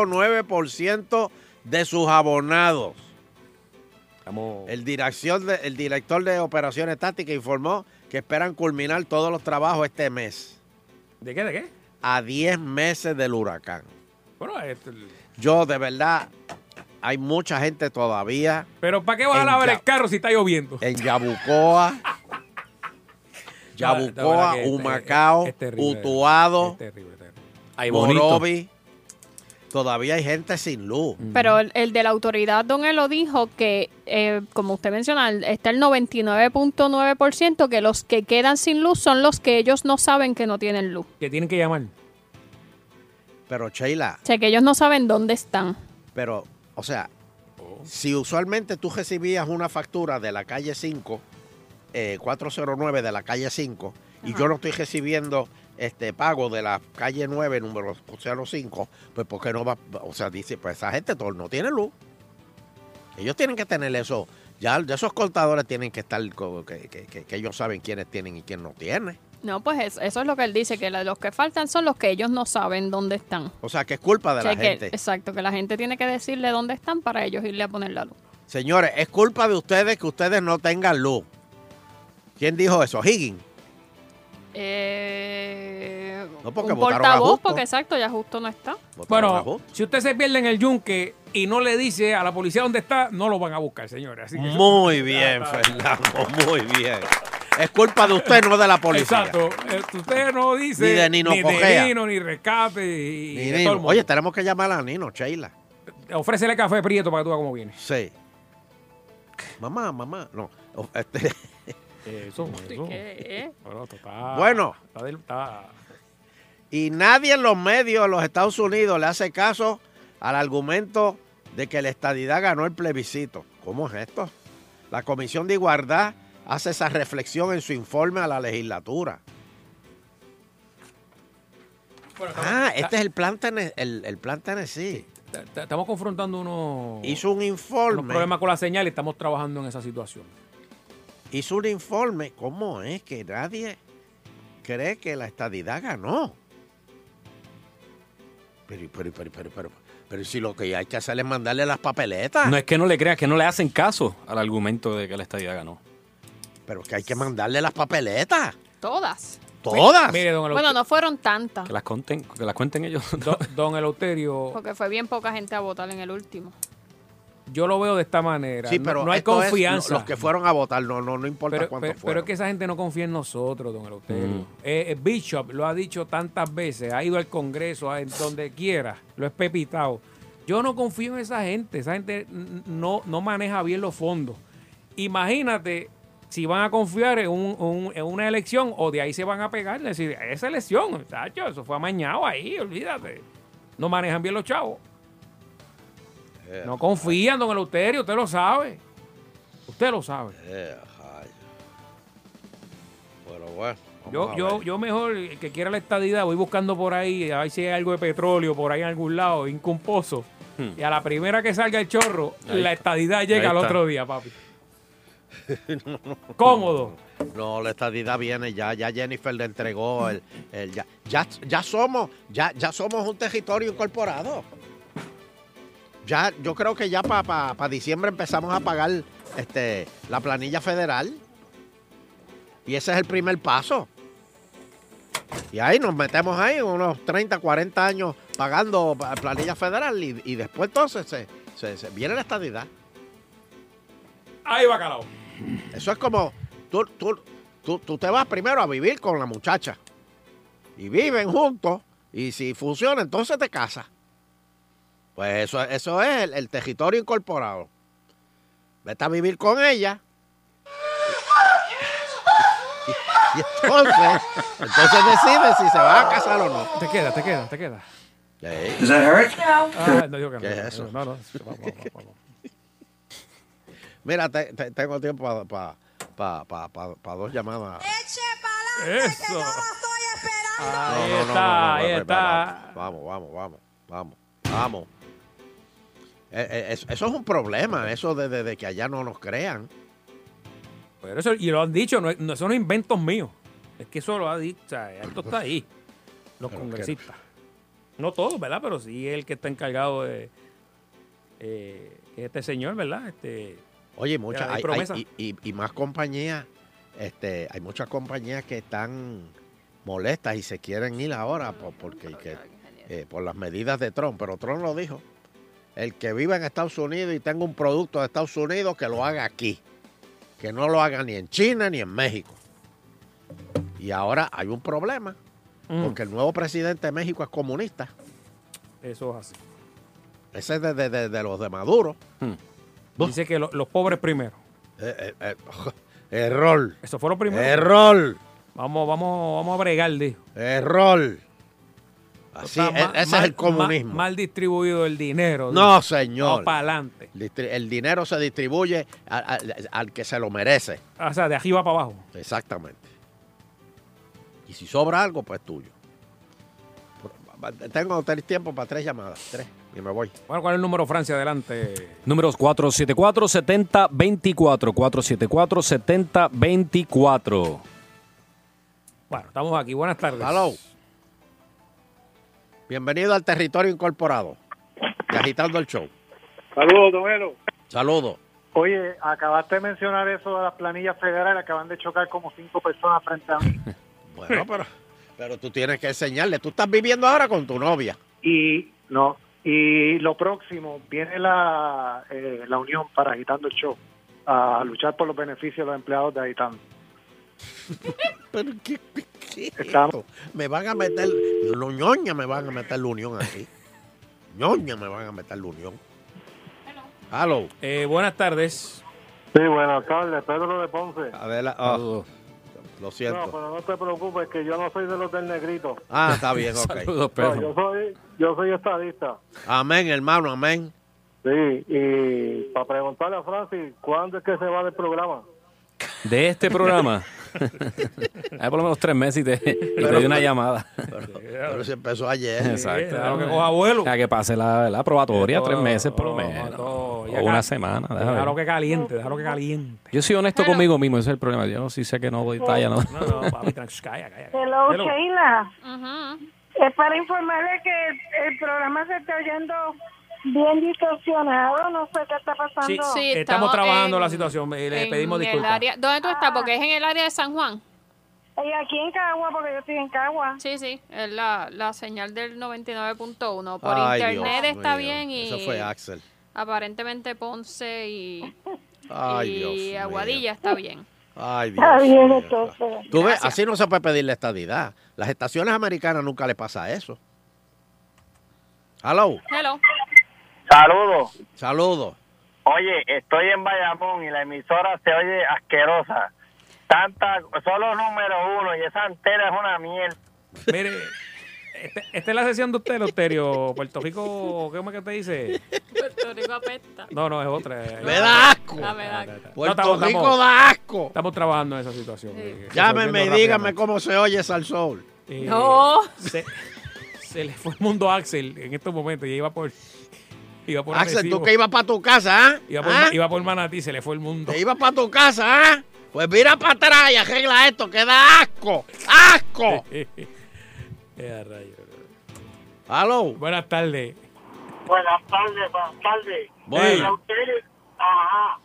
[SPEAKER 4] 99.9% de sus abonados. El, dirección de- el director de Operaciones Tácticas informó que esperan culminar todos los trabajos este mes,
[SPEAKER 3] ¿De qué, de qué?
[SPEAKER 4] a 10 meses del huracán.
[SPEAKER 3] Bueno, este, esto-
[SPEAKER 4] Yo, de verdad, hay mucha gente todavía
[SPEAKER 3] pero ¿para qué vas a lavar
[SPEAKER 4] En
[SPEAKER 3] el carro si está lloviendo?
[SPEAKER 4] en Yabucoa, Yabucoa,
[SPEAKER 3] que es-
[SPEAKER 4] Humacao,
[SPEAKER 3] es terrible,
[SPEAKER 4] Utuado,
[SPEAKER 3] bonito.
[SPEAKER 4] Morovi. Todavía hay gente sin luz.
[SPEAKER 5] Pero el, el de la autoridad, don Elo, dijo que, eh, como usted menciona, el- está el 99.9% que los que quedan sin luz son los que ellos no saben que no tienen luz.
[SPEAKER 3] Que tienen que llamar.
[SPEAKER 4] Pero Sheila,
[SPEAKER 5] O sea, que ellos no saben dónde están.
[SPEAKER 4] pero, o sea, si usualmente tú recibías una factura de la calle 5, eh, 409 de la calle 5, y yo no estoy recibiendo este pago de la calle 9, número 05, pues ¿por qué no va? O sea, dice, pues esa gente todo no tiene luz. Ellos tienen que tener eso. Ya, ya esos contadores tienen que estar, co- que, que- que- que ellos saben quiénes tienen y quién no tiene.
[SPEAKER 5] No, pues es- eso es lo que él dice, que la- los que faltan son los que ellos no saben dónde están.
[SPEAKER 4] O sea, que es culpa
[SPEAKER 5] O
[SPEAKER 4] de
[SPEAKER 5] sea,
[SPEAKER 4] la
[SPEAKER 5] que-
[SPEAKER 4] gente.
[SPEAKER 5] exacto, que la gente tiene que decirle dónde están para ellos irle a poner la luz.
[SPEAKER 4] Señores, es culpa de ustedes que ustedes no tengan luz. ¿Quién dijo eso? Higgins.
[SPEAKER 5] Eh,
[SPEAKER 4] No, porque
[SPEAKER 5] un
[SPEAKER 4] votaron a
[SPEAKER 5] portavoz,
[SPEAKER 4] Justo.
[SPEAKER 5] porque exacto, ya justo no está.
[SPEAKER 3] Bueno, si usted se pierde en el yunque y no le dice a la policía dónde está, no lo van a buscar, señores. Así que-
[SPEAKER 4] Muy bien, Fernando, muy bien. Es culpa de usted, no de la policía.
[SPEAKER 3] Exacto. Eh, Usted no dice
[SPEAKER 4] Ni de Nino Cogea.
[SPEAKER 3] Nino, ni rescate. Y,
[SPEAKER 4] Ni
[SPEAKER 3] y de
[SPEAKER 4] Nino.
[SPEAKER 3] todo el mundo.
[SPEAKER 4] Oye, tenemos que llamar a Nino, Sheila.
[SPEAKER 3] Ofrécele café prieto para que tú veas cómo viene.
[SPEAKER 4] Sí. Mamá, mamá. No. o- este,
[SPEAKER 3] Eso, eso.
[SPEAKER 5] ¿Qué?
[SPEAKER 3] Bueno, total.
[SPEAKER 4] Bueno.
[SPEAKER 3] Ah, Está del- está-
[SPEAKER 4] Y nadie en los medios de los Estados Unidos le hace caso al argumento de que la estadidad ganó el plebiscito. ¿Cómo es esto? La Comisión de Igualdad hace esa reflexión en su informe a la legislatura. Ah, este es el plan, Tene- el, el plan Tennessee.
[SPEAKER 3] está- está- estamos confrontando unos,
[SPEAKER 4] Hizo un
[SPEAKER 3] unos
[SPEAKER 4] informe.
[SPEAKER 3] problemas con la señal y estamos trabajando en esa situación.
[SPEAKER 4] hizo un informe. ¿Cómo es que nadie cree que la estadidad ganó? Pero, pero, pero, pero, pero, pero si lo que hay que hacer es mandarle las papeletas.
[SPEAKER 6] No es que no le creas, que no le hacen caso al argumento de que la estadía ganó.
[SPEAKER 4] Pero es que hay que mandarle las papeletas.
[SPEAKER 5] Todas.
[SPEAKER 4] Todas.
[SPEAKER 3] Mire, don
[SPEAKER 5] Bueno,
[SPEAKER 3] Eleuterio,
[SPEAKER 5] no fueron tantas,
[SPEAKER 6] Que las conten, que las cuenten ellos.
[SPEAKER 3] don Eleuterio
[SPEAKER 5] porque fue bien poca gente a votar en el último.
[SPEAKER 3] yo lo veo de esta manera.
[SPEAKER 4] Sí,
[SPEAKER 3] No-
[SPEAKER 4] pero
[SPEAKER 3] no, hay
[SPEAKER 4] esto es
[SPEAKER 3] confianza.
[SPEAKER 4] lo- los que fueron a votar, no, no, no importa
[SPEAKER 3] pero,
[SPEAKER 4] cuántos
[SPEAKER 3] pero- pero
[SPEAKER 4] fueron.
[SPEAKER 3] es que esa gente no confía en nosotros, don Eleuterio.
[SPEAKER 4] Mm.
[SPEAKER 3] Eh, eh, Bishop lo ha dicho tantas veces, ha ido al Congreso, a en donde quiera, lo es pepitado. Yo no confío en esa gente, esa gente n- no, no maneja bien los fondos. Imagínate si van a confiar en, un- un- en una elección o de ahí se van a pegar, decir, esa elección, muchachos, eso fue amañado ahí, olvídate. No manejan bien los chavos.
[SPEAKER 4] Eh,
[SPEAKER 3] No confían, don Eleuterio, usted lo sabe. Usted lo sabe.
[SPEAKER 4] Eh, ay. Pero bueno. vamos
[SPEAKER 3] Yo,
[SPEAKER 4] a
[SPEAKER 3] yo,
[SPEAKER 4] ver.
[SPEAKER 3] yo mejor, el que quiera la estadidad, voy buscando por ahí, a ver si hay algo de petróleo por ahí en algún lado, hinco un pozo. Y a la primera que salga el chorro,
[SPEAKER 4] Hmm. Ahí
[SPEAKER 3] la
[SPEAKER 4] está.
[SPEAKER 3] estadidad llega
[SPEAKER 4] Ahí
[SPEAKER 3] al
[SPEAKER 4] está.
[SPEAKER 3] otro día, papi. Cómodo.
[SPEAKER 4] No, la estadidad viene ya, ya Jennifer le entregó el, el- ya, ya, ya somos, ya, ya somos un territorio incorporado. Ya, yo creo que ya para diciembre empezamos a pagar este, la planilla federal. Y ese es el primer paso. Y ahí nos metemos ahí unos 30, 40 años pagando pa- planilla federal y, y después entonces se, se- se- viene la estadidad.
[SPEAKER 3] Ahí va, calado.
[SPEAKER 4] Eso es como, tú, tú, tú, tú te vas primero a vivir con la muchacha. Y viven juntos. Y si funciona, entonces te casas. Pues eso, eso es el, el territorio incorporado. Vete a vivir con ella. Y, y entonces, entonces decides si se va a casar o no.
[SPEAKER 3] Te queda, te queda, te queda.
[SPEAKER 4] Is that Eric? No.
[SPEAKER 3] Ah, no, yo que no.
[SPEAKER 4] ¿Qué es eso?
[SPEAKER 3] No, no, vamos, vamos, vamos.
[SPEAKER 4] Mira, te- te- tengo tiempo para dos llamadas.
[SPEAKER 3] Eso.
[SPEAKER 4] No,
[SPEAKER 3] Ahí
[SPEAKER 4] no, no,
[SPEAKER 3] está,
[SPEAKER 4] no, no,
[SPEAKER 3] ahí
[SPEAKER 4] no, no,
[SPEAKER 3] está.
[SPEAKER 4] Vamos, vamos, vamos, vamos, vamos. Eh, eh, Eso, eso es un problema, eso de, de- de que allá no nos crean.
[SPEAKER 3] Pero eso, y lo han dicho, no, es- no son los inventos míos. Es que eso lo ha dicho, o sea, esto está ahí. Los congresistas. No todos, ¿verdad? Pero sí el que está encargado de. eh, que es este señor, ¿verdad? Este,
[SPEAKER 4] Oye, muchas,
[SPEAKER 3] hay
[SPEAKER 4] hay- hay-
[SPEAKER 3] promesa.
[SPEAKER 4] y, y- y más compañías, este, hay muchas compañías que están molestas y se quieren ir ahora por, porque, que, eh, por las medidas de Trump, pero Trump lo dijo. El que viva en Estados Unidos y tenga un producto de Estados Unidos, que lo haga aquí. Que no lo haga ni en China ni en México. Y ahora hay un problema,
[SPEAKER 3] Mm.
[SPEAKER 4] porque el nuevo presidente de México es comunista.
[SPEAKER 3] Eso es así.
[SPEAKER 4] Ese es de, de- de- de los de Maduro.
[SPEAKER 3] Dice que lo- los pobres primero.
[SPEAKER 4] Eh, eh, eh, error.
[SPEAKER 3] Eso fue lo primero. Ah,
[SPEAKER 4] Error.
[SPEAKER 3] Vamos, vamos, vamos a bregar, dijo.
[SPEAKER 4] Error. Así,
[SPEAKER 3] Está
[SPEAKER 4] e-
[SPEAKER 3] ma-
[SPEAKER 4] ese
[SPEAKER 3] mal-
[SPEAKER 4] es el comunismo.
[SPEAKER 3] ma- Mal, distribuido el dinero.
[SPEAKER 4] No,
[SPEAKER 3] dijo.
[SPEAKER 4] señor.
[SPEAKER 3] Vamos para adelante.
[SPEAKER 4] Distri- El dinero se distribuye a- a- al, que se lo merece.
[SPEAKER 3] O sea, de arriba para abajo.
[SPEAKER 4] Exactamente. Y si sobra algo, pues es tuyo. Pero, Tengo tres tiempo para tres llamadas. Tres. Y me voy.
[SPEAKER 3] Bueno, ¿cuál es el número, Francia? Adelante.
[SPEAKER 6] Números 474-7024. 474-7024.
[SPEAKER 3] Bueno, estamos aquí. Buenas tardes.
[SPEAKER 4] Hello. Bienvenido al territorio incorporado. de Agitando el show.
[SPEAKER 7] Saludos, Don Elo.
[SPEAKER 4] Saludos.
[SPEAKER 7] Oye, acabaste de mencionar eso de las planillas federales, acaban de chocar como cinco personas frente a mí.
[SPEAKER 4] Bueno, pero, pero tú tienes que enseñarle. Tú estás viviendo ahora con tu novia.
[SPEAKER 7] Y no, y lo próximo, viene la, eh, la unión para Agitando el Show, a luchar por los beneficios de los empleados de Agitando.
[SPEAKER 4] Pero qué,
[SPEAKER 7] Estamos.
[SPEAKER 4] Me van a meter, lo ñoña me van a meter la unión aquí. ñoña me van a meter la unión. Hello.
[SPEAKER 3] Eh, buenas tardes.
[SPEAKER 7] Sí, buenas tardes, Pedro de Ponce.
[SPEAKER 4] Adela, ah, lo
[SPEAKER 7] No,
[SPEAKER 4] siento.
[SPEAKER 7] pero no te preocupes, que yo no soy de los del negrito.
[SPEAKER 4] Ah, está bien, ok. Saludos, Pedro.
[SPEAKER 7] No, yo, soy, yo soy estadista.
[SPEAKER 4] Amén, hermano, amén.
[SPEAKER 7] Sí, y para preguntarle a Francis, ¿cuándo es que se va del programa?
[SPEAKER 6] De este programa. Hay por lo menos tres meses y te, y te doy una llamada.
[SPEAKER 4] Pero se empezó ayer.
[SPEAKER 6] Exacto.
[SPEAKER 3] eh, claro que coja Eh, abuelo.
[SPEAKER 6] O sea, que pase la, la probatoria,
[SPEAKER 3] Todo,
[SPEAKER 6] tres meses por lo
[SPEAKER 3] todo,
[SPEAKER 6] menos.
[SPEAKER 3] todo. Ya
[SPEAKER 6] O una
[SPEAKER 3] cal-
[SPEAKER 6] semana. déjame ver.
[SPEAKER 3] Déjalo que caliente, déjalo que caliente.
[SPEAKER 6] Yo soy honesto conmigo mismo, ese es el problema. Yo sí sé que no doy talla, ¿no?
[SPEAKER 3] No, no, papi, tranqui, calla, calla.
[SPEAKER 18] Hello,
[SPEAKER 6] Hello.
[SPEAKER 18] Sheila. Es para informarle que el programa se está oyendo bien distorsionado. No sé qué está pasando.
[SPEAKER 3] Sí,
[SPEAKER 5] Sí,
[SPEAKER 3] estamos,
[SPEAKER 5] estamos
[SPEAKER 3] trabajando
[SPEAKER 5] en-
[SPEAKER 3] la situación. eh, Le
[SPEAKER 5] En
[SPEAKER 3] pedimos
[SPEAKER 5] el
[SPEAKER 3] disculpas.
[SPEAKER 5] área- ¿Dónde tú estás? Porque es en el área de San Juan.
[SPEAKER 18] Y aquí en Cagua, porque yo estoy en Cagua.
[SPEAKER 5] Sí, sí, es la, la señal del 99.1. Por
[SPEAKER 4] Ay, Dios
[SPEAKER 5] internet está
[SPEAKER 4] mío.
[SPEAKER 5] bien y
[SPEAKER 4] Eso fue Axel.
[SPEAKER 5] aparentemente Ponce y,
[SPEAKER 4] Ay,
[SPEAKER 5] y
[SPEAKER 4] Dios mío.
[SPEAKER 5] Aguadilla está bien.
[SPEAKER 4] Ay,
[SPEAKER 18] Está
[SPEAKER 4] Dios.
[SPEAKER 18] bien,
[SPEAKER 4] mío.
[SPEAKER 18] entonces.
[SPEAKER 4] Tú ves, así no se puede pedir la estadidad. Las estaciones americanas nunca le pasa eso. Hello.
[SPEAKER 5] Hello.
[SPEAKER 24] Saludos.
[SPEAKER 4] Saludos.
[SPEAKER 24] Oye, estoy en Bayamón y la emisora se oye asquerosa. Tanta, solo número uno y esa antena es una mierda.
[SPEAKER 3] Mire, este- esta es la sesión de usted, Loterio. Puerto Rico, ¿qué es que te dice?
[SPEAKER 5] Puerto Rico apesta.
[SPEAKER 3] No, no, es otra.
[SPEAKER 5] Me da asco.
[SPEAKER 3] No,
[SPEAKER 5] Ah, me da
[SPEAKER 3] no, no, no.
[SPEAKER 4] Puerto
[SPEAKER 3] estamos-
[SPEAKER 4] Rico
[SPEAKER 3] estamos-
[SPEAKER 4] da asco.
[SPEAKER 3] Estamos trabajando en esa situación. eh,
[SPEAKER 4] Llámenme y
[SPEAKER 3] resolviendo
[SPEAKER 4] díganme
[SPEAKER 3] rápidamente.
[SPEAKER 4] cómo se oye Salsol.
[SPEAKER 3] Eh,
[SPEAKER 5] No.
[SPEAKER 3] Se, se le fue el mundo a Axel en estos momentos. Ya iba por. Iba por
[SPEAKER 4] Axel,
[SPEAKER 3] Arecibo.
[SPEAKER 4] tú que ibas para tu casa, ¿ah?
[SPEAKER 3] Iba por,
[SPEAKER 4] ¿Ah?
[SPEAKER 3] iba por Manatí, se le fue el mundo.
[SPEAKER 4] Te ibas para tu casa, ¿ah? Pues mira para atrás y arregla esto, que da asco. ¡Asco! Aló.
[SPEAKER 3] Buenas tardes.
[SPEAKER 24] Buenas tardes, buenas tardes.
[SPEAKER 3] Bueno.
[SPEAKER 24] A ustedes, ajá.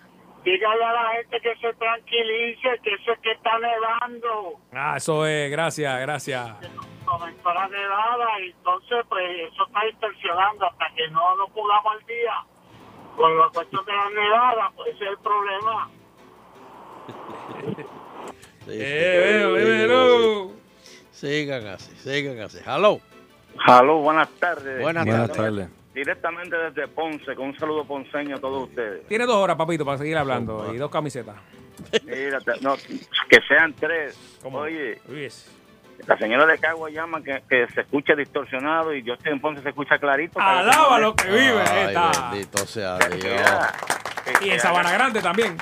[SPEAKER 24] Dígale a la gente que se tranquilice, que eso es que está nevando,
[SPEAKER 3] Ah, eso es. Gracias, gracias.
[SPEAKER 24] comenzó la nevada, y entonces pues eso está distorsionando hasta que no nos pongamos al día con la cuestión de la nevada, pues ese es el problema.
[SPEAKER 4] Eh,
[SPEAKER 3] veo,
[SPEAKER 4] Sigan así, sigan así. Hello.
[SPEAKER 25] Aló, buenas tardes.
[SPEAKER 4] Buenas,
[SPEAKER 6] Buenas
[SPEAKER 4] tardes.
[SPEAKER 6] tardes.
[SPEAKER 25] Directamente desde Ponce, con un saludo ponceño a todos ustedes.
[SPEAKER 3] Tiene dos horas, papito, para seguir hablando. Y dos camisetas.
[SPEAKER 25] Mira, te- no, que sean tres. Oye, la señora de Cagua llama que, que se escucha distorsionado y yo estoy en Ponce, se escucha clarito.
[SPEAKER 3] Alaba lo que vive.
[SPEAKER 25] Ay,
[SPEAKER 3] esta.
[SPEAKER 4] Bendito sea
[SPEAKER 25] Que
[SPEAKER 4] Dios.
[SPEAKER 25] haga-
[SPEAKER 3] Y en Sabana Grande también.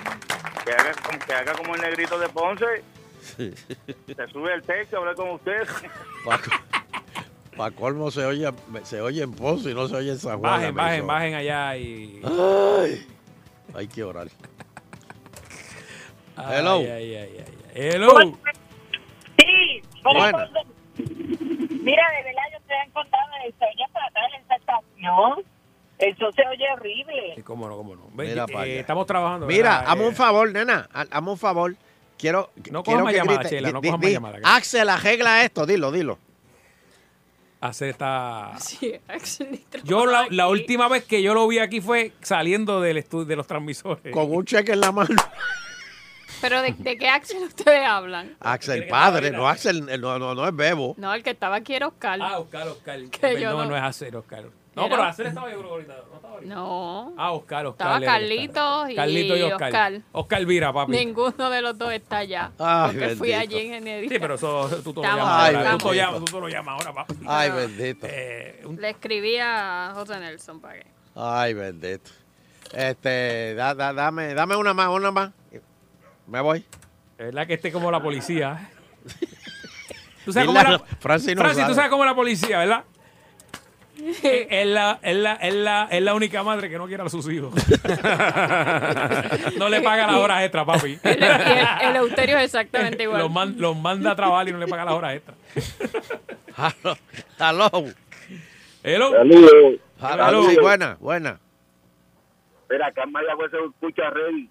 [SPEAKER 25] que haga como- que haga como el negrito de Ponce, se sube al techo a hablar con usted.
[SPEAKER 4] Para colmo se oye, se oye en Ponce y no se oye en San Juan. la
[SPEAKER 3] Bajen, bajen,
[SPEAKER 4] emisora.
[SPEAKER 3] bajen allá y.
[SPEAKER 4] Ay, hay que orar.
[SPEAKER 3] Ay,
[SPEAKER 4] Hello.
[SPEAKER 3] ay, ay, ay, ay. Hello.
[SPEAKER 11] Sí, hola,
[SPEAKER 4] Buenas.
[SPEAKER 11] Jorge. Mira, de verdad yo te he encontrado en el oye fatal en esta estación. Eso se oye horrible.
[SPEAKER 3] Y cómo no, cómo no. Ve,
[SPEAKER 4] Mira
[SPEAKER 3] eh,
[SPEAKER 4] pa' allá.
[SPEAKER 3] estamos trabajando.
[SPEAKER 4] Mira,
[SPEAKER 3] ¿verdad?
[SPEAKER 4] hazme
[SPEAKER 3] Eh,
[SPEAKER 4] un favor, nena. ha- Hazme un favor. Quiero,
[SPEAKER 3] No cojas
[SPEAKER 4] quiero
[SPEAKER 3] más
[SPEAKER 4] que
[SPEAKER 3] llamadas,
[SPEAKER 4] grites.
[SPEAKER 3] Chela, no
[SPEAKER 4] Di-
[SPEAKER 3] cojas
[SPEAKER 4] di-
[SPEAKER 3] más llamadas.
[SPEAKER 4] Axel, arregla esto. Dilo, dilo.
[SPEAKER 3] hacer esta.
[SPEAKER 5] Sí, actually.
[SPEAKER 3] Yo la, la última vez que yo lo vi aquí fue saliendo del estudio de los transmisores.
[SPEAKER 4] Con un cheque en la mano.
[SPEAKER 5] Pero ¿de, de qué Axel ustedes hablan?
[SPEAKER 4] Axel padre, no Axel, eh, no, no, no es Bebo.
[SPEAKER 5] No, el que estaba aquí era Oscar.
[SPEAKER 3] Ah, Oscar, Oscar.
[SPEAKER 5] Que yo
[SPEAKER 3] no,
[SPEAKER 5] no,
[SPEAKER 3] no es hacer Oscar. No,
[SPEAKER 5] Era-
[SPEAKER 3] pero hacer estaba yo creo ahorita. No estaba ahorita.
[SPEAKER 5] No.
[SPEAKER 3] Ah, Oscar, Oscar.
[SPEAKER 5] Estaba
[SPEAKER 3] le-
[SPEAKER 5] Carlitos y
[SPEAKER 3] Carlito y Oscar.
[SPEAKER 5] Oscar.
[SPEAKER 3] Oscar Vira, papi.
[SPEAKER 5] Ninguno de los dos está allá.
[SPEAKER 4] Ay,
[SPEAKER 5] porque fui
[SPEAKER 4] bendito.
[SPEAKER 5] allí en enero.
[SPEAKER 3] Sí, pero eso tú te lo
[SPEAKER 5] Estamos,
[SPEAKER 3] llamas ahora. Tú
[SPEAKER 4] estamos.
[SPEAKER 3] te lo llamas, tú te lo llamas ahora, papi.
[SPEAKER 4] Ay, bendito.
[SPEAKER 3] Eh,
[SPEAKER 5] Le escribí a José Nelson para que.
[SPEAKER 4] Ay, bendito. Este, da- da- dame, dame una más, una más. Me voy.
[SPEAKER 3] Es verdad que esté como la policía. Tú sabes cómo
[SPEAKER 4] Dile a
[SPEAKER 3] la...
[SPEAKER 4] Fra- Francis no
[SPEAKER 3] Francis, tú
[SPEAKER 4] sabe.
[SPEAKER 3] sabes cómo la policía, ¿verdad? Eh, Es la, es, la, es, la, es la única madre que no quiere a sus hijos. no le paga las horas extra, papi.
[SPEAKER 5] Y el,
[SPEAKER 3] Ah.
[SPEAKER 5] el Euterio es exactamente igual.
[SPEAKER 3] Los, man- los manda a trabajar y no le paga las horas extra.
[SPEAKER 4] Hello.
[SPEAKER 3] Hello.
[SPEAKER 1] Saludos.
[SPEAKER 4] Hello. Sí, buena, buena.
[SPEAKER 1] Mira, acá en Mayagüez se escucha rey.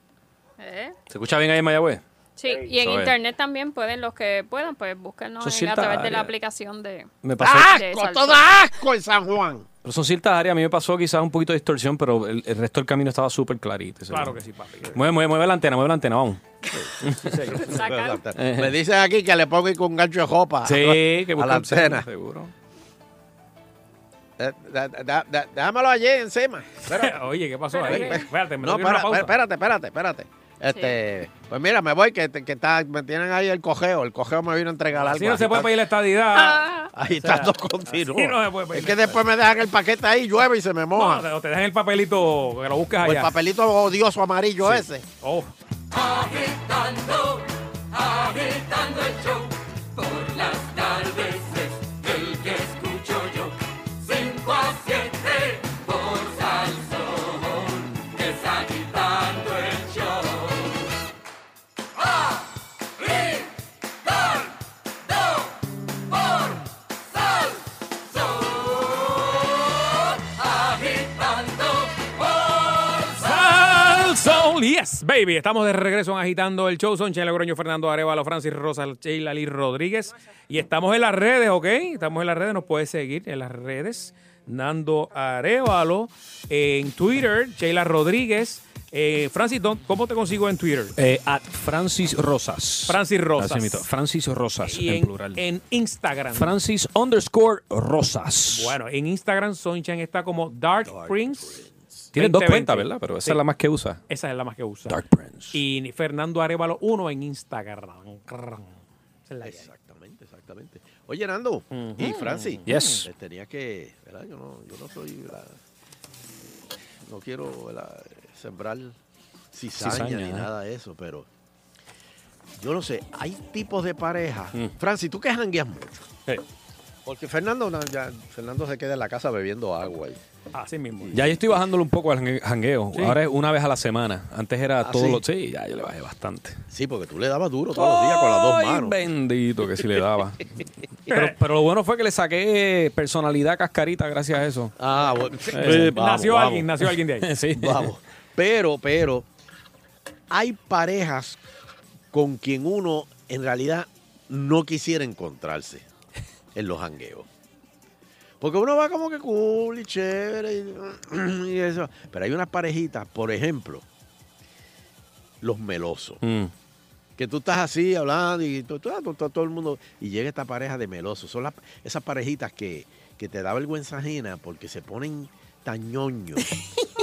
[SPEAKER 5] ¿Eh?
[SPEAKER 6] ¿Se escucha bien ahí en Mayagüez?
[SPEAKER 5] Sí, y en
[SPEAKER 6] Eso es.
[SPEAKER 5] internet también pueden, los que puedan, pues búsquenos
[SPEAKER 6] Son
[SPEAKER 5] en- a
[SPEAKER 6] ciertas
[SPEAKER 5] través de la
[SPEAKER 6] áreas.
[SPEAKER 5] aplicación de.
[SPEAKER 6] Me pasó-
[SPEAKER 3] ¡Ah!
[SPEAKER 5] de
[SPEAKER 4] ¡Asco!
[SPEAKER 5] Salsón.
[SPEAKER 4] ¡Todo asco en San Juan!
[SPEAKER 6] Pero son ciertas áreas. A mí me pasó quizás un poquito de distorsión, pero el, el resto del camino estaba súper clarito.
[SPEAKER 3] Claro que sí, papi.
[SPEAKER 6] Mueve, mueve, mueve la antena, mueve la antena, vamos. Eh.
[SPEAKER 4] Me dicen aquí que le pongo ir con un gancho de jopa.
[SPEAKER 6] Sí, que
[SPEAKER 4] a la
[SPEAKER 6] buscan-
[SPEAKER 4] antena.
[SPEAKER 6] Seguro.
[SPEAKER 4] Eh, da- da- da- dámelo allí encima. Espérate.
[SPEAKER 3] Oye, ¿qué pasó ahí?
[SPEAKER 4] Espérate, espérate.
[SPEAKER 3] Espérate, me
[SPEAKER 4] No,
[SPEAKER 3] tuvieron una
[SPEAKER 4] espera,
[SPEAKER 3] pausa.
[SPEAKER 4] espérate, espérate, espérate. Este, Pues mira, me voy, que, que está, me tienen ahí el cojeo. El cojeo me vino a entregar algo.
[SPEAKER 3] Así no
[SPEAKER 4] Así
[SPEAKER 3] se puede
[SPEAKER 4] está-
[SPEAKER 3] pedir la estadidad.
[SPEAKER 4] Ahí
[SPEAKER 3] sea,
[SPEAKER 4] está, no continúa.
[SPEAKER 3] así no se puede pedir
[SPEAKER 4] es que después me dejan el paquete ahí, llueve y se me moja.
[SPEAKER 3] No, te- o te dejan el papelito que lo busques
[SPEAKER 4] O
[SPEAKER 3] allá.
[SPEAKER 4] el papelito odioso amarillo
[SPEAKER 3] Sí.
[SPEAKER 4] ese.
[SPEAKER 3] Oh.
[SPEAKER 2] Agitando, agitando el show. Por las tardes es el que escucho yo. 5 a 7 por Salsón. Es agitando el show. Agitando por Salsón. Agitando por
[SPEAKER 3] Sal, soul, yes, baby. Estamos de regreso en Agitando el Show. Son Chela Groño, Fernando Arevalo, Francis Rosa, Sheila Lee Rodríguez. Y estamos en las redes, ¿ok? Estamos en las redes. Nos puedes seguir en las redes. Nando Arevalo. En Twitter, Sheila Rodríguez. Eh, Francis, ¿dó- ¿cómo te consigo en Twitter?
[SPEAKER 6] Eh, at Francis Rosas.
[SPEAKER 3] Francis Rosas.
[SPEAKER 6] Así mismo, Francis Rosas,
[SPEAKER 3] Y
[SPEAKER 6] en,
[SPEAKER 3] en,
[SPEAKER 6] plural.
[SPEAKER 3] en Instagram.
[SPEAKER 6] Francis underscore Rosas.
[SPEAKER 3] Bueno, en Instagram Sonchan está como Dark, Prince.
[SPEAKER 6] Tiene dos
[SPEAKER 3] 2020.
[SPEAKER 6] cuentas, ¿verdad? Pero esa
[SPEAKER 3] Sí.
[SPEAKER 6] es la más que usa.
[SPEAKER 3] Esa es la más que usa.
[SPEAKER 6] Dark
[SPEAKER 3] Prince. Y Fernando Arevalo 1 en Instagram.
[SPEAKER 4] Exactamente, exactamente. Oye, Nando, y Francis,
[SPEAKER 6] Yes.
[SPEAKER 4] les tenía que, ¿verdad? Yo no, yo no soy, ¿verdad? no quiero ¿verdad? sembrar cizaña,
[SPEAKER 9] Cizaña,
[SPEAKER 4] ni
[SPEAKER 9] ¿eh?
[SPEAKER 4] nada de eso, pero yo no sé, hay tipos de pareja. Francis, tú que jangueas mucho. Porque Fernando, no, ya, Fernando se queda en la casa bebiendo agua. ahí.
[SPEAKER 3] Así mismo.
[SPEAKER 6] Ya yo estoy bajándole un poco al jangue- jangueo.
[SPEAKER 4] Sí.
[SPEAKER 6] Ahora es una vez a la semana. Antes era
[SPEAKER 4] ¿Ah,
[SPEAKER 6] todo
[SPEAKER 4] sí?
[SPEAKER 6] lo. Sí, ya yo le bajé bastante.
[SPEAKER 4] Sí, porque tú le dabas duro todos los días con las dos
[SPEAKER 6] ¡Ay,
[SPEAKER 4] manos.
[SPEAKER 6] Bendito que sí le daba. pero, pero lo bueno fue que le saqué personalidad cascarita gracias a eso.
[SPEAKER 4] Ah, bueno.
[SPEAKER 6] Eh,
[SPEAKER 4] Vamos,
[SPEAKER 6] nació
[SPEAKER 4] vamos.
[SPEAKER 6] alguien, nació alguien de ahí. Sí.
[SPEAKER 4] Vamos. Pero, pero, hay parejas con quien uno en realidad no quisiera encontrarse en los jangueos. Porque uno va como que cool y chévere y, y eso. Pero hay unas parejitas, por ejemplo, los melosos. Que tú estás así hablando y tú- tú- tú- tú- todo el mundo. Y llega esta pareja de melosos. Son las- esas parejitas que, que te da vergüenza ajena porque se ponen tan ñoños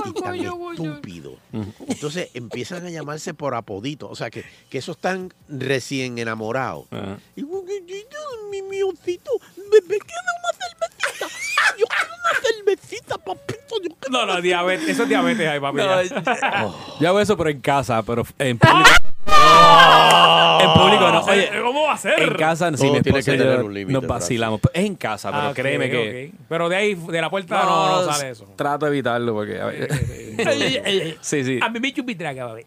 [SPEAKER 4] y tan estúpidos. Entonces empiezan a llamarse por apodito. O sea, que, que esos están recién enamorados.
[SPEAKER 6] Ah.
[SPEAKER 4] Y, mi miocito, me, me queda una cervecita. Ay, Yo quiero una cervecita, papito. Yo quiero
[SPEAKER 3] No, no, diabetes. Eso es diabetes ahí, papi.
[SPEAKER 6] No,
[SPEAKER 3] ya.
[SPEAKER 6] Yo hago eso, pero en casa, pero en
[SPEAKER 4] Ah.
[SPEAKER 6] público. en público no. Oye,
[SPEAKER 3] ¿Cómo va a ser?
[SPEAKER 6] en casa, sí,
[SPEAKER 3] Todo
[SPEAKER 6] mi
[SPEAKER 3] tiene
[SPEAKER 6] esposa
[SPEAKER 3] que
[SPEAKER 6] y yo
[SPEAKER 3] tener un límite,
[SPEAKER 6] nos vacilamos. Es en casa, pero
[SPEAKER 3] Ah, ok,
[SPEAKER 6] créeme que.
[SPEAKER 3] ok. Pero de ahí, de la puerta, no, no, sale eso.
[SPEAKER 6] Trato de evitarlo porque. a ver- sí, sí.
[SPEAKER 3] A mí me chupi traga, papi.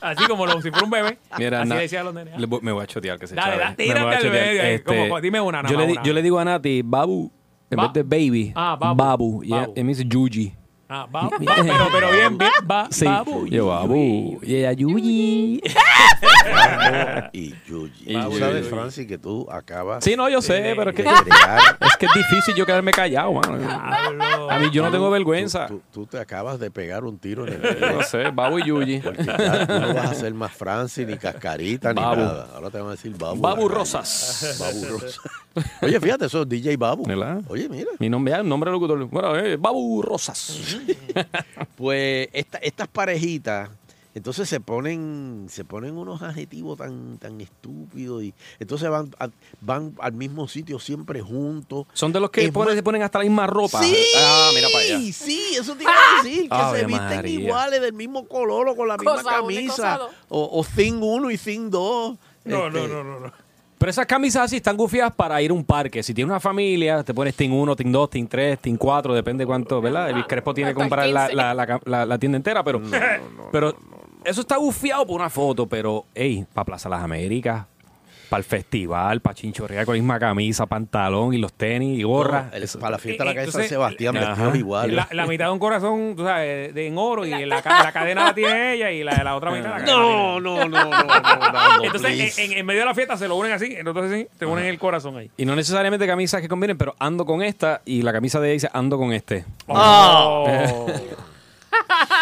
[SPEAKER 3] Así como lo, si fuera un bebé.
[SPEAKER 6] Mira,
[SPEAKER 3] Ah, Así
[SPEAKER 6] na-
[SPEAKER 3] le decía a los nenes. ah.
[SPEAKER 6] le voy- me voy a chotear que se
[SPEAKER 3] Dale,
[SPEAKER 6] chave.
[SPEAKER 3] da-
[SPEAKER 6] Me voy a
[SPEAKER 3] tírate al
[SPEAKER 6] chotear. este,
[SPEAKER 3] medio ahí, como- dime una, nada
[SPEAKER 6] yo, le,
[SPEAKER 3] más,
[SPEAKER 6] di-
[SPEAKER 3] una.
[SPEAKER 6] yo le digo a Nati, Babu, en
[SPEAKER 3] Ba-
[SPEAKER 6] vez de baby,
[SPEAKER 3] Ah, Babu.
[SPEAKER 6] Babu. Y ella-
[SPEAKER 3] Babu.
[SPEAKER 6] ella me dice Yuji.
[SPEAKER 3] Ah, va, va, pero, pero bien, bien, va,
[SPEAKER 6] Sí.
[SPEAKER 3] babu.
[SPEAKER 6] Yo, babu. Y ella, yuyi.
[SPEAKER 4] y Yuji.
[SPEAKER 6] Y
[SPEAKER 4] Tú
[SPEAKER 6] Yuji.
[SPEAKER 4] sabes, Francis, que tú acabas.
[SPEAKER 6] Sí, no, yo sé,
[SPEAKER 4] de-
[SPEAKER 6] pero es que,
[SPEAKER 4] de crear-
[SPEAKER 6] es que es difícil yo quedarme callado, mano.
[SPEAKER 3] Ah.
[SPEAKER 6] A mí yo no tengo vergüenza.
[SPEAKER 4] Tú, tú te acabas de pegar un tiro en el
[SPEAKER 6] No sé, Babu y Yuji.
[SPEAKER 4] Ya, tú no vas a ser más Francis, ni cascarita, ni
[SPEAKER 6] Babu.
[SPEAKER 4] nada. Ahora te van a decir Babu.
[SPEAKER 6] Babu
[SPEAKER 4] la
[SPEAKER 6] Rosas.
[SPEAKER 4] calle. Babu Rosas. Oye, fíjate, eso es DJ Babu. Oye, mira.
[SPEAKER 6] Mi nombre, el nombre del locutor. Bueno, eh, Babu Rosas.
[SPEAKER 4] Pues esta- estas parejitas, entonces se ponen, se ponen unos adjetivos tan, tan estúpidos y entonces van, a- van al mismo sitio siempre juntos.
[SPEAKER 6] Son de los que
[SPEAKER 4] Es
[SPEAKER 6] ponen,
[SPEAKER 4] más-
[SPEAKER 6] se ponen hasta la misma ropa.
[SPEAKER 4] Sí,
[SPEAKER 6] Ah, mira para allá. Ah.
[SPEAKER 4] sí, eso te iba a decir, que
[SPEAKER 6] Ave
[SPEAKER 4] se visten
[SPEAKER 6] María.
[SPEAKER 4] iguales, del mismo color o con la misma
[SPEAKER 6] Cosa uno y cosa
[SPEAKER 4] camisa. Este,
[SPEAKER 6] dos.
[SPEAKER 4] O, o thing 1 y thing 2.
[SPEAKER 6] No, no, no, Pero esas camisas así están gufiadas para ir a un parque. Si tienes una familia, te pones Team 1, Team 2, Team 3, Team 4, depende cuánto, ¿verdad? El Crespo tiene que
[SPEAKER 3] Hasta
[SPEAKER 6] comprar la,
[SPEAKER 3] 15.
[SPEAKER 6] la- la- la- la tienda entera, pero, pero eso está gufiado por una foto, pero, ey, para Plaza Las Américas, para el festival, para chinchorrear con la misma camisa, pantalón y los tenis y gorra.
[SPEAKER 4] para la fiesta de la calle
[SPEAKER 3] Entonces,
[SPEAKER 4] San Sebastián,
[SPEAKER 6] ajá.
[SPEAKER 4] vestidos iguales.
[SPEAKER 3] La, la mitad de un corazón, tú sabes, de- en oro y la, ca- la cadena la tiene ella y la, la otra mitad la cadena.
[SPEAKER 4] No, no, no, no, no, no,
[SPEAKER 3] Entonces,
[SPEAKER 6] please.
[SPEAKER 3] en, en- en medio de la fiesta se lo unen así, entonces sí, te unen el corazón ahí.
[SPEAKER 6] Y no necesariamente camisas que combinen, pero ando con esta y la camisa de ella dice ando con este.
[SPEAKER 4] Oh.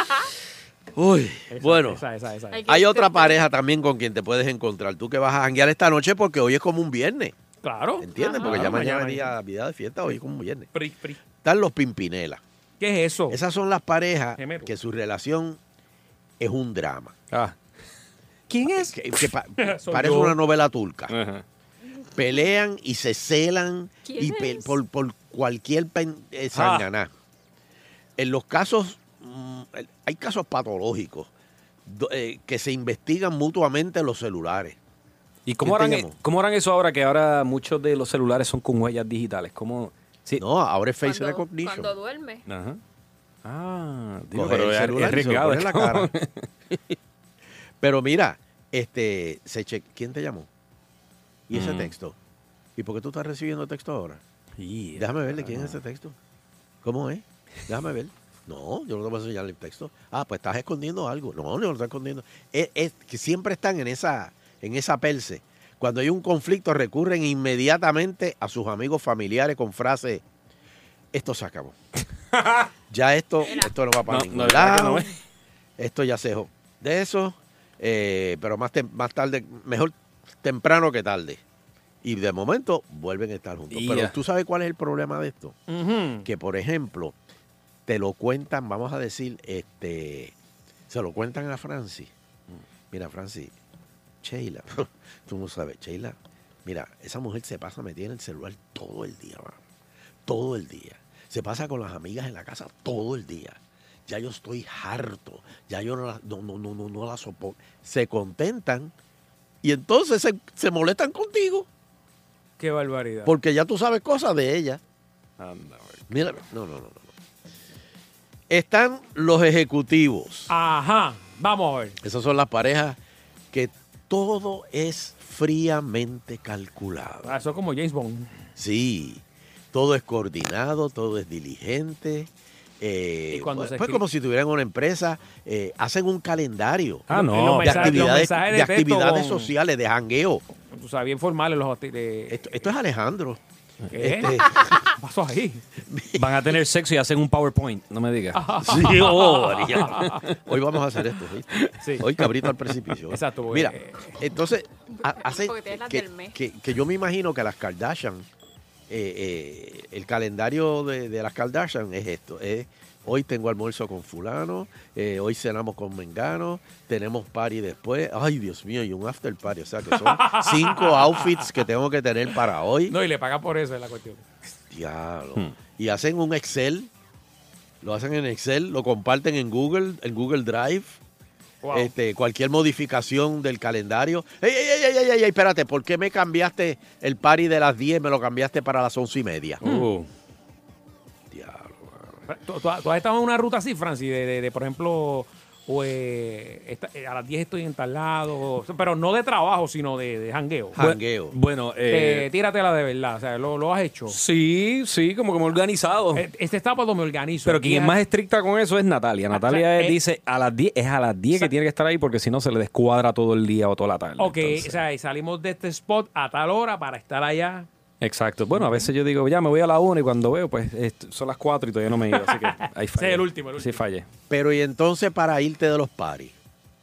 [SPEAKER 4] Uy, bueno.
[SPEAKER 3] esa, esa, esa.
[SPEAKER 4] Hay, otra pareja también con quien te puedes encontrar. Tú que vas a janguear esta noche porque hoy es como un viernes.
[SPEAKER 3] Claro.
[SPEAKER 4] ¿Entiendes? Porque ya
[SPEAKER 3] Claro,
[SPEAKER 4] mañana,
[SPEAKER 3] mañana.
[SPEAKER 4] es día, día de fiesta, hoy es como un viernes.
[SPEAKER 3] Pri, pri.
[SPEAKER 4] Están los Pimpinela.
[SPEAKER 3] ¿Qué es eso?
[SPEAKER 4] Esas son las parejas
[SPEAKER 3] Gemelo.
[SPEAKER 4] que su relación es un drama.
[SPEAKER 6] Ah. ¿Quién es?
[SPEAKER 4] Que, que pa-
[SPEAKER 6] Soy
[SPEAKER 4] parece
[SPEAKER 6] yo.
[SPEAKER 4] una novela turca. Pelean y se celan y pe- por, por cualquier pen- eh, sanganá.
[SPEAKER 6] Ah.
[SPEAKER 4] En los casos, mm, el- hay casos patológicos do- eh, que se investigan mutuamente en los celulares.
[SPEAKER 6] ¿Y
[SPEAKER 4] ¿Quién
[SPEAKER 6] cómo harán,
[SPEAKER 4] te
[SPEAKER 6] e-
[SPEAKER 4] llamó?
[SPEAKER 6] cómo harán eso ahora que ahora muchos de los celulares son con huellas digitales? ¿Cómo? Sí.
[SPEAKER 4] No, ahora es Face
[SPEAKER 5] Cuando-
[SPEAKER 4] Recognition.
[SPEAKER 5] Cuando duerme.
[SPEAKER 6] Ajá. Ah, digo,
[SPEAKER 4] Coge
[SPEAKER 6] pero
[SPEAKER 4] el
[SPEAKER 6] es-
[SPEAKER 4] celular
[SPEAKER 6] es
[SPEAKER 4] y se lo
[SPEAKER 6] arriesgado.
[SPEAKER 4] pone en la cara. Pero mira, este, se che- ¿quién te llamó? ¿Y ese
[SPEAKER 6] Mm.
[SPEAKER 4] texto? ¿Y por qué tú estás recibiendo texto ahora? Déjame ver de quién es ese texto. ¿Cómo es? Déjame ver. No, yo no te voy a enseñar el texto. Ah, pues estás escondiendo algo. No, yo no lo estoy escondiendo. Es, es que siempre están en esa, en esa perse. Cuando hay un conflicto recurren inmediatamente a sus amigos familiares con frases, esto se acabó. ya esto, esto no va para
[SPEAKER 6] No,
[SPEAKER 4] ningún
[SPEAKER 6] no, de verdad que
[SPEAKER 4] lado.
[SPEAKER 6] no, ¿eh?
[SPEAKER 4] Esto ya se jo- de eso, eh, pero más, tem- más tarde, mejor temprano que tarde. Y de momento vuelven a estar juntos. Pero
[SPEAKER 6] Ya.
[SPEAKER 4] tú sabes cuál es el problema de esto. Que por ejemplo, te lo cuentan, vamos a decir, este, se lo cuentan a Francis. Mira, Francis, Sheila, tú no sabes, Sheila, mira, esa mujer se pasa metida en el celular todo el día, mano. todo el día. Se pasa con las amigas en la casa todo el día. Ya yo estoy harto, ya yo no la, no, no, no, no, no la soporto. Se contentan y entonces se, se molestan contigo
[SPEAKER 3] Qué barbaridad.
[SPEAKER 4] porque ya tú sabes cosas de ella. Mira, no, no, no, no. Están los ejecutivos.
[SPEAKER 3] Ajá, vamos a ver.
[SPEAKER 4] Esas son las parejas que todo es fríamente calculado.
[SPEAKER 3] Ah, Eso es como James Bond.
[SPEAKER 4] Sí, todo es coordinado, todo es diligente. eh,
[SPEAKER 3] Y cuando
[SPEAKER 4] pues,
[SPEAKER 3] se
[SPEAKER 4] pues
[SPEAKER 3] escribe-
[SPEAKER 4] como si tuvieran una empresa, eh, hacen un calendario
[SPEAKER 3] Ah, no.
[SPEAKER 4] de
[SPEAKER 3] Los mensajes- los
[SPEAKER 4] actividades,
[SPEAKER 3] mensajes de
[SPEAKER 4] de
[SPEAKER 3] texto
[SPEAKER 4] actividades
[SPEAKER 3] con-
[SPEAKER 4] sociales, de jangueo.
[SPEAKER 3] Tú sabes, bien formales los hosti- de-
[SPEAKER 4] Esto, esto es Alejandro.
[SPEAKER 3] ¿Qué?
[SPEAKER 4] Este-
[SPEAKER 3] pasó ahí?
[SPEAKER 6] Van a tener sexo y hacen un PowerPoint, no me digas.
[SPEAKER 4] Sí, oh, María. Hoy vamos a hacer esto. ¿sí? eh, Hoy cabrito al precipicio.
[SPEAKER 6] Exacto, porque-
[SPEAKER 4] Mira, entonces, ha- hace
[SPEAKER 5] Porque tienes las
[SPEAKER 4] que,
[SPEAKER 5] del mes.
[SPEAKER 4] que- que yo me imagino que las Kardashian, eh, eh, el calendario de, de las Kardashian es esto. es Hoy tengo almuerzo con fulano, eh, hoy cenamos con Mengano, tenemos party después. Ay, Dios mío, y un after party. O sea, que son cinco outfits que tengo que tener para hoy.
[SPEAKER 3] No, y le pagan por eso, es la cuestión.
[SPEAKER 4] Diablo. Y hacen un Excel. Lo hacen en Excel, lo comparten en Google, en Google Drive.
[SPEAKER 3] Wow.
[SPEAKER 4] Este, cualquier modificación del calendario. Ey, ey, ey, ey, ey, ey, espérate, ¿por qué me cambiaste el party de las 10? Me lo cambiaste para las 11 y media.
[SPEAKER 3] ¿Tú, tú- tú has estado en una ruta así, Francis, de, de- de, por ejemplo, o eh, esta- eh, a las 10 estoy en tal lado, o- pero no de trabajo, sino de, de jangueo.
[SPEAKER 6] Bueno,
[SPEAKER 3] Te-
[SPEAKER 6] eh,
[SPEAKER 3] tíratela de verdad, o sea, lo, lo has hecho.
[SPEAKER 6] sí, sí, como que me he organizado.
[SPEAKER 3] Este está cuando me organizo.
[SPEAKER 6] Pero quien es más
[SPEAKER 3] Aquí-
[SPEAKER 6] estricta con eso es Natalia. Natalia
[SPEAKER 3] sea,
[SPEAKER 6] es-
[SPEAKER 3] eh,
[SPEAKER 6] dice a las 10, es a las 10 que tiene que estar ahí porque si no se le descuadra todo el día o toda la tarde.
[SPEAKER 3] Ok, o sea, y salimos de este spot a tal hora para estar allá.
[SPEAKER 6] Exacto. Bueno, a veces yo digo, ya me voy a la 1 y cuando veo, pues est- son las 4 y todavía no me he ido. Así que ahí fallé.
[SPEAKER 3] el último, el
[SPEAKER 6] Sí, fallé.
[SPEAKER 4] Pero y entonces para irte de los paris.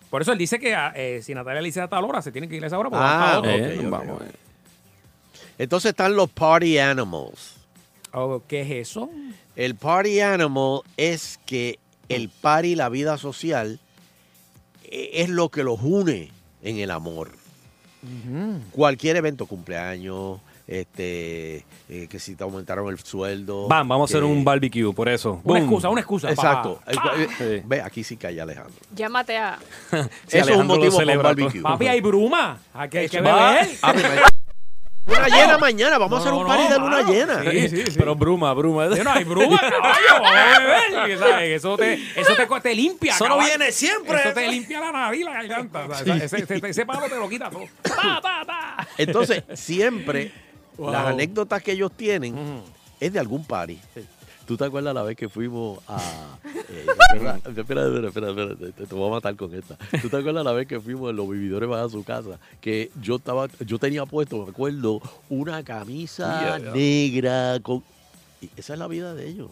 [SPEAKER 3] Por eso él dice que ah, eh, si Natalia le dice a tal hora, se tiene que ir a esa hora. porque van para
[SPEAKER 4] Ah,
[SPEAKER 3] otro.
[SPEAKER 6] eh,
[SPEAKER 4] ok, ok, ok. Entonces están los party animals.
[SPEAKER 3] Oh, ¿Qué es eso?
[SPEAKER 4] El party animal es que el party, la vida social, e- es lo que los une en el amor. Cualquier evento, cumpleaños, este, eh, que si te aumentaron el sueldo.
[SPEAKER 6] Bam, vamos a hacer
[SPEAKER 4] que-
[SPEAKER 6] un barbecue, por eso.
[SPEAKER 4] Boom.
[SPEAKER 6] Boom.
[SPEAKER 4] Exacto.
[SPEAKER 3] Ah.
[SPEAKER 4] El cual- eh, Ve, aquí sí calla Alejandro.
[SPEAKER 5] Llámate a.
[SPEAKER 4] Eso es un motivo para un barbecue.
[SPEAKER 3] Papi, hay bruma. Aquí hay que
[SPEAKER 4] Va.
[SPEAKER 3] beber.
[SPEAKER 4] Ah, me-
[SPEAKER 6] ¡Oh!
[SPEAKER 4] Luna llena mañana, vamos a hacer un party de luna llena.
[SPEAKER 6] Sí, Pero bruma, bruma.
[SPEAKER 3] No, hay bruma, caballo, vamos a beber, que, ¿sabes? Que Eso te, eso te, co- te limpia.
[SPEAKER 6] Eso no
[SPEAKER 3] caballo.
[SPEAKER 6] viene siempre.
[SPEAKER 3] Eso te limpia la nariz, la garganta. ¿sabes?
[SPEAKER 4] Sí.
[SPEAKER 3] Ese, ese- ese palo te lo quita todo. Pa, pa, pa.
[SPEAKER 4] Entonces, siempre
[SPEAKER 3] Wow. Mm.
[SPEAKER 4] las anécdotas que ellos tienen es de algún party. ¿Tú te acuerdas la vez que fuimos a... eh, espera, espera, espera, espera, espera, te, te- te voy a matar con esta. ¿Tú te acuerdas la vez que fuimos en los vividores para su casa? Que yo estaba, yo tenía puesto, me acuerdo, una camisa
[SPEAKER 9] Yeah.
[SPEAKER 4] negra con... y esa es la vida de ellos.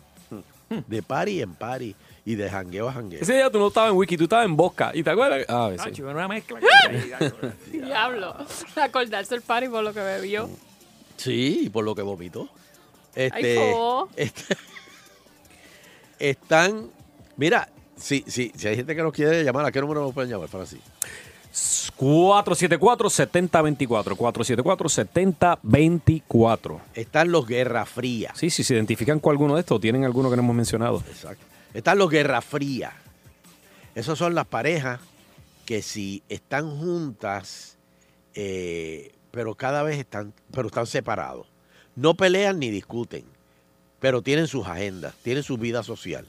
[SPEAKER 4] De party en party y de jangueo a jangueo.
[SPEAKER 6] Ese día tú no estabas en Wiki, tú estabas en Bosca. ¿Y te acuerdas? Ah, sí.
[SPEAKER 3] Nacho, era una mezcla.
[SPEAKER 5] Diablo. Acordarse el party por lo que bebió.
[SPEAKER 4] Sí, y por lo que vomitó.
[SPEAKER 5] Ay,
[SPEAKER 4] Este,
[SPEAKER 5] po.
[SPEAKER 4] este- están. Mira, si, si, si hay gente que nos quiere llamar, ¿a qué número nos pueden llamar, Francis?
[SPEAKER 6] 474-7024. 474-7024.
[SPEAKER 4] Están los Guerra Fría.
[SPEAKER 6] Sí, sí, se identifican con alguno de estos, tienen alguno que no hemos mencionado.
[SPEAKER 4] Exacto. Están los Guerra Fría. Esas son las parejas que si están juntas, eh, pero cada vez están, pero están separados. No pelean ni discuten, pero tienen sus agendas, tienen su vida social.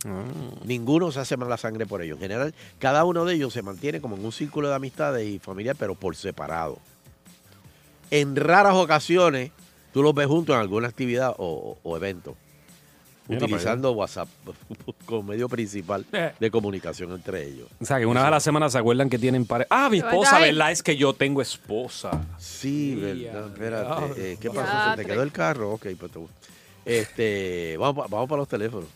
[SPEAKER 4] Ninguno se hace mala sangre por ello. En general, cada uno de ellos se mantiene como en un círculo de amistades y familia, pero por separado. En raras ocasiones, tú los ves juntos en alguna actividad o, o- o evento,
[SPEAKER 6] Mira
[SPEAKER 4] utilizando WhatsApp como medio principal de comunicación entre ellos.
[SPEAKER 6] O sea, que una vez a la semana se acuerdan que tienen pareja. Ah, mi esposa, ¿verdad? Es que yo tengo esposa.
[SPEAKER 4] Sí, verdad. Espérate, eh, ¿qué
[SPEAKER 6] diablo.
[SPEAKER 4] pasó? ¿Se te
[SPEAKER 6] Diatre.
[SPEAKER 4] quedó el carro? Ok, pues tú- Este, vamos, pa- vamos para los teléfonos.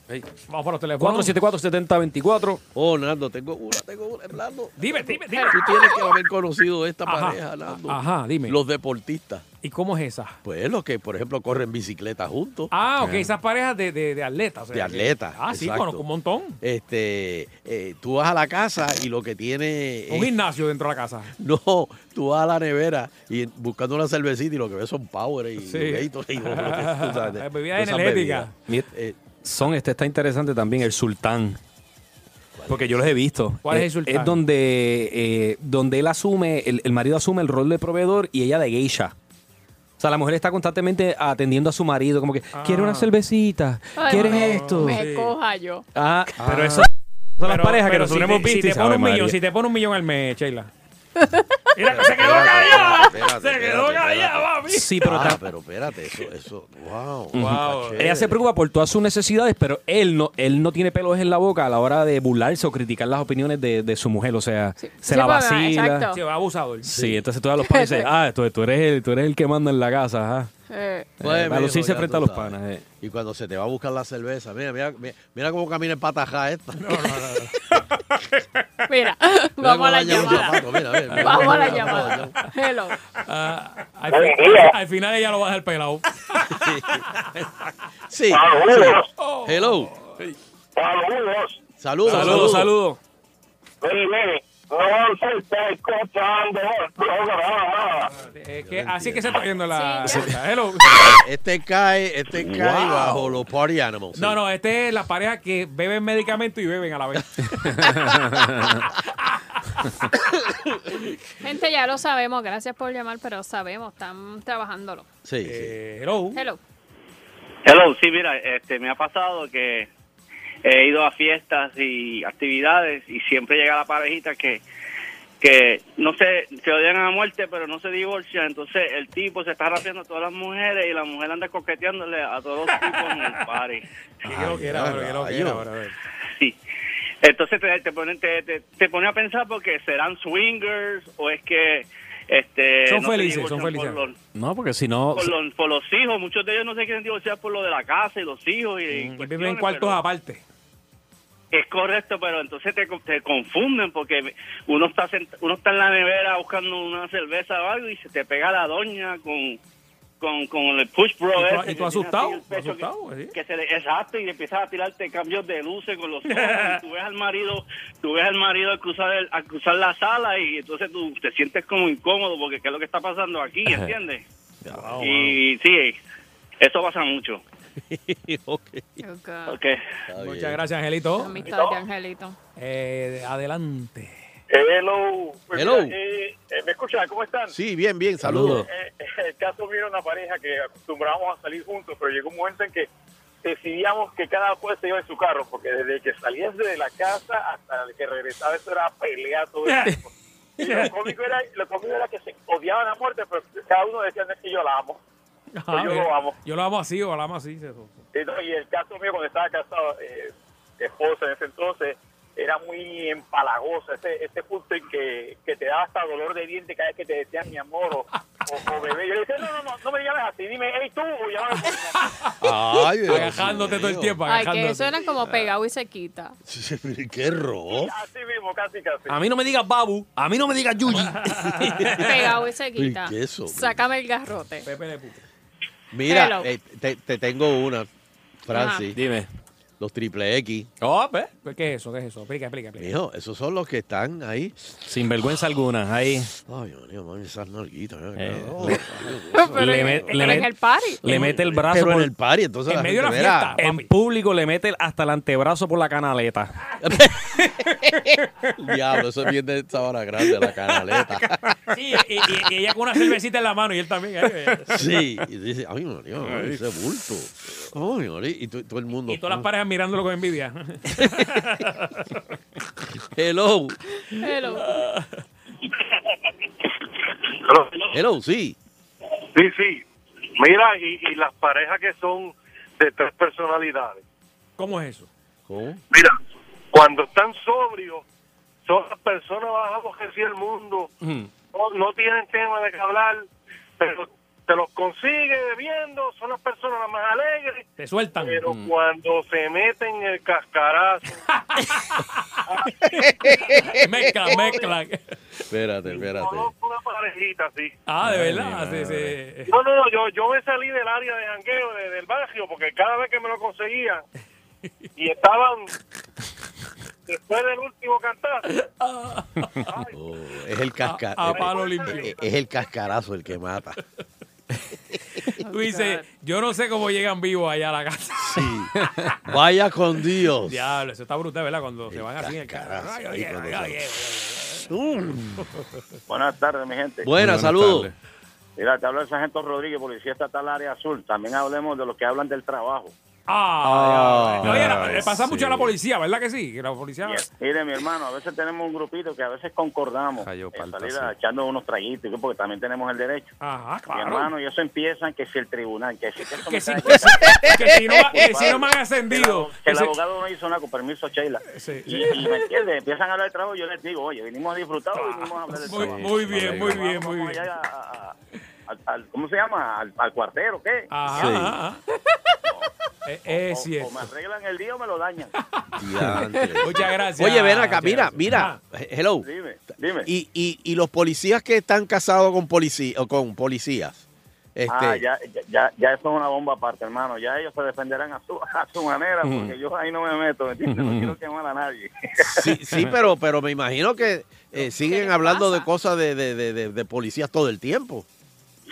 [SPEAKER 3] Vamos para los teléfonos.
[SPEAKER 6] 474-7024.
[SPEAKER 4] Oh, Nando, tengo una, tengo una, Nando.
[SPEAKER 3] Dime, dime, dime.
[SPEAKER 4] Tú tienes que haber conocido esta
[SPEAKER 3] Ajá.
[SPEAKER 4] pareja, Nando.
[SPEAKER 3] Ajá, dime.
[SPEAKER 4] Los deportistas.
[SPEAKER 3] ¿Y cómo es esa?
[SPEAKER 4] Pues los que, por ejemplo, corren bicicleta juntos.
[SPEAKER 3] Ah, ok, esas parejas de, de, de atletas. o sea,
[SPEAKER 4] Eh. De
[SPEAKER 3] que-
[SPEAKER 4] atletas.
[SPEAKER 3] Ah, sí,
[SPEAKER 4] exacto.
[SPEAKER 3] conozco un montón.
[SPEAKER 4] Este, eh, tú vas a la casa y lo que tiene.
[SPEAKER 3] Un
[SPEAKER 4] es-
[SPEAKER 3] gimnasio dentro de la casa.
[SPEAKER 4] no, tú vas a la nevera y buscando una cervecita y lo que ves son Power y Gatorade y lo que- tú sabes,
[SPEAKER 3] Bebidas
[SPEAKER 4] esas
[SPEAKER 3] energéticas.
[SPEAKER 6] Mira,
[SPEAKER 4] Eh.
[SPEAKER 6] son, este está interesante también, el sultán. Porque yo los he visto. Eh,
[SPEAKER 3] ¿Cuál es el sultán?
[SPEAKER 6] Es donde, eh, donde él asume, el, el marido asume el rol de proveedor y ella de geisha. O sea, la mujer está constantemente atendiendo a su marido, como que, ¿quiere
[SPEAKER 3] Ah.
[SPEAKER 6] una cervecita?
[SPEAKER 5] Ay,
[SPEAKER 6] ¿Quieres
[SPEAKER 5] me-
[SPEAKER 6] esto?
[SPEAKER 5] Me coja yo.
[SPEAKER 6] Ah, pero
[SPEAKER 3] Ah.
[SPEAKER 6] eso son las
[SPEAKER 3] Pero-
[SPEAKER 6] parejas que
[SPEAKER 3] pero
[SPEAKER 6] nosotros hemos
[SPEAKER 3] te-
[SPEAKER 6] visto.
[SPEAKER 3] Si
[SPEAKER 6] y
[SPEAKER 3] te pone
[SPEAKER 6] sabe
[SPEAKER 3] un millón,
[SPEAKER 6] María.
[SPEAKER 3] si te pone un millón al mes, Sheila.
[SPEAKER 4] Se quedó callada,
[SPEAKER 3] papi.
[SPEAKER 6] Sí, pero
[SPEAKER 4] ah,
[SPEAKER 6] ta-
[SPEAKER 4] pero espérate, eso, eso, wow.
[SPEAKER 6] Ujú.
[SPEAKER 4] está chévere.
[SPEAKER 6] Ella se preocupa por todas sus necesidades, pero él no, él no tiene pelos en la boca a la hora de burlarse o criticar las opiniones de, de su mujer. O sea, se
[SPEAKER 3] Sí,
[SPEAKER 6] la
[SPEAKER 3] porque-
[SPEAKER 6] vacila.
[SPEAKER 3] exacto. Sí, abusador.
[SPEAKER 6] Sí, entonces todas los panes dicen, ah, tú, tú eres el, tú eres el que manda en la casa, ajá.
[SPEAKER 5] Eh.
[SPEAKER 6] Eh, a los sí
[SPEAKER 4] mijo,
[SPEAKER 6] se
[SPEAKER 4] ya
[SPEAKER 6] enfrenta a
[SPEAKER 4] tú
[SPEAKER 6] los
[SPEAKER 4] sabes.
[SPEAKER 6] panas. eh.
[SPEAKER 4] Y cuando se te va a buscar la cerveza, mira, mira, mira, mira cómo camina en patajá esta.
[SPEAKER 5] Mira, vamos a la llamada. Vamos a la llamada. Hello.
[SPEAKER 3] Ah, al,
[SPEAKER 5] Buen
[SPEAKER 3] fin-
[SPEAKER 5] día. Ah,
[SPEAKER 3] al final ella lo va a dejar pelado.
[SPEAKER 4] Sí.
[SPEAKER 3] Saludos.
[SPEAKER 4] sí. Hello.
[SPEAKER 3] Oh.
[SPEAKER 10] Saludos.
[SPEAKER 4] Saludos.
[SPEAKER 6] Saludos, saludos.
[SPEAKER 10] Mire, no se está escuchando el programa.
[SPEAKER 3] Es que, así que se está yendo la. Hello.
[SPEAKER 4] Ah, Este cae, este cae
[SPEAKER 3] Wow.
[SPEAKER 4] bajo los party animals.
[SPEAKER 3] No, no, este es la pareja que beben medicamentos y beben a la vez.
[SPEAKER 5] Gente, ya lo sabemos. Gracias por llamar, pero sabemos, están trabajándolo.
[SPEAKER 4] Sí,
[SPEAKER 22] Eh,
[SPEAKER 5] Hello.
[SPEAKER 12] Hello, sí, mira, este, me ha pasado que
[SPEAKER 26] he ido a fiestas y actividades y siempre llega la parejita que que no se, se odian a muerte pero no se divorcian entonces el tipo se está rapeando a todas las mujeres y la mujer anda coqueteándole a todos los tipos en el party
[SPEAKER 3] Quiero que era, bro, quiero que era, bro.
[SPEAKER 26] entonces te, te ponen te, te, te pone a pensar porque serán swingers o es que este
[SPEAKER 6] Son
[SPEAKER 26] no se
[SPEAKER 6] felices, son
[SPEAKER 26] divorcian por
[SPEAKER 6] felices.
[SPEAKER 26] los-
[SPEAKER 6] No, porque si no.
[SPEAKER 26] por los, por los hijos, muchos de ellos no se quieren divorciar por lo de la casa y los hijos. Y, y cuestiones,
[SPEAKER 3] Mm, Viven en cuartos
[SPEAKER 26] pero-
[SPEAKER 3] aparte.
[SPEAKER 26] Es correcto, pero entonces te, co- te confunden porque uno está sent- uno está en la nevera buscando una cerveza o algo y se te pega la doña con, con, con el push bro.
[SPEAKER 3] ¿Y tú-
[SPEAKER 26] ese
[SPEAKER 3] y tú
[SPEAKER 26] que tiene
[SPEAKER 3] asustado?
[SPEAKER 26] así el
[SPEAKER 3] ¿Tú
[SPEAKER 26] pecho
[SPEAKER 3] asustado,
[SPEAKER 26] que-
[SPEAKER 3] así?
[SPEAKER 26] que se le- exacto, y empiezas a tirarte cambios de luces con los ojos. y tú ves al marido, tú ves al marido al cruzar, el- al cruzar la sala y entonces tú te sientes como incómodo porque qué es lo que está pasando aquí,
[SPEAKER 4] Ajá.
[SPEAKER 26] ¿entiendes?
[SPEAKER 8] Ah,
[SPEAKER 26] y sí, eso pasa mucho. Ok.
[SPEAKER 3] Muchas gracias, Angelito.
[SPEAKER 5] Amistad de Angelito.
[SPEAKER 3] Eh, adelante.
[SPEAKER 8] Hello. Pues
[SPEAKER 3] Hello.
[SPEAKER 8] mira, eh, eh, ¿Me escuchan? ¿Cómo están?
[SPEAKER 13] Sí, bien, bien, saludos.
[SPEAKER 8] Eh, el caso vino una pareja que acostumbrábamos a salir juntos, pero llegó un momento en que decidíamos que cada cual se iba en su carro, porque desde que salías de la casa hasta que regresaba, eso era pelea todo el tiempo. Y lo cómico, era, lo cómico era que se odiaban a muerte, pero cada uno decía, no es que yo la amo.
[SPEAKER 3] Ajá,
[SPEAKER 8] yo
[SPEAKER 3] Ah, mira.
[SPEAKER 8] lo amo.
[SPEAKER 3] Yo lo amo así o la amo así. eso.
[SPEAKER 8] Y, no, y el caso mío cuando estaba casado, eh, esposa en ese entonces, era muy empalagosa, ese, ese punto en que, que te daba hasta dolor de diente cada vez que te decían mi amor o, o- o bebé. Yo le decía, no, no, no, no me llames así, dime, hey tú, o llámame por mi nombre".
[SPEAKER 13] Ay, Dios
[SPEAKER 3] Agajándote todo el
[SPEAKER 13] mío.
[SPEAKER 3] tiempo.
[SPEAKER 5] Ay, que
[SPEAKER 3] agajándote.
[SPEAKER 5] eso era como pegado y se quita.
[SPEAKER 13] Qué rojo.
[SPEAKER 8] Así mismo, casi, casi.
[SPEAKER 6] A mí no me digas babu, a mí no me digas yuyi.
[SPEAKER 5] Pegado y se quita.
[SPEAKER 13] Uy, qué eso, hombre.
[SPEAKER 5] Sácame el garrote.
[SPEAKER 4] Mira,
[SPEAKER 5] Hello.
[SPEAKER 4] eh, te, te tengo una, Francis.
[SPEAKER 5] Ajá.
[SPEAKER 6] Dime.
[SPEAKER 4] Los triple X.
[SPEAKER 6] Oh,
[SPEAKER 3] Pues, ¿Qué es eso? ¿Qué es eso? Explica, explica, explica.
[SPEAKER 4] Mijo, esos son los que están ahí.
[SPEAKER 6] Sin vergüenza alguna, ahí.
[SPEAKER 4] Ay, Dios mío, mami, esas nalguitas. eh,
[SPEAKER 6] Eh,
[SPEAKER 4] no,
[SPEAKER 6] le-
[SPEAKER 4] Dios mío.
[SPEAKER 6] le met- le met- Le mete el brazo.
[SPEAKER 4] Pero
[SPEAKER 6] por-
[SPEAKER 4] en el party, entonces. la gente, mira,
[SPEAKER 6] En público le mete el- hasta el antebrazo por la canaleta.
[SPEAKER 4] Diablo, eso es bien de Sabana Grande, la canaleta.
[SPEAKER 3] Sí, y, y- y ella con una cervecita en la mano y él también. ahí, eh.
[SPEAKER 4] Sí, y dice, ay, María, ay, ese bulto. Ay, María, y to- todo el mundo. "Ah".
[SPEAKER 3] Y todas las parejas mirándolo con envidia.
[SPEAKER 4] Hello.
[SPEAKER 5] Hello.
[SPEAKER 4] Hello. sí.
[SPEAKER 8] Sí, sí.
[SPEAKER 27] Mira, y, y las parejas que son de tres personalidades.
[SPEAKER 3] ¿Cómo es eso?
[SPEAKER 4] ¿Cómo?
[SPEAKER 27] Mira, cuando están sobrios, son las personas más aborrecidas del mundo. No, no tienen tema de que hablar, pero te los consigue bebiendo, son las personas las más alegres.
[SPEAKER 3] Te sueltan.
[SPEAKER 8] Eh,
[SPEAKER 27] Pero
[SPEAKER 3] Mm.
[SPEAKER 27] cuando se meten el cascarazo,
[SPEAKER 3] mezcla, mezcla.
[SPEAKER 4] Espérate, espérate.
[SPEAKER 27] conozco una parejita así.
[SPEAKER 3] Ah, de
[SPEAKER 27] Ay,
[SPEAKER 3] verdad. Sí, sí.
[SPEAKER 27] No, no, no, yo, yo me salí del área de jangueo, de- del barrio, porque cada vez que me lo conseguían y estaban después del último cantar,
[SPEAKER 4] Oh, es el casca-
[SPEAKER 3] A- a
[SPEAKER 4] eh,
[SPEAKER 3] palo
[SPEAKER 4] eh,
[SPEAKER 3] limpio.
[SPEAKER 4] eh, Es el cascarazo el que mata.
[SPEAKER 3] eh, Tú dices, yo no sé cómo llegan vivos allá a la casa.
[SPEAKER 4] Vaya con Dios.
[SPEAKER 3] Diablo, eso está brutal, ¿verdad? Cuando se van así en el carro. Ay, oye,
[SPEAKER 4] ahí
[SPEAKER 3] oye,
[SPEAKER 4] cuando
[SPEAKER 3] oye,
[SPEAKER 25] Buenas tardes, mi gente.
[SPEAKER 4] Buenas, saludos.
[SPEAKER 25] Mira, te habla el sargento Rodríguez, policía estatal área azul. También hablemos de los que hablan del trabajo.
[SPEAKER 3] Ah,
[SPEAKER 4] Ah,
[SPEAKER 3] oye, la- le pasa
[SPEAKER 4] sí.
[SPEAKER 3] mucho a la policía, ¿verdad que sí? Que la policía.
[SPEAKER 25] Mire, mi hermano, a veces tenemos un grupito que a veces concordamos
[SPEAKER 3] Cayó
[SPEAKER 25] en
[SPEAKER 3] palta,
[SPEAKER 25] salir
[SPEAKER 3] sí.
[SPEAKER 25] a- echando unos traguitos, ¿sí? porque también tenemos el derecho.
[SPEAKER 3] Ajá,
[SPEAKER 25] Mi hermano, y eso empiezan que si el tribunal, que si que eso
[SPEAKER 3] Ah, Que
[SPEAKER 25] me
[SPEAKER 3] si,
[SPEAKER 25] cae-
[SPEAKER 3] que si- que si no, que si no me han ascendido.
[SPEAKER 25] Que el
[SPEAKER 3] Ese-
[SPEAKER 25] abogado no hizo nada, con permiso, Sheila.
[SPEAKER 3] sí.
[SPEAKER 25] Y, y me entiendes, empiezan a hablar de trabajo, yo les digo, oye, vinimos a disfrutar, o vinimos a hablar de
[SPEAKER 3] Ah, Muy,
[SPEAKER 25] trabajo.
[SPEAKER 3] muy bien, muy bien, muy bien.
[SPEAKER 25] Al- al- ¿Cómo se llama? ¿Al, al cuartero qué?
[SPEAKER 3] Ajá, Sí. ajá. Eh, Es
[SPEAKER 25] O me
[SPEAKER 3] cierto.
[SPEAKER 25] arreglan el día o me lo dañan.
[SPEAKER 4] Diantre.
[SPEAKER 3] Muchas gracias.
[SPEAKER 4] Oye, ven acá,
[SPEAKER 3] Muchas
[SPEAKER 4] mira,
[SPEAKER 3] gracias.
[SPEAKER 4] mira. Hello.
[SPEAKER 25] Dime, dime.
[SPEAKER 4] Y, y, y los policías que están casados con policía o con policías. Este,
[SPEAKER 25] Ah, ya, ya- ya, ya eso es una bomba aparte, hermano. Ya ellos se defenderán a su, a su manera, porque
[SPEAKER 4] Mm.
[SPEAKER 25] yo ahí no me meto, ¿me entiendes?
[SPEAKER 4] Mm.
[SPEAKER 25] No quiero quemar a nadie.
[SPEAKER 4] Sí, sí, pero, pero me imagino que eh, siguen hablando de cosas de, de, de- de- de policías todo el tiempo.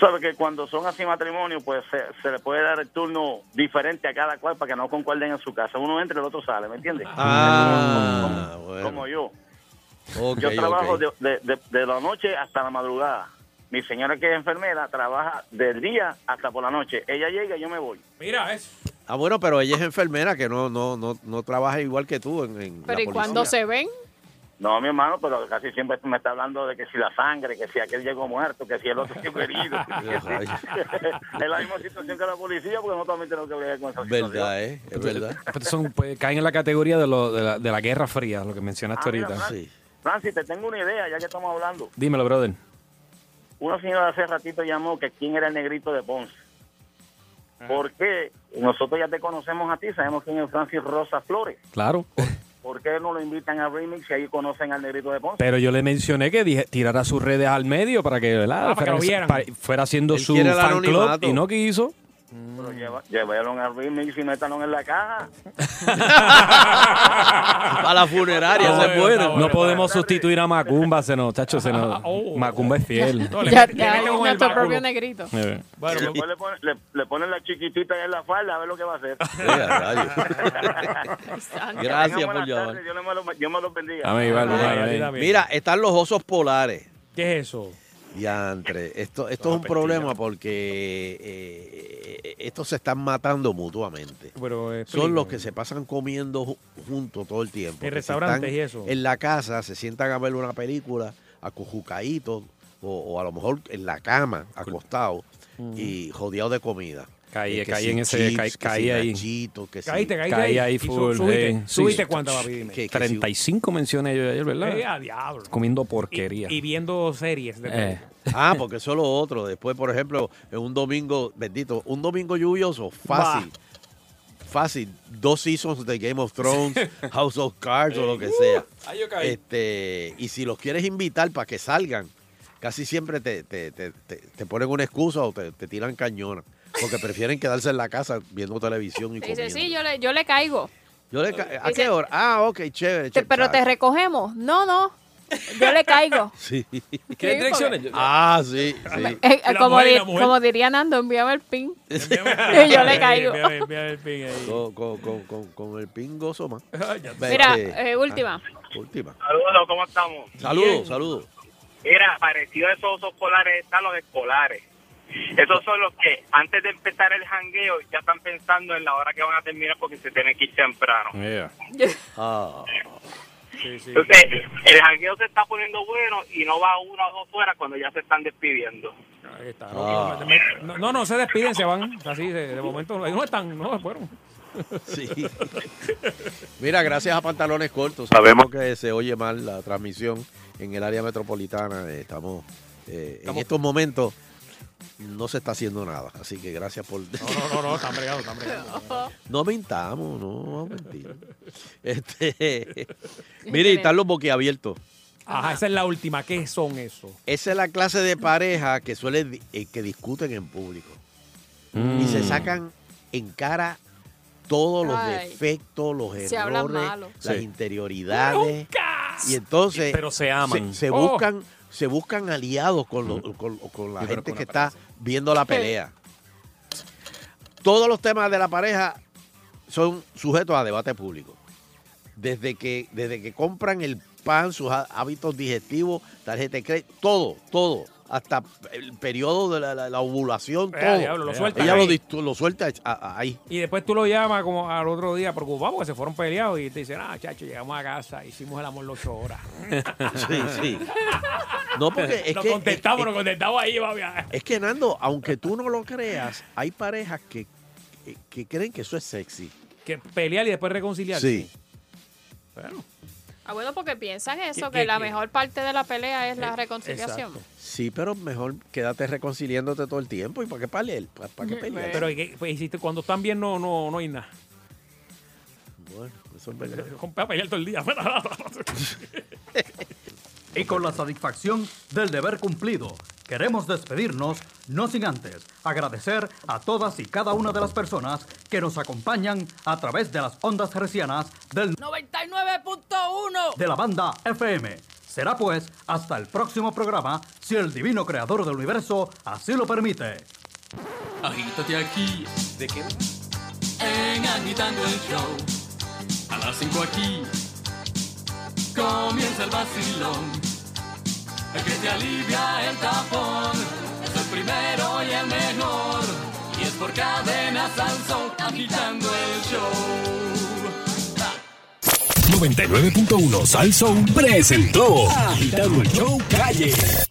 [SPEAKER 25] Sabe que cuando son así matrimonios, pues se, se le puede dar el turno diferente a cada cual para que no concuerden en su casa. Uno entra y el otro sale, ¿me entiendes?
[SPEAKER 4] Ah, bueno.
[SPEAKER 25] Como yo.
[SPEAKER 4] Ok,
[SPEAKER 25] yo trabajo
[SPEAKER 4] ok.
[SPEAKER 25] de, de- de- de la noche hasta la madrugada. Mi señora que es enfermera trabaja del día hasta por la noche. Ella llega y yo me voy.
[SPEAKER 3] Mira, eso.
[SPEAKER 4] Ah, bueno, pero ella es enfermera que no, no, no, no trabaja igual que tú en, en
[SPEAKER 5] Pero
[SPEAKER 4] la
[SPEAKER 5] ¿y cuando
[SPEAKER 4] policía.
[SPEAKER 5] se ven?
[SPEAKER 25] No, mi hermano, pero casi siempre me está hablando de que si la sangre, que si aquel llegó muerto, que si el otro llegó herido. es la misma situación que la policía, porque no también tenemos que ver con esa situación.
[SPEAKER 4] Verdad, ¿eh? Es verdad.
[SPEAKER 6] Pero son, pues, caen en la categoría de, lo- de la, de la Guerra Fría, lo que mencionaste
[SPEAKER 25] Ah, mira,
[SPEAKER 6] ahorita.
[SPEAKER 25] Fran- Francis, te tengo una idea, ya que estamos hablando.
[SPEAKER 6] Dímelo, brother.
[SPEAKER 25] Una señora hace ratito llamó que quién era el negrito de Ponce. Porque nosotros ya te conocemos a ti, sabemos quién es Francis Rosa Flores.
[SPEAKER 6] Claro.
[SPEAKER 25] ¿Por qué no lo invitan a Remix y ahí conocen al negrito de Ponce?
[SPEAKER 6] Pero yo le mencioné que dije, tirara sus redes al medio para que, ¿verdad?
[SPEAKER 25] Ah, para que lo vieran.
[SPEAKER 6] pa- fuera haciendo
[SPEAKER 25] Él
[SPEAKER 6] su
[SPEAKER 25] quiere el
[SPEAKER 6] fan club
[SPEAKER 25] anonimato.
[SPEAKER 6] y no quiso.
[SPEAKER 4] Mm.
[SPEAKER 25] Pero lleva- llevaron a Remix y métanos en la caja.
[SPEAKER 4] A la funeraria
[SPEAKER 6] no,
[SPEAKER 4] se fueron.
[SPEAKER 6] No podemos sustituir a Macumba, se nos, chacho, se nos. Macumba es fiel.
[SPEAKER 5] Ya, ya es nuestro propio negrito.
[SPEAKER 6] Eh.
[SPEAKER 25] Bueno, después le, ponen, le- le ponen la chiquitita en la falda a ver lo que va a hacer.
[SPEAKER 4] Eh, a rayos. Gracias
[SPEAKER 25] Tengan
[SPEAKER 4] por
[SPEAKER 25] buenas
[SPEAKER 4] llamar.
[SPEAKER 25] tardes, Dios les me lo- Dios me los bendiga.
[SPEAKER 4] Amén, igual,
[SPEAKER 25] Bye.
[SPEAKER 4] igual, amén. Mira, están los osos polares.
[SPEAKER 3] ¿Qué es eso?
[SPEAKER 4] Diantre. Esto, esto es un problema porque eh, estos se están matando mutuamente.
[SPEAKER 3] Pero, eh,
[SPEAKER 4] Son
[SPEAKER 3] explícame.
[SPEAKER 4] los que se pasan comiendo ju- juntos todo el tiempo. que se
[SPEAKER 3] restaurantes
[SPEAKER 4] están
[SPEAKER 3] y eso.
[SPEAKER 4] En la casa se sientan a ver una película acojucaditos o, o a lo mejor en la cama, acostados y jodeados de comida.
[SPEAKER 6] Caí,
[SPEAKER 4] Eh, que
[SPEAKER 6] caí
[SPEAKER 4] si
[SPEAKER 6] en ese- caí-
[SPEAKER 4] chips, que
[SPEAKER 6] caí
[SPEAKER 4] si
[SPEAKER 6] ahí.
[SPEAKER 4] nachitos, que si-
[SPEAKER 3] Caíste, caíste
[SPEAKER 6] Caí ahí,
[SPEAKER 3] Y su-
[SPEAKER 6] full.
[SPEAKER 3] subiste,
[SPEAKER 6] eh.
[SPEAKER 3] subiste cuánta, papi, dime.
[SPEAKER 6] Que- que 35 mencioné yo ayer, ¿verdad?
[SPEAKER 3] Eh, a diablo.
[SPEAKER 6] Comiendo porquería.
[SPEAKER 3] Y viendo series. De
[SPEAKER 6] Eh.
[SPEAKER 4] Ah, porque eso es lo otro. Después, por ejemplo, en un domingo, bendito, un domingo lluvioso, fácil. Fácil. Dos seasons de Game of Thrones, House of Cards o lo
[SPEAKER 3] Uh,
[SPEAKER 4] que sea.
[SPEAKER 6] ahí yo caí.
[SPEAKER 4] Este, y si los quieres invitar para que salgan, casi siempre te, te- te- te- te ponen una excusa o te, te tiran cañona. Porque prefieren quedarse en la casa viendo televisión y
[SPEAKER 5] Dice,
[SPEAKER 4] comiendo.
[SPEAKER 5] sí, yo le, yo le caigo.
[SPEAKER 4] Yo le ca- ¿A qué hora? Ah, ok, chévere.
[SPEAKER 5] Te-
[SPEAKER 4] chévere.
[SPEAKER 5] pero te recogemos. No, no. Yo le caigo.
[SPEAKER 4] Sí.
[SPEAKER 5] ¿Qué Sí, direcciones? porque-
[SPEAKER 4] Ah, sí. sí.
[SPEAKER 5] Eh, eh, como, di- como diría Nando, envíame el pin. y yo le caigo.
[SPEAKER 4] Con, con- con- con- con el pin gozo más.
[SPEAKER 5] Mira,
[SPEAKER 4] Este,
[SPEAKER 5] eh, última.
[SPEAKER 4] ah, última.
[SPEAKER 8] Saludos, ¿cómo estamos?
[SPEAKER 4] Saludos, saludos.
[SPEAKER 8] Mira, parecido a esos osos polares están los escolares. Esos son los que antes de empezar el jangueo ya están pensando en la hora que van a terminar porque se tienen que ir temprano.
[SPEAKER 4] Ah.
[SPEAKER 8] Entonces, el jangueo se está poniendo bueno y no va una o dos horas cuando ya se están despidiendo.
[SPEAKER 3] Ahí está,
[SPEAKER 4] Ah.
[SPEAKER 3] ¿no? No, no, no, se despiden, se van. Así, de, de momento, no están, no se fueron.
[SPEAKER 4] Sí. Mira, gracias a pantalones cortos. Sabemos que se oye mal la transmisión en el área metropolitana. eh, Estamos, eh, en estos momentos no se está haciendo nada. Así que gracias por.
[SPEAKER 3] No, no, no, están bregados, están bregados.
[SPEAKER 4] No mintamos, no vamos a mentir. Este, mira, y están los boquiabiertos.
[SPEAKER 3] Ajá, esa es la última. ¿Qué son eso?
[SPEAKER 4] Esa es la clase de pareja que suele di- eh, que discuten en público. Y
[SPEAKER 2] Mm.
[SPEAKER 4] se sacan en cara todos los
[SPEAKER 6] Ay.
[SPEAKER 4] defectos, los
[SPEAKER 6] Se hablan
[SPEAKER 4] errores,
[SPEAKER 6] malo.
[SPEAKER 4] las
[SPEAKER 6] Sí.
[SPEAKER 4] interioridades. Y entonces
[SPEAKER 6] Pero se aman.
[SPEAKER 4] se, se
[SPEAKER 6] Oh.
[SPEAKER 4] buscan se buscan aliados con, lo- con- con la
[SPEAKER 6] Sí, pero
[SPEAKER 4] gente
[SPEAKER 6] con
[SPEAKER 4] que está viendo la pelea. Todos los temas de la pareja son sujetos a debate público. Desde que, desde que compran el pan, sus há- hábitos digestivos, tarjeta de crédito, todo, todo. Hasta el periodo de la, la- la ovulación,
[SPEAKER 3] Eh,
[SPEAKER 4] todo.
[SPEAKER 3] diablo, lo sueltan
[SPEAKER 4] Ella lo,
[SPEAKER 3] ahí.
[SPEAKER 4] dis- lo suelta a- a- ahí.
[SPEAKER 3] Y después tú lo llamas como al otro día preocupado porque se fueron peleados y te dicen, ah, chacho, llegamos a casa, hicimos el amor las ocho horas.
[SPEAKER 4] Sí, sí. No, porque es
[SPEAKER 3] Lo
[SPEAKER 4] que-
[SPEAKER 3] contestamos,
[SPEAKER 4] es-
[SPEAKER 3] lo contestamos ahí, papi.
[SPEAKER 4] Es que, Nando, aunque tú no lo creas, hay parejas que, que- que creen que eso es sexy.
[SPEAKER 3] Que pelear y después reconciliar.
[SPEAKER 4] Sí.
[SPEAKER 3] Bueno,
[SPEAKER 5] Ah, bueno, porque piensan eso, que
[SPEAKER 3] ¿Qué- qué-
[SPEAKER 5] la
[SPEAKER 3] qué?
[SPEAKER 5] mejor parte de la pelea es
[SPEAKER 4] Eh,
[SPEAKER 5] la reconciliación.
[SPEAKER 4] Sí, pero mejor quédate reconciliándote todo el tiempo. ¿Y para qué pelear? ¿Para, qué pelear?
[SPEAKER 3] pero ¿y qué? Pues, hiciste- cuando están bien no, no, no hay nada.
[SPEAKER 4] Bueno, eso es verdad.
[SPEAKER 3] Para pelear todo el día.
[SPEAKER 13] Y con la satisfacción del deber cumplido, queremos despedirnos, no sin antes agradecer a todas y cada una de las personas que nos acompañan a través de las ondas hercianas del
[SPEAKER 2] 99.1.
[SPEAKER 13] de la banda FM. Será pues hasta el próximo programa, si el divino creador del universo así lo permite.
[SPEAKER 17] Agítate aquí. ¿De qué?
[SPEAKER 2] En agitando el show.
[SPEAKER 17] A las 5 aquí.
[SPEAKER 2] Comienza el vacilón. El que te alivia el tapón es el primero y el mejor. Y es por cadena salsón agitando el show.
[SPEAKER 13] 99.1 Sal Soul presentó Agitando el Show Calle.